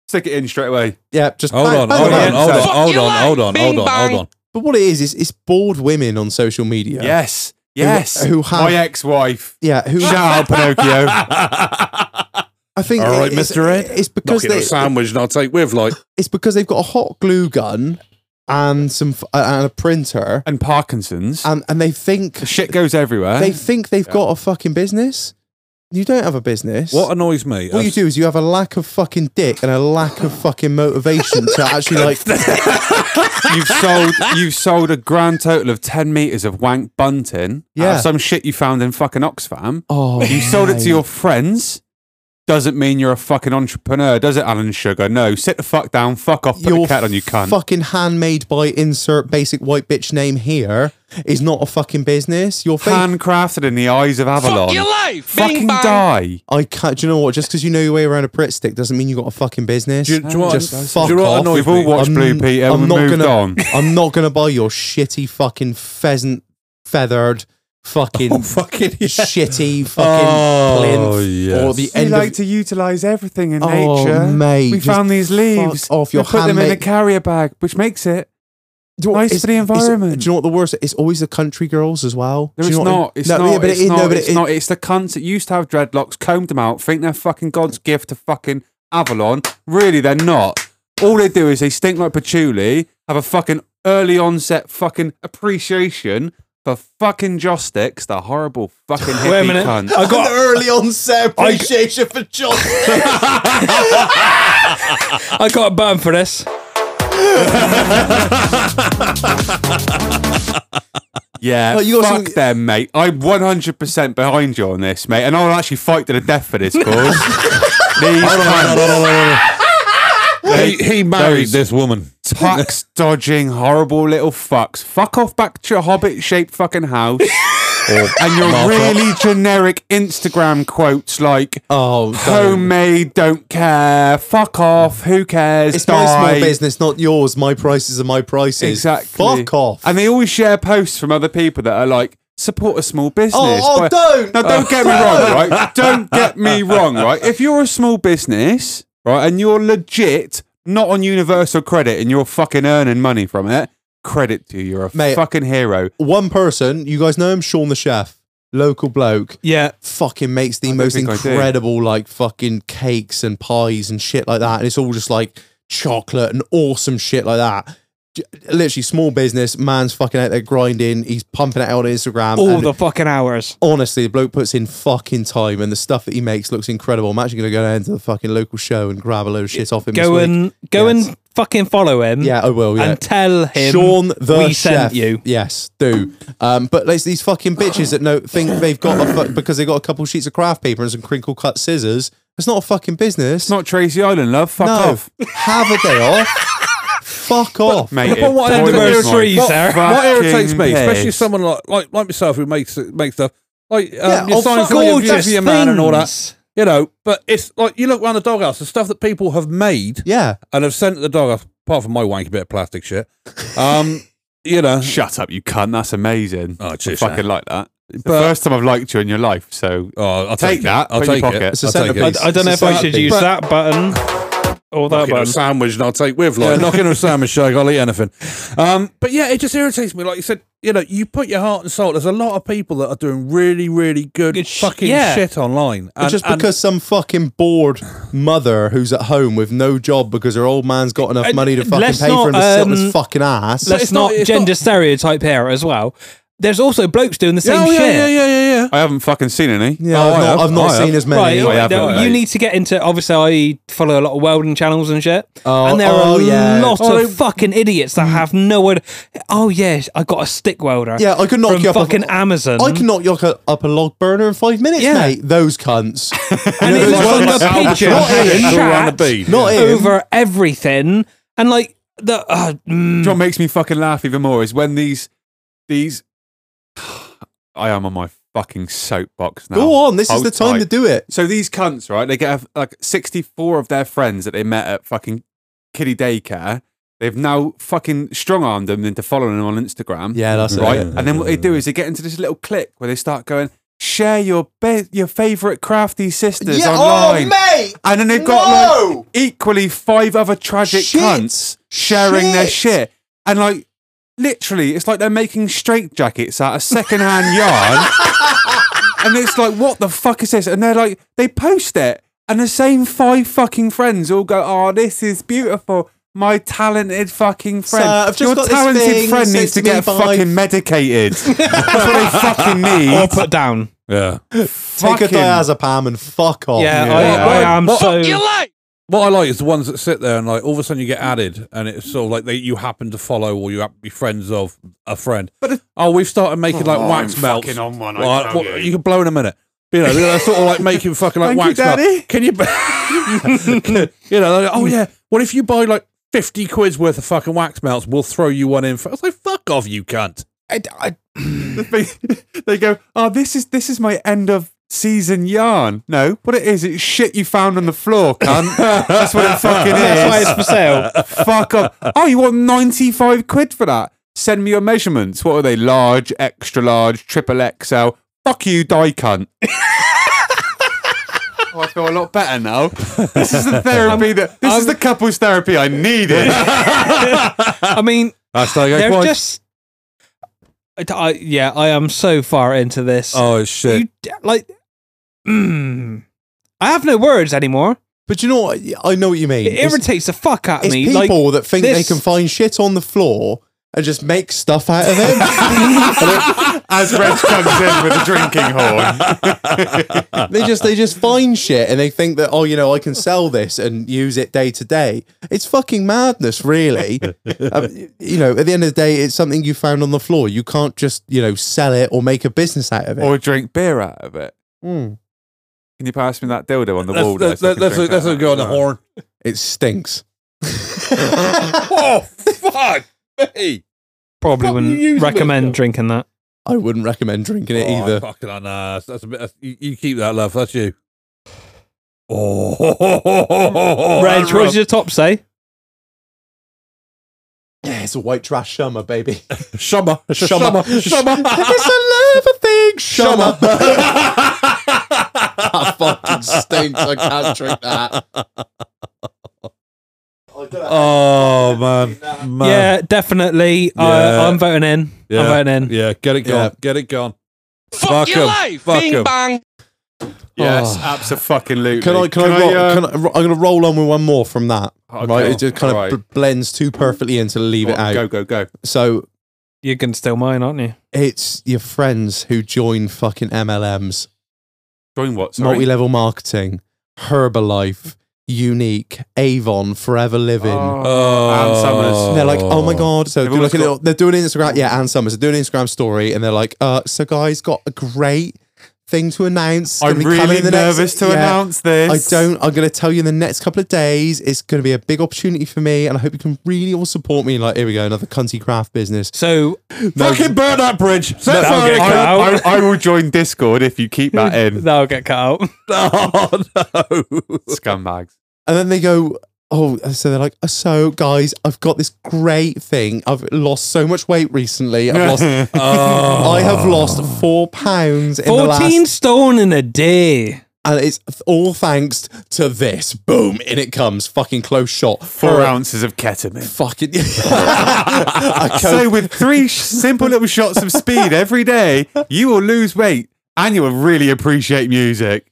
Stick it in straight away. Yeah, just Hold bang, on, bang, hold bang. on, hold on, Fuck hold on, hold on, hold on, hold on. But what it is is it's bored women on social media. Yes. Who- Yes. Who, have My ex-wife. yeah, who Shout out Pinocchio. I think All right, it's- Mr. Ed. It's because Knocking a they sandwich and I'll take with like it's because they've got a hot glue gun and some f- uh, and a printer and Parkinson's. and and they think The shit goes everywhere. they think they've got a fucking business. You don't have a business. what annoys me. What you do is you have a lack of fucking dick and a lack of fucking motivation to actually like you've sold you've sold a grand total of ten meters of wank bunting. Yeah. out of some shit you found in fucking Oxfam. oh You sold it to your friends. Doesn't mean you're a fucking entrepreneur, does it, Alan Sugar? No, sit the fuck down, fuck off, put your the cat on you, cunt. fucking handmade by insert basic white bitch name here is not a fucking business. Your face. Handcrafted in the eyes of Avalon. Fuck your life. Fucking die. I can't. Do you know what? Just because you know your way around a Pritt stick doesn't mean you got a fucking business. Do you- do you know what- Just do you fuck know what off. annoys We've all me? watched Blue Peter. and we not moved gonna. on. I'm not gonna buy your shitty fucking pheasant feathered fucking Oh, fucking shitty fucking Oh, plinth yes. or the We end like of to utilize everything in Oh, nature. mate, we just found these leaves. fuck off, we your put them in a handmade- carrier bag, which makes it. Do you know what- Nice for the environment. do you know what the worst? It's always the country girls as well. No, Do it's you know what I mean? not. It's No, not. yeah, but it it's is- not. no, but it's it- not. It's the cunts that used to have dreadlocks, combed them out, think they're fucking God's gift to fucking Avalon. Really, they're not. All they do is they stink like patchouli, have a fucking early onset fucking appreciation for fucking joss sticks, the horrible fucking hippie Wait a minute. cunt. I got. early onset appreciation for John. Oh, I got a button for this. Yeah, Like, Oh, you got fuck some- them, mate. I'm 100% behind you on this, mate, and I'll actually fight to the death for this cause. These cunts, He, he married Those- this woman. tax dodging, horrible little fucks. Fuck off back to your hobbit shaped fucking house. and your really generic Instagram quotes like Oh, don't. homemade, don't care, fuck off, who cares, it's die. my small business, not yours. My prices are my prices. Exactly. Fuck off. And they always share posts from other people that are like, support a small business. oh, But- don't. Now, don't get me wrong, right? Don't get me wrong, right? If you're a small business, right, and you're legit not on universal credit and you're fucking earning money from it, credit to you. You're a Mate. fucking hero. One person, you guys know him, Sean the chef, local bloke. Yeah. Fucking makes the most think I do. incredible, like fucking cakes and pies and shit like that, and it's all just like chocolate and awesome shit like that. J- Literally, small business man's fucking out there grinding. He's pumping it out on Instagram. All and the fucking hours. honestly, the bloke puts in fucking time, and the stuff that he makes looks incredible. I'm actually going to go down to the fucking local show and grab a load of shit off him. Go this week. and go Yes. and fucking follow him. yeah, I will. Yeah, And tell him Sean the we chef. sent you. Yes, do. Um, but like these fucking bitches that know think they've got a fu- because they got a couple sheets of craft paper and some crinkle cut scissors. It's not a fucking business. It's not Tracy Island, love. Fuck no, off. have a day off. Fuck off, Mate, But what it happened to boils those my trees there? What fucking irritates me, especially piss. someone like, like like myself who makes makes stuff like um, Yeah, your oh, signs fuck for your, gorgeous for your man and all that. things. You know, but it's like you look around the doghouse, the stuff that people have made Yeah, and have sent to the doghouse, apart from my wanky bit of plastic shit. Um, you know, Shut up, you cunt. That's amazing. Oh, I cheers, fucking mate. like that. It's the But- first time I've liked you in your life, so oh, I'll Take take, that, It. I'll put in take your pocket. it. It's a I'll take centerpiece. it. I, I don't know if I It's should a use sandwich. that button or that Knocking a button. sandwich and I'll take with like yeah, knocking a sandwich shake. I'll eat anything. Um, but yeah, it just irritates me. Like you said, you know, you put your heart and soul. There's a lot of people that are doing really, really good, Good sh- fucking yeah. shit online. But And, just and- because some fucking bored mother who's at home with no job because her old man's got enough And money to fucking let's pay for him not, to sit on his um, fucking ass. Let's it's not- not it's gender not- stereotype here as well. There's also blokes doing the same yeah, oh, shit. yeah, yeah, yeah, yeah, yeah. I haven't fucking seen any. Yeah, Oh, I I've have- not, I've not I have. seen as Right, oh, many. I no, haven't, you mate. need to get into. Obviously, I follow a lot of welding channels and shit, Oh, and there oh, are a yeah. lot Oh, of they- fucking idiots that have no idea. Oh yes, I got a stick welder. Yeah, I could knock from you up a- fucking Amazon. I can knock you up- up a log burner in five minutes, Yeah. mate. Those cunts. and it there's was one on that's the pigeon not in, It's all around chat the bead. Not in. over everything, and like the uh, mm, Do Hmm. you know what makes me fucking laugh even more is when these these I am on my fucking soapbox now. Go on. This is Hold the time tight. to do it. So these cunts, right? They get like 64 of their friends that they met at fucking kiddie daycare. They've now fucking strong armed them into following them on Instagram. Yeah, that's right. it. And then what they do is they get into this little click where they start going, share your be- your favorite crafty sisters Yeah, online. oh, mate. And then they've got No! like equally five other tragic Shit. cunts sharing their Shit. shit. And like literally, it's like they're making straight jackets out of secondhand yarn. And it's like, what the fuck is this? And they're like, they post it, and the same five fucking friends all go, Oh, this is beautiful. My talented fucking friend. Sir, I've just Your got this talented thing friend sent needs to to me get by- fucking medicated. That's what they fucking or need. put down. Yeah. Take a Fucking- diazepam and fuck off. Yeah, yeah. I, I am What- so. What I like is the ones that sit there and like all of a sudden you get added and it's sort of like they, you happen to follow or you happen to be friends of a friend. But oh, we've started making like wax melts. fucking on one, I Well, tell what- you. can blow in a minute. You know, they're sort of like making fucking like Thank you, wax melts. Daddy. Can you? you know, they're like, oh yeah. What if you buy like fifty quid's worth of fucking wax melts? We'll throw you one in. For-. I was like, fuck off, you cunt. I, I, they, they go, oh, this is this is my end of season yarn. No, what it is, it's shit you found on the floor, cunt. That's what it fucking That's why is. it's for sale. Fuck off. Oh, you want ninety five quid for that? Send me your measurements. What are they? Large, extra large, triple XL. Fuck you, die cunt. Oh, I feel a lot better now. This is the therapy that this is the couples therapy I needed. I mean, That's like they're just. I, I- yeah, I am so far into this. oh shit. you d- like mm, I have no words anymore. but you know what? I know what you mean. It It's- irritates the fuck out of It's me. people that think this- they can find shit on the floor and just make stuff out of it. As Reg comes in with a drinking horn. they just they just find shit and they think that oh you know I can sell this and use it day to day. It's fucking madness, really. Um, you know, at the end of the day, it's something you found on the floor. You can't just you know sell it or make a business out of it. or drink beer out of it. Mm. Can you pass me that dildo on the wall? Let's, there let's, so I can drink let's, let's out of go on that the as well? horn. It stinks. Oh fuck me! probably fuck you use wouldn't me recommend for? drinking that. I wouldn't recommend drinking it Oh, either. fucking hell, nah, that's, that's a bit. That's, you, you keep that, love. That's you. Oh, Reg, that what rub- does your top say? Yeah, it's a white trash summer, baby. Shama, shama, Shummer. shama, it's a love thing, Shama. that fucking stinks. I can't drink that. Oh man, man. yeah, definitely. Yeah. I, I'm voting in. Yeah. I'm voting in. yeah. Get it gone. Yeah. Get it gone. Fuck, your life. Fuck 'em. Yes, Oh. absolutely. uh, Can I? Can, I? roll, can I ro- I'm going to roll on with one more from that. Okay. Right, it just kind of Alright. bl- blends too perfectly in to leave it out. Go, go, go. So You can steal mine, aren't you? it's your friends who join fucking MLMs, Join what? Sorry. multi-level marketing, Herbalife, Unique, Avon, Forever Living. Oh. Anne And they're like, oh my god! So They've do like always a got- little, they're doing an Instagram, yeah, and Summers are doing an Instagram story, and they're like, uh, so guys, got a great thing to announce. I'm Gonna be coming really in the next- nervous to Yeah. announce I this. don't. I'm going to tell you in the next couple of days. It's going to be a big opportunity for me, and I hope you can really all support me. Like, here we go, another cunty craft business. So Fucking burn that bridge. Set That'll fire get to cut it. out. I, I will join Discord if you keep that in. that'll get cut out. Oh no. Scumbags. And then they go, oh, so they're like, so guys, I've got this great thing. I've lost so much weight recently. I've lost. Oh. I have lost four pounds in the last, Fourteen stone in a day. and it's all thanks to this. Boom! In it comes. Fucking close shot. Four Or a ounces of ketamine. Fucking. a Coke So with three sh- simple little shots of speed every day, you will lose weight and you will really appreciate music.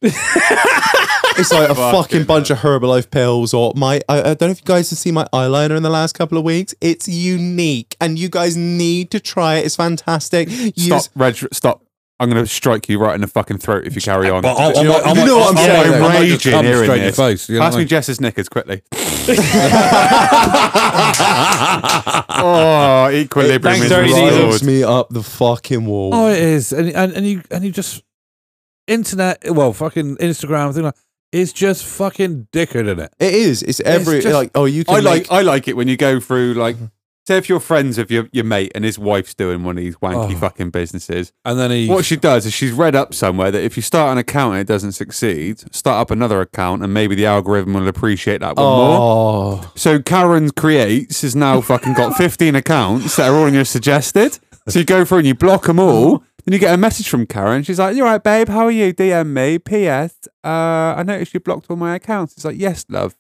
It's like a Fucking fucking bunch of Herbalife pills or my. I, I don't know if you guys have seen my eyeliner in the last couple of weeks. It's unique and you guys need to try it. It's fantastic. Stop, Use, Reg. Stop. I'm going to strike you right in the fucking throat if you carry on. But I, I, You know- might- I, you might- know what I'm I, saying, I, though. might Raging come here in straight in your this. face. You know Pass what I me mean? Jess's knickers quickly. oh, equilibrium Thanks, is Dirty restored. riles me up the fucking wall. Oh, it is, and and, and you and you just internet, well, fucking Instagram, thing like it's just fucking dickhead in it. It is. It's every just- like. Oh, you can I like Make, I like it when you go through like say if you're friends with your, your mate and his wife's doing one of these wanky Oh. fucking businesses. And then he, What she does is she's read up somewhere that if you start an account and it doesn't succeed, start up another account and maybe the algorithm will appreciate that one more. oh, So Karen creates has now fucking got 15 accounts that are all in your suggested. So you go through and you block them all. Then you get a message from Karen. She's like, "You're right, babe. How are you? DM me. P.S. Uh, I noticed you blocked all my accounts." It's like, "Yes, love."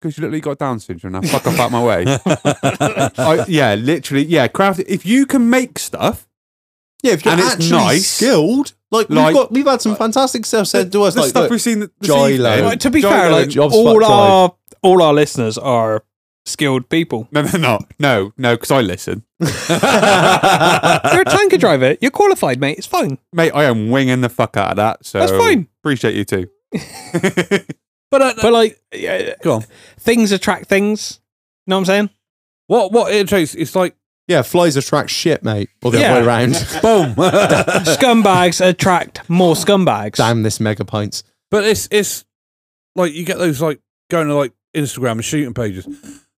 Because you literally got Down syndrome. Now fuck off out my way. I, yeah, literally. Yeah, craft. If you can make stuff, yeah. If you're and it's actually nice. skilled, like, Like- we've got, we've had some fantastic stuff said to us. the Like, stuff look, we've seen. th- This Jai evening- Lo. Like, to be Jai fair, Lo- like jobs all fucked our all our listeners are skilled people. no, no, no, no, no. Because I listen, You're a tanker driver. You're qualified, mate. It's fine. mate. I am winging the fuck out of that. So That's fine. Appreciate you too. but, uh, But like, yeah, go on. things attract things. You know what I'm saying? What what it takes? It's like yeah, flies attract shit, mate, or the Yeah. other way around. boom. but Scumbags attract more scumbags. Damn this mega pints. it's it's like you get those like going to like Instagram and shooting pages.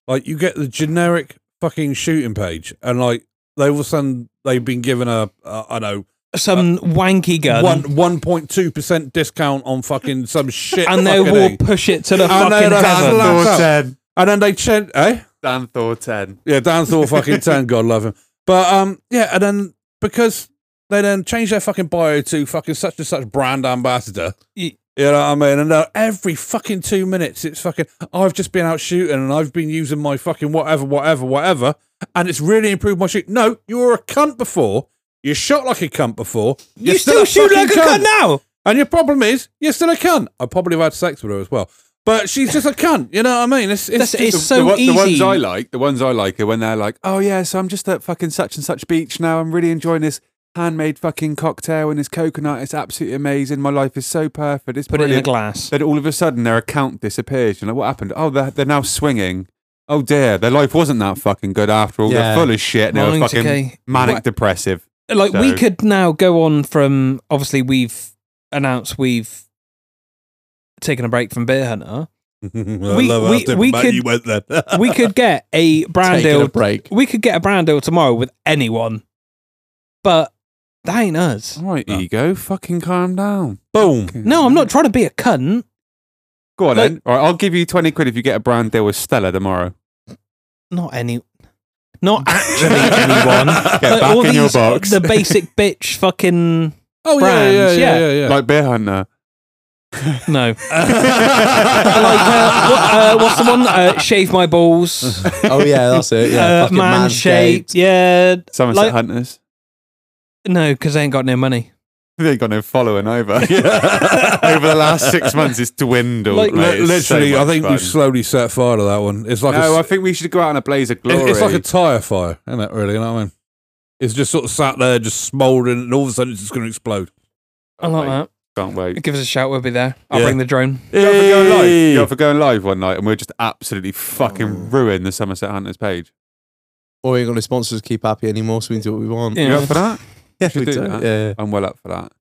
Like you get the generic fucking shooting page, and like they all of a sudden they've been given a uh, I know Some wanky gun, one one point two percent discount on fucking some shit, and they fucking will thing. push it to the I know fucking that. heaven. That's Thor up. ten. and then they change, eh? Dan Thor ten. Yeah, Dan Thor fucking ten. God love him. But um, yeah, and then because they then change their fucking bio to fucking such and such brand ambassador. Ye- You know what I mean? And now every fucking two minutes, it's fucking. I've just been out shooting, and I've been using my fucking whatever, whatever, whatever, and it's really improved my shoot. No, you were a cunt before. You shot like a cunt before. You You're still shoot fucking like a gun now. and your problem is, you're still a cunt. I probably have had sex with her as well. But she's just a cunt. You know what I mean? It's, it's That's, just- it's so the, one- easy. the ones I like, the ones I like are when they're like, "Oh yeah, so I'm just at fucking such and such beach now. I'm really enjoying this handmade fucking cocktail and this coconut. It's absolutely amazing. My life is so perfect. It's Put it in a brilliant." glass. Then all of a sudden, their account disappears. You know what happened? Oh, they're, they're now swinging. Oh dear, their life wasn't that fucking good after all. Yeah. They're full of shit. They're Mine's fucking okay. manic What- depressive. like we So- could now go on from obviously we've announced we've taken a break from beer hunter we- I love how we- different we back could- you went then. we could get a brand Taking a deal break. we could get a brand deal tomorrow with anyone but that ain't us All right, ego, fucking calm down. Boom. no i'm not trying to be a cunt Go on Like- then. All right, I'll give you twenty quid if you get a brand deal with Stella tomorrow. not any not actually anyone Like, Get back all in your these- box. the basic bitch fucking Oh yeah, Brands, yeah, yeah. yeah, yeah, yeah. Like Beer Hunter. no like uh, what, uh, what's the one uh, shave my balls Oh yeah, that's it. Yeah, uh, fucking man manscaped. shaped yeah Somerset Like- Hunters. no because they ain't got no money They ain't got no following over. over the last six months, it's dwindled. Like, mate. Li- It's literally, so I much think fun. we've slowly set fire to that one. It's like No, a, I think we should go out in a blaze of it- glory. it's like a tire fire, isn't it? Really, you know what I mean? It's just sort of sat there, just smouldering, and all of a sudden it's just going to explode. I like that. Can't wait. Give us a shout, we'll be there. I'll Yeah. bring the drone. Go for going live. Hey! Go for going live one night, and we'll just Oh. absolutely fucking ruin the Somerset Hunters page. Or you're going to sponsor us, keep happy anymore, so we can do what we want. Yeah. You up for that? Yeah, should do that. Yeah. I'm well up for that.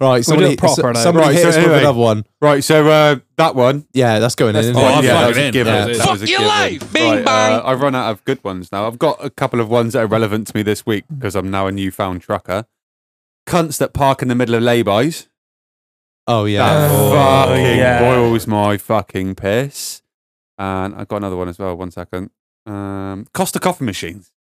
Right, somebody, it proper, though. so- somebody Right, hit so us with anyway. another one. Right, so uh, that one. Yeah, that's going in. Oh, isn't I'm it? yeah, fucking that yeah, was a in. given. Yeah. That Fuck was a given. Right, uh, I've run out of good ones now. I've got a couple of ones that are relevant to me this week because I'm now a newfound trucker. Cunts that park in the middle of laybys. Oh yeah. That Oh, fucking yeah. boils my fucking piss. And I've got another one as well. One second. Um, Costa coffee machines.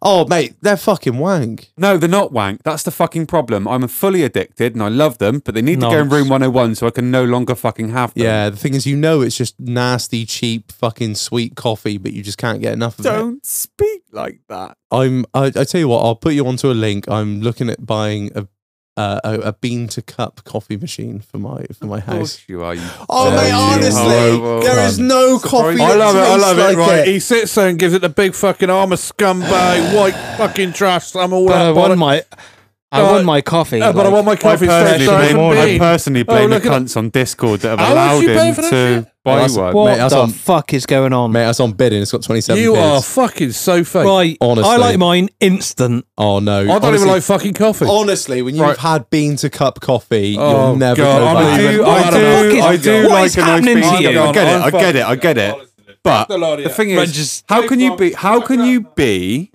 Oh mate, they're fucking wank. No, they're not wank. That's the fucking problem. I'm fully addicted and I love them, but they need to go in Nice. room 101 so I can no longer fucking have them. Yeah, the thing is, you know, it's just nasty, cheap, fucking sweet coffee, but you just can't get enough of it. Don't speak like that. I'm. I, I tell you what, I'll put you onto a link. I'm looking at buying a uh, a, a bean to cup coffee machine for my for my Of house. course you are. You Oh, There mate, you horrible honestly, there is cunt. no Surprising. coffee. I that love it. I tastes love it. like Right. He sits there and gives it the big fucking arm of scumbag, white fucking trash. I'm all But I that. want my, I Uh, want my coffee. Yeah, but I like- want my I coffee stacked personally, Thursday over blame, morning. I bean. personally Oh, blame look the at cunts on Discord that have How much allowed you pay him for that to Yeah, buy that's- one. What Mate, that's the on- fuck is going on? Mate, that's on bid and it's got 27 You bids. are fucking so fake. right, honestly. I like mine instant. Oh, no. I don't even like fucking coffee. Honestly, when you've Right. had bean to cup coffee, Oh, you'll never God, go I'm back. a- I do, Oh, I I don't know. do, What I is- do what like is a nice happening to bean. you? I get it, I I'm get it, I get it. But the the thing Right, is, just- how can you be? How can you be?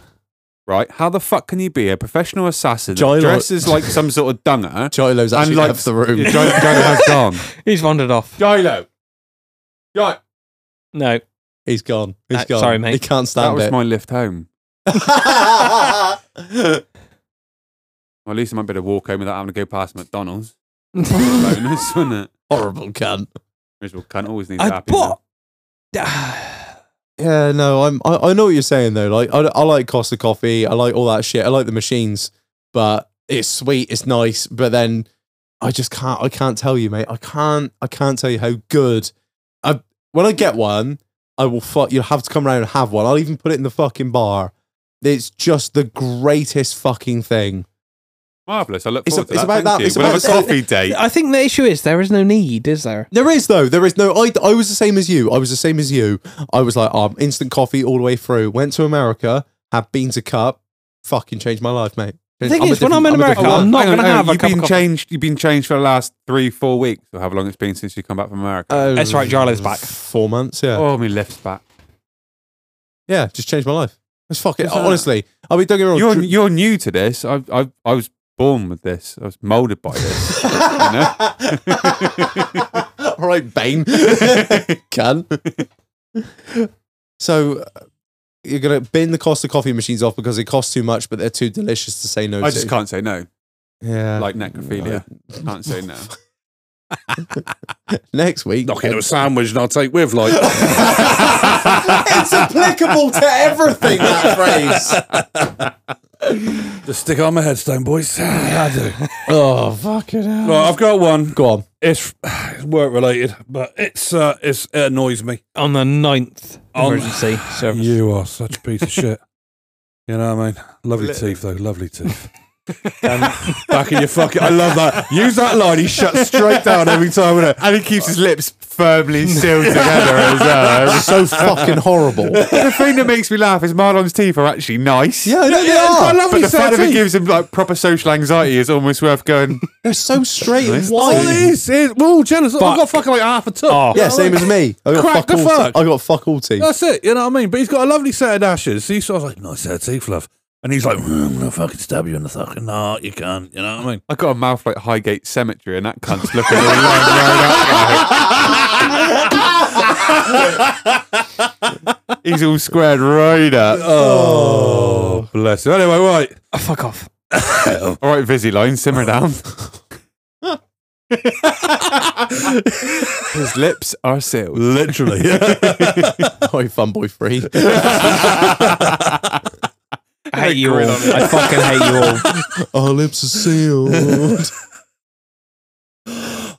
Right? How the fuck can you be a professional assassin that Joy Lo- dresses like some sort of dunger Joylo's actually and like, like left the room. Yeah, Jolo, Jolo has gone. He's wandered off. Jolo, Jolo. No, He's gone. He's Uh, gone. sorry, mate. He can't That stand was it. my lift home. Well, at least I might be able to walk home without having to go past McDonald's. Bonus, wasn't it? Horrible cunt. Miserable cunt always needs I happy. meal. bought. Yeah, no, I'm. I, I know what you're saying though. Like, I, I like Costa Coffee. I like all that shit. I like the machines, but it's sweet. It's nice. But then I just can't. I can't tell you, mate. I can't. I can't tell you how good. I when I get one, I will fuck. You'll have to come around and have one. I'll even put it in the fucking bar. It's just the greatest fucking thing. Marvelous. I look It's forward a- it's to about that. that- Thank you. it's We'll have a about- coffee date. I think the issue is there is no need, is there? There is though. There is no. I I was the same as you. I was the same as you. I was like, um, instant coffee all the way through. Went to America, had beans a cup. Fucking changed my life, mate. The thing is, when different- I'm in a America, different- I'm not Hang on, going to hang on. have a You've cup of been coffee. changed. You've been changed for the last three, four weeks, or however long it's been since you come back from America. Oh, That's right, Jarlo's back. Four months. Yeah. oh, my lift's back. Yeah. Just changed my life. It's fucking Is that- honestly. I mean, don't get me wrong. You're dr- you're new to this. I I I was born with this. I was molded by this. all right, Bane. Can. So. uh, You're gonna bin the cost of coffee machines off because they cost too much, but they're too delicious to say no to. I just can't say no. Yeah. Like necrophilia, can't say no. Next week. Knock into a sandwich and I'll take with like. it's applicable to everything, that phrase. Just stick it on my headstone, boys. Yeah, I do. Oh, fucking hell. Right, I've got one. Go on. It's it's work related, but it's uh, it's it annoys me. on the ninth On- emergency service. You are such a piece of shit. You know what I mean? Lovely teeth though, lovely teeth. And back in your fucking I love that. Use that line, he shuts straight down every time with it. And he keeps his lips firmly sealed together as well. So fucking horrible. the thing that makes me laugh is Marlon's teeth are actually nice. Yeah, no, they are. But the fact that it gives him like proper social anxiety is almost worth going. They're so straight and Oh, white. it is, it is. Well, Janice, I've got fucking like half a tub. Oh. Yeah, same as me. I got Crack fuck the all fuck. te- I got fuck all teeth. That's it, you know what I mean? But he's got a lovely set of dashes. So he's sort of like, nice set of teeth, love. And he's like, "Mm, I'm gonna fucking stab you in the fucking heart, you can't, you know what I mean? I got a mouth like Highgate Cemetery, and that cunt's looking all lined right up. like. He's all squared right up. Oh, bless him. Anyway, right. Oh, fuck off. All right, Visaline, simmer down. His lips are sealed. Literally. Oi, fun boy free. I hate you all. I fucking hate you all. Our lips are sealed.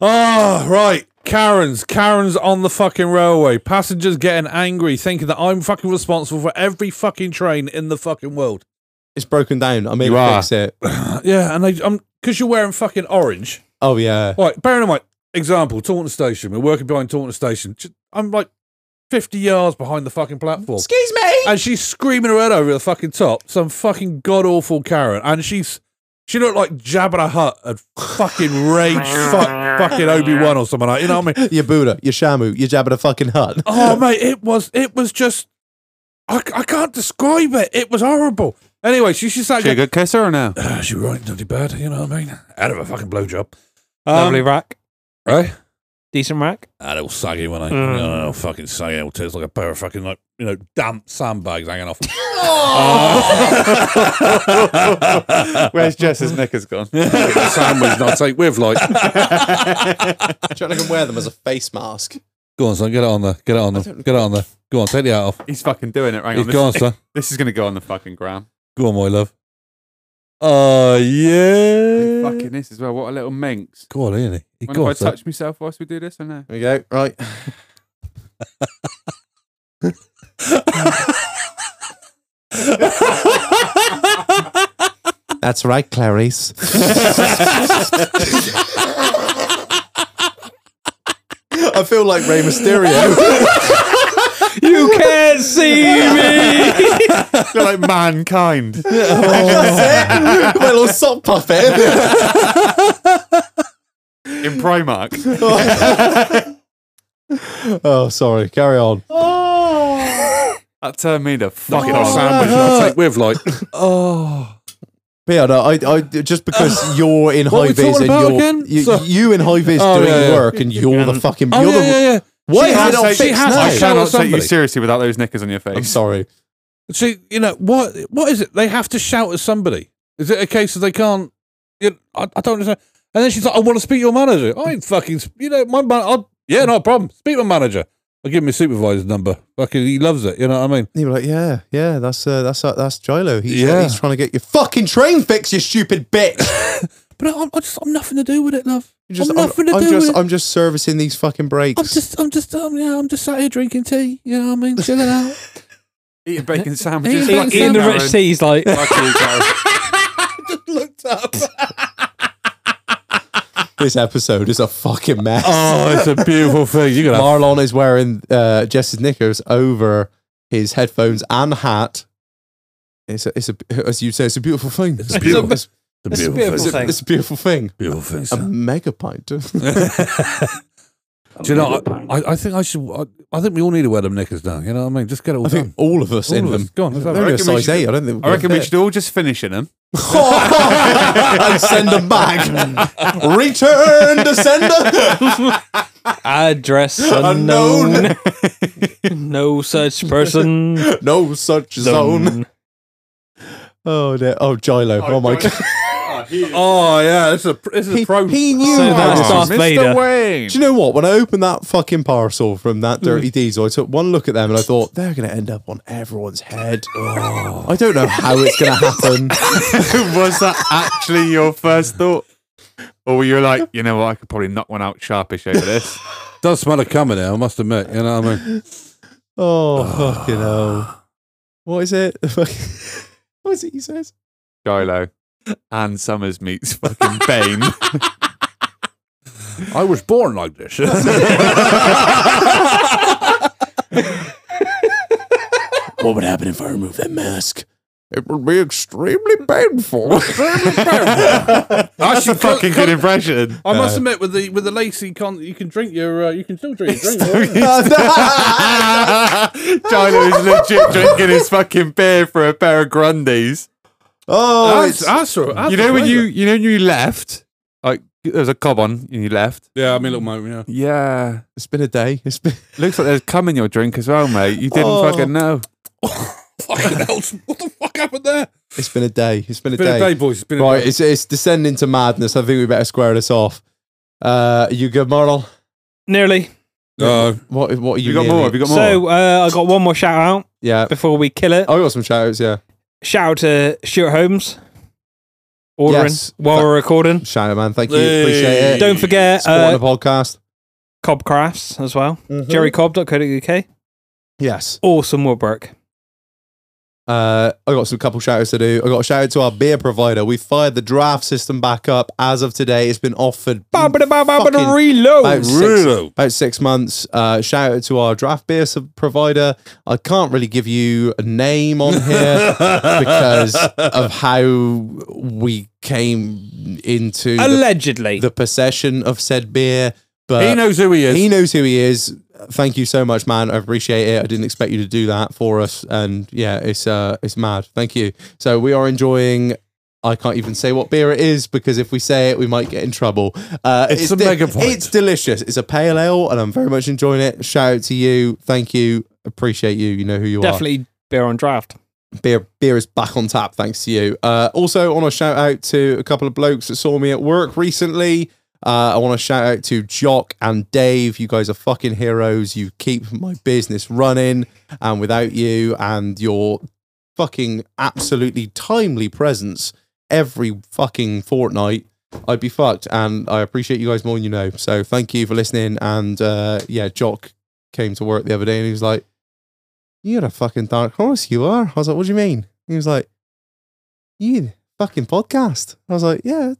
Oh, right. Karen's. Karen's on the fucking railway. Passengers getting angry, thinking that I'm fucking responsible for every fucking train in the fucking world. it's broken down. I made You it are. fix it. Yeah, and I, I'm because you're wearing fucking orange. Oh yeah. All right, bearing in mind, example, Taunton Station. We're working behind Taunton Station. J- I'm like 50 yards behind the fucking platform. Excuse me. and she's screaming her head over the fucking top. Some fucking god awful Karen, and she's she looked like Jabba the Hutt and fucking rage fuck fucking Obi Wan or something like. You know what I mean? Your Buddha, your Shamu, your Jabba the fucking Hut. Oh mate, it was it was just I, I can't describe it. It was horrible. Anyway, she she's like, Should I go kiss her or no? uh, she was right, bloody bad. You know what I mean? Out of a fucking blowjob. Um, Lovely rack. right? Decent rack. That all saggy when I, Mm. you know, fucking saggy. It tastes like a pair of fucking like you know damp sandbags hanging off. Where's Jess's knickers gone? the sandwich that I take with, like. Do you reckon I can wear them as a face mask? Go on, son, get it on there. Get it on there. Get it on there. Go on, take the hat off. He's fucking doing it. Hang He's on. gone, This, son. this is going to go on the fucking gram. Go on, my love. Oh yeah. Fucking this as well. What a little minx. Oh, God, ain't he? he Mind if I got that. touch myself whilst we do this or no? There we go. Right. That's right, Clarice. I feel like Rey Mysterio. You can't see me. You're like mankind. My little sock puppet. in Primark. oh, sorry. Carry on. That turned me the fuck Fucking off. sandwich I'll take with, like. Oh. But yeah, no, I, I, just because you're in What high are we vis and talking about you're again? you, So- you in high vis Oh, doing yeah, yeah. work and you're the fucking Oh, you're yeah, the yeah, yeah. why She has has it not taken- fixed she has now? I taken- cannot Shout out take you somebody. seriously without those knickers on your I'm face. sorry. See, you know what? What is it? They have to shout at somebody. Is it a case that they can't? You I, I don't understand. And then she's like, "I want to speak to your manager." I ain't fucking. sp- You know, my man. I'll, yeah, no problem. Speak to my manager. I give him my supervisor's number. Fucking, he loves it. You know what I mean? And you were like, yeah, yeah, that's uh, that's uh, that's Gilo. He's, Yeah. he's trying to get your fucking train fixed, you stupid bitch. But I, I just, I'm nothing to do with it, love. You're just- I'm nothing to I'm do just, with it. I'm just servicing these fucking brakes. I'm just, I'm just, um, yeah, I'm just sat here drinking tea. You know what I mean? Chilling out. Eating bacon sandwiches. Eating fuck you, In the Karen. rich tea's like, Fuck you, Karen. looked up. this episode is a fucking mess. Oh, it's a beautiful thing. You got Marlon is wearing uh, Jess's knickers over his headphones and hat. It's a, it's a, as you say, it's a beautiful thing. It's, beautiful- It's, It's a beautiful it's a- thing. it's a beautiful thing. Um, Beautiful thing. A mega pint. A Do you know? megapint. I, I, I think I should. I, I think we all need to wear them knickers down. You know what I mean? Just get it all I done. think all of us All in of us. them. Go on, let's have They're only a I it. reckon we size should- eight. I don't think. I reckon we get should all just finish in them. there. and send them back. Return to sender. address Unknown. unknown. no such person. No such zone. Zone. Oh, dear. oh, Gilo. Oh, my god. Oh yeah, this is a this is He, a pro. he knew. So what that's this was Darth Mr. Vader. Oh, Wayne. Do you know what? When I opened that fucking parcel from that dirty diesel, I took one look at them and I thought they're going to end up on everyone's head. I don't know how it's going to happen. was that actually your first thought? Or were you like, you know what, I could probably knock one out sharpish over this? Does smell of cum in there, I must admit. You know what I mean? Oh fucking hell! What is it? what is it? He says. Gilo. Anne Summers meets fucking Bane. I was born like this. What would happen if I remove that mask? It would be extremely painful. Oh, That's a fucking good impression. I must admit, with the with the lacy con, you can drink your uh, you can still drink your drink. right? Gilo is legit drinking his fucking beer for a pair of Grundies. oh, That's, it's, that's, all- that's You know when all you right. you know when you left? Like there was a cob on and you left. Yeah, I mean, look, mate. Yeah. Yeah. it's been a day. It's been. Looks like there's cum in your drink as well, mate. You didn't Oh. fucking know. Fucking hell! What the fuck happened there? It's been a day. It's been a It's been day. a day, boys. It's been a Right, day. it's, it's descending to madness. I think we better square this off. Uh, you good, Marlon? Nearly. No. What what are you, You got nearly- more? Have you got more? So uh, I got one more shout out Yeah, before we kill it. I got some shout outs. Yeah, Shout out to Stuart Holmes. Ordering Yes. while we're recording. shout out, man. Thank you. Hey. Appreciate it. Don't forget Support uh, Mm-hmm. the podcast. Cobb Crafts as well. Mhm. JerryCobb.co.uk. Yes. Awesome woodwork. Uh, I got some couple shout outs to do. I got a shout out to our beer provider. We fired the draft system back up as of today. It's been offered Mm, fucking about reload. six, about six months. Uh, shout out to our draft beer sub- provider. I can't really give you a name on here because of how we came into the, Allegedly. the possession of said beer. But He knows who he is. he knows who he is. Thank you so much, man. I appreciate it. I didn't expect you to do that for us, and yeah, it's uh, it's mad. Thank you. So we are enjoying. I can't even say what beer it is because if we say it, we might get in trouble. Uh, It's a mega pint. It's delicious. It's a pale ale, and I'm very much enjoying it. Shout out to you. Thank you. Appreciate you. You know who you are Definitely beer on draft. beer beer is back on tap thanks to you uh also want to shout out to a couple of blokes that saw me at work recently uh, I want to shout out to Jock and Dave. You guys are fucking heroes. You keep my business running. And without you and your fucking absolutely timely presence every fucking fortnight, I'd be fucked. And I appreciate you guys more than you know. So thank you for listening. And uh, yeah, Jock came to work the other day and he was like, You're a fucking dark horse, you are. I was like, What do you mean? He was like, You fucking podcast. I was like, Yeah,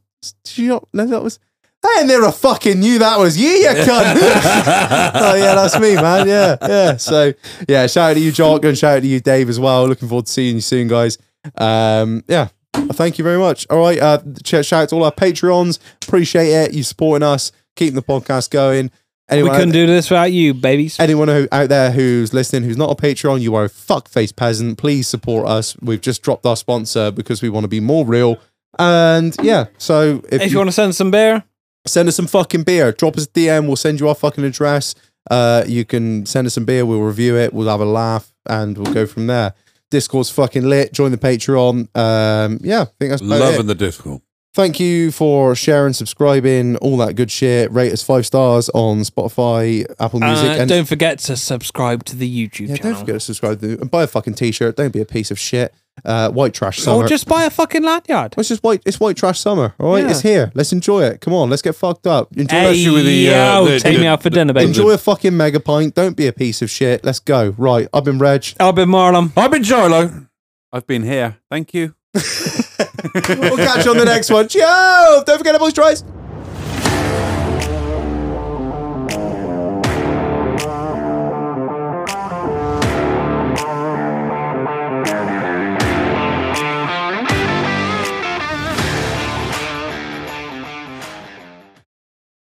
did you not know that was. I never fucking knew that was you, you cunt. oh yeah, that's me, man. Yeah, yeah. So yeah, shout out to you, Jock, and shout out to you, Dave, as well. Looking forward to seeing you soon, guys. Um, yeah, thank you very much. All right, uh, ch- shout out to all our Patreons. Appreciate it. You supporting us, keeping the podcast going. We Anyone, couldn't do this without you, babies. anyone who, out there who's listening, who's not a Patreon, you are a fuckface peasant. Please support us. We've just dropped our sponsor because we want to be more real. And yeah, so if, If you you want to send some beer, send us some fucking beer. Drop us a DM. We'll send you our fucking address. Uh, you can send us some beer. We'll review it. We'll have a laugh, and we'll go from there. Discord's fucking lit. Join the Patreon. Um, yeah, I think that's about it. Loving the Discord. Thank you for sharing, subscribing, all that good shit. Rate us five stars on Spotify, Apple Music, uh, and don't forget to subscribe to the YouTube yeah, channel. don't forget to subscribe to, and buy a fucking t-shirt. Don't be a piece of shit. Uh, white trash summer. Or just buy a fucking lanyard. it's just white. It's white trash summer. All right, Yeah. it's here. Let's enjoy it. Come on, let's get fucked up. Enjoy Hey, Especially with the, uh, yo, the- take the- me out for the- dinner, baby. Enjoy a fucking mega pint. Don't be a piece of shit. Let's go. Right. I've been Reg. I've been Marlon. I've been Jarlo. I've been here. Thank you. we'll catch you on the next one. Yo! Don't forget about boys' tries.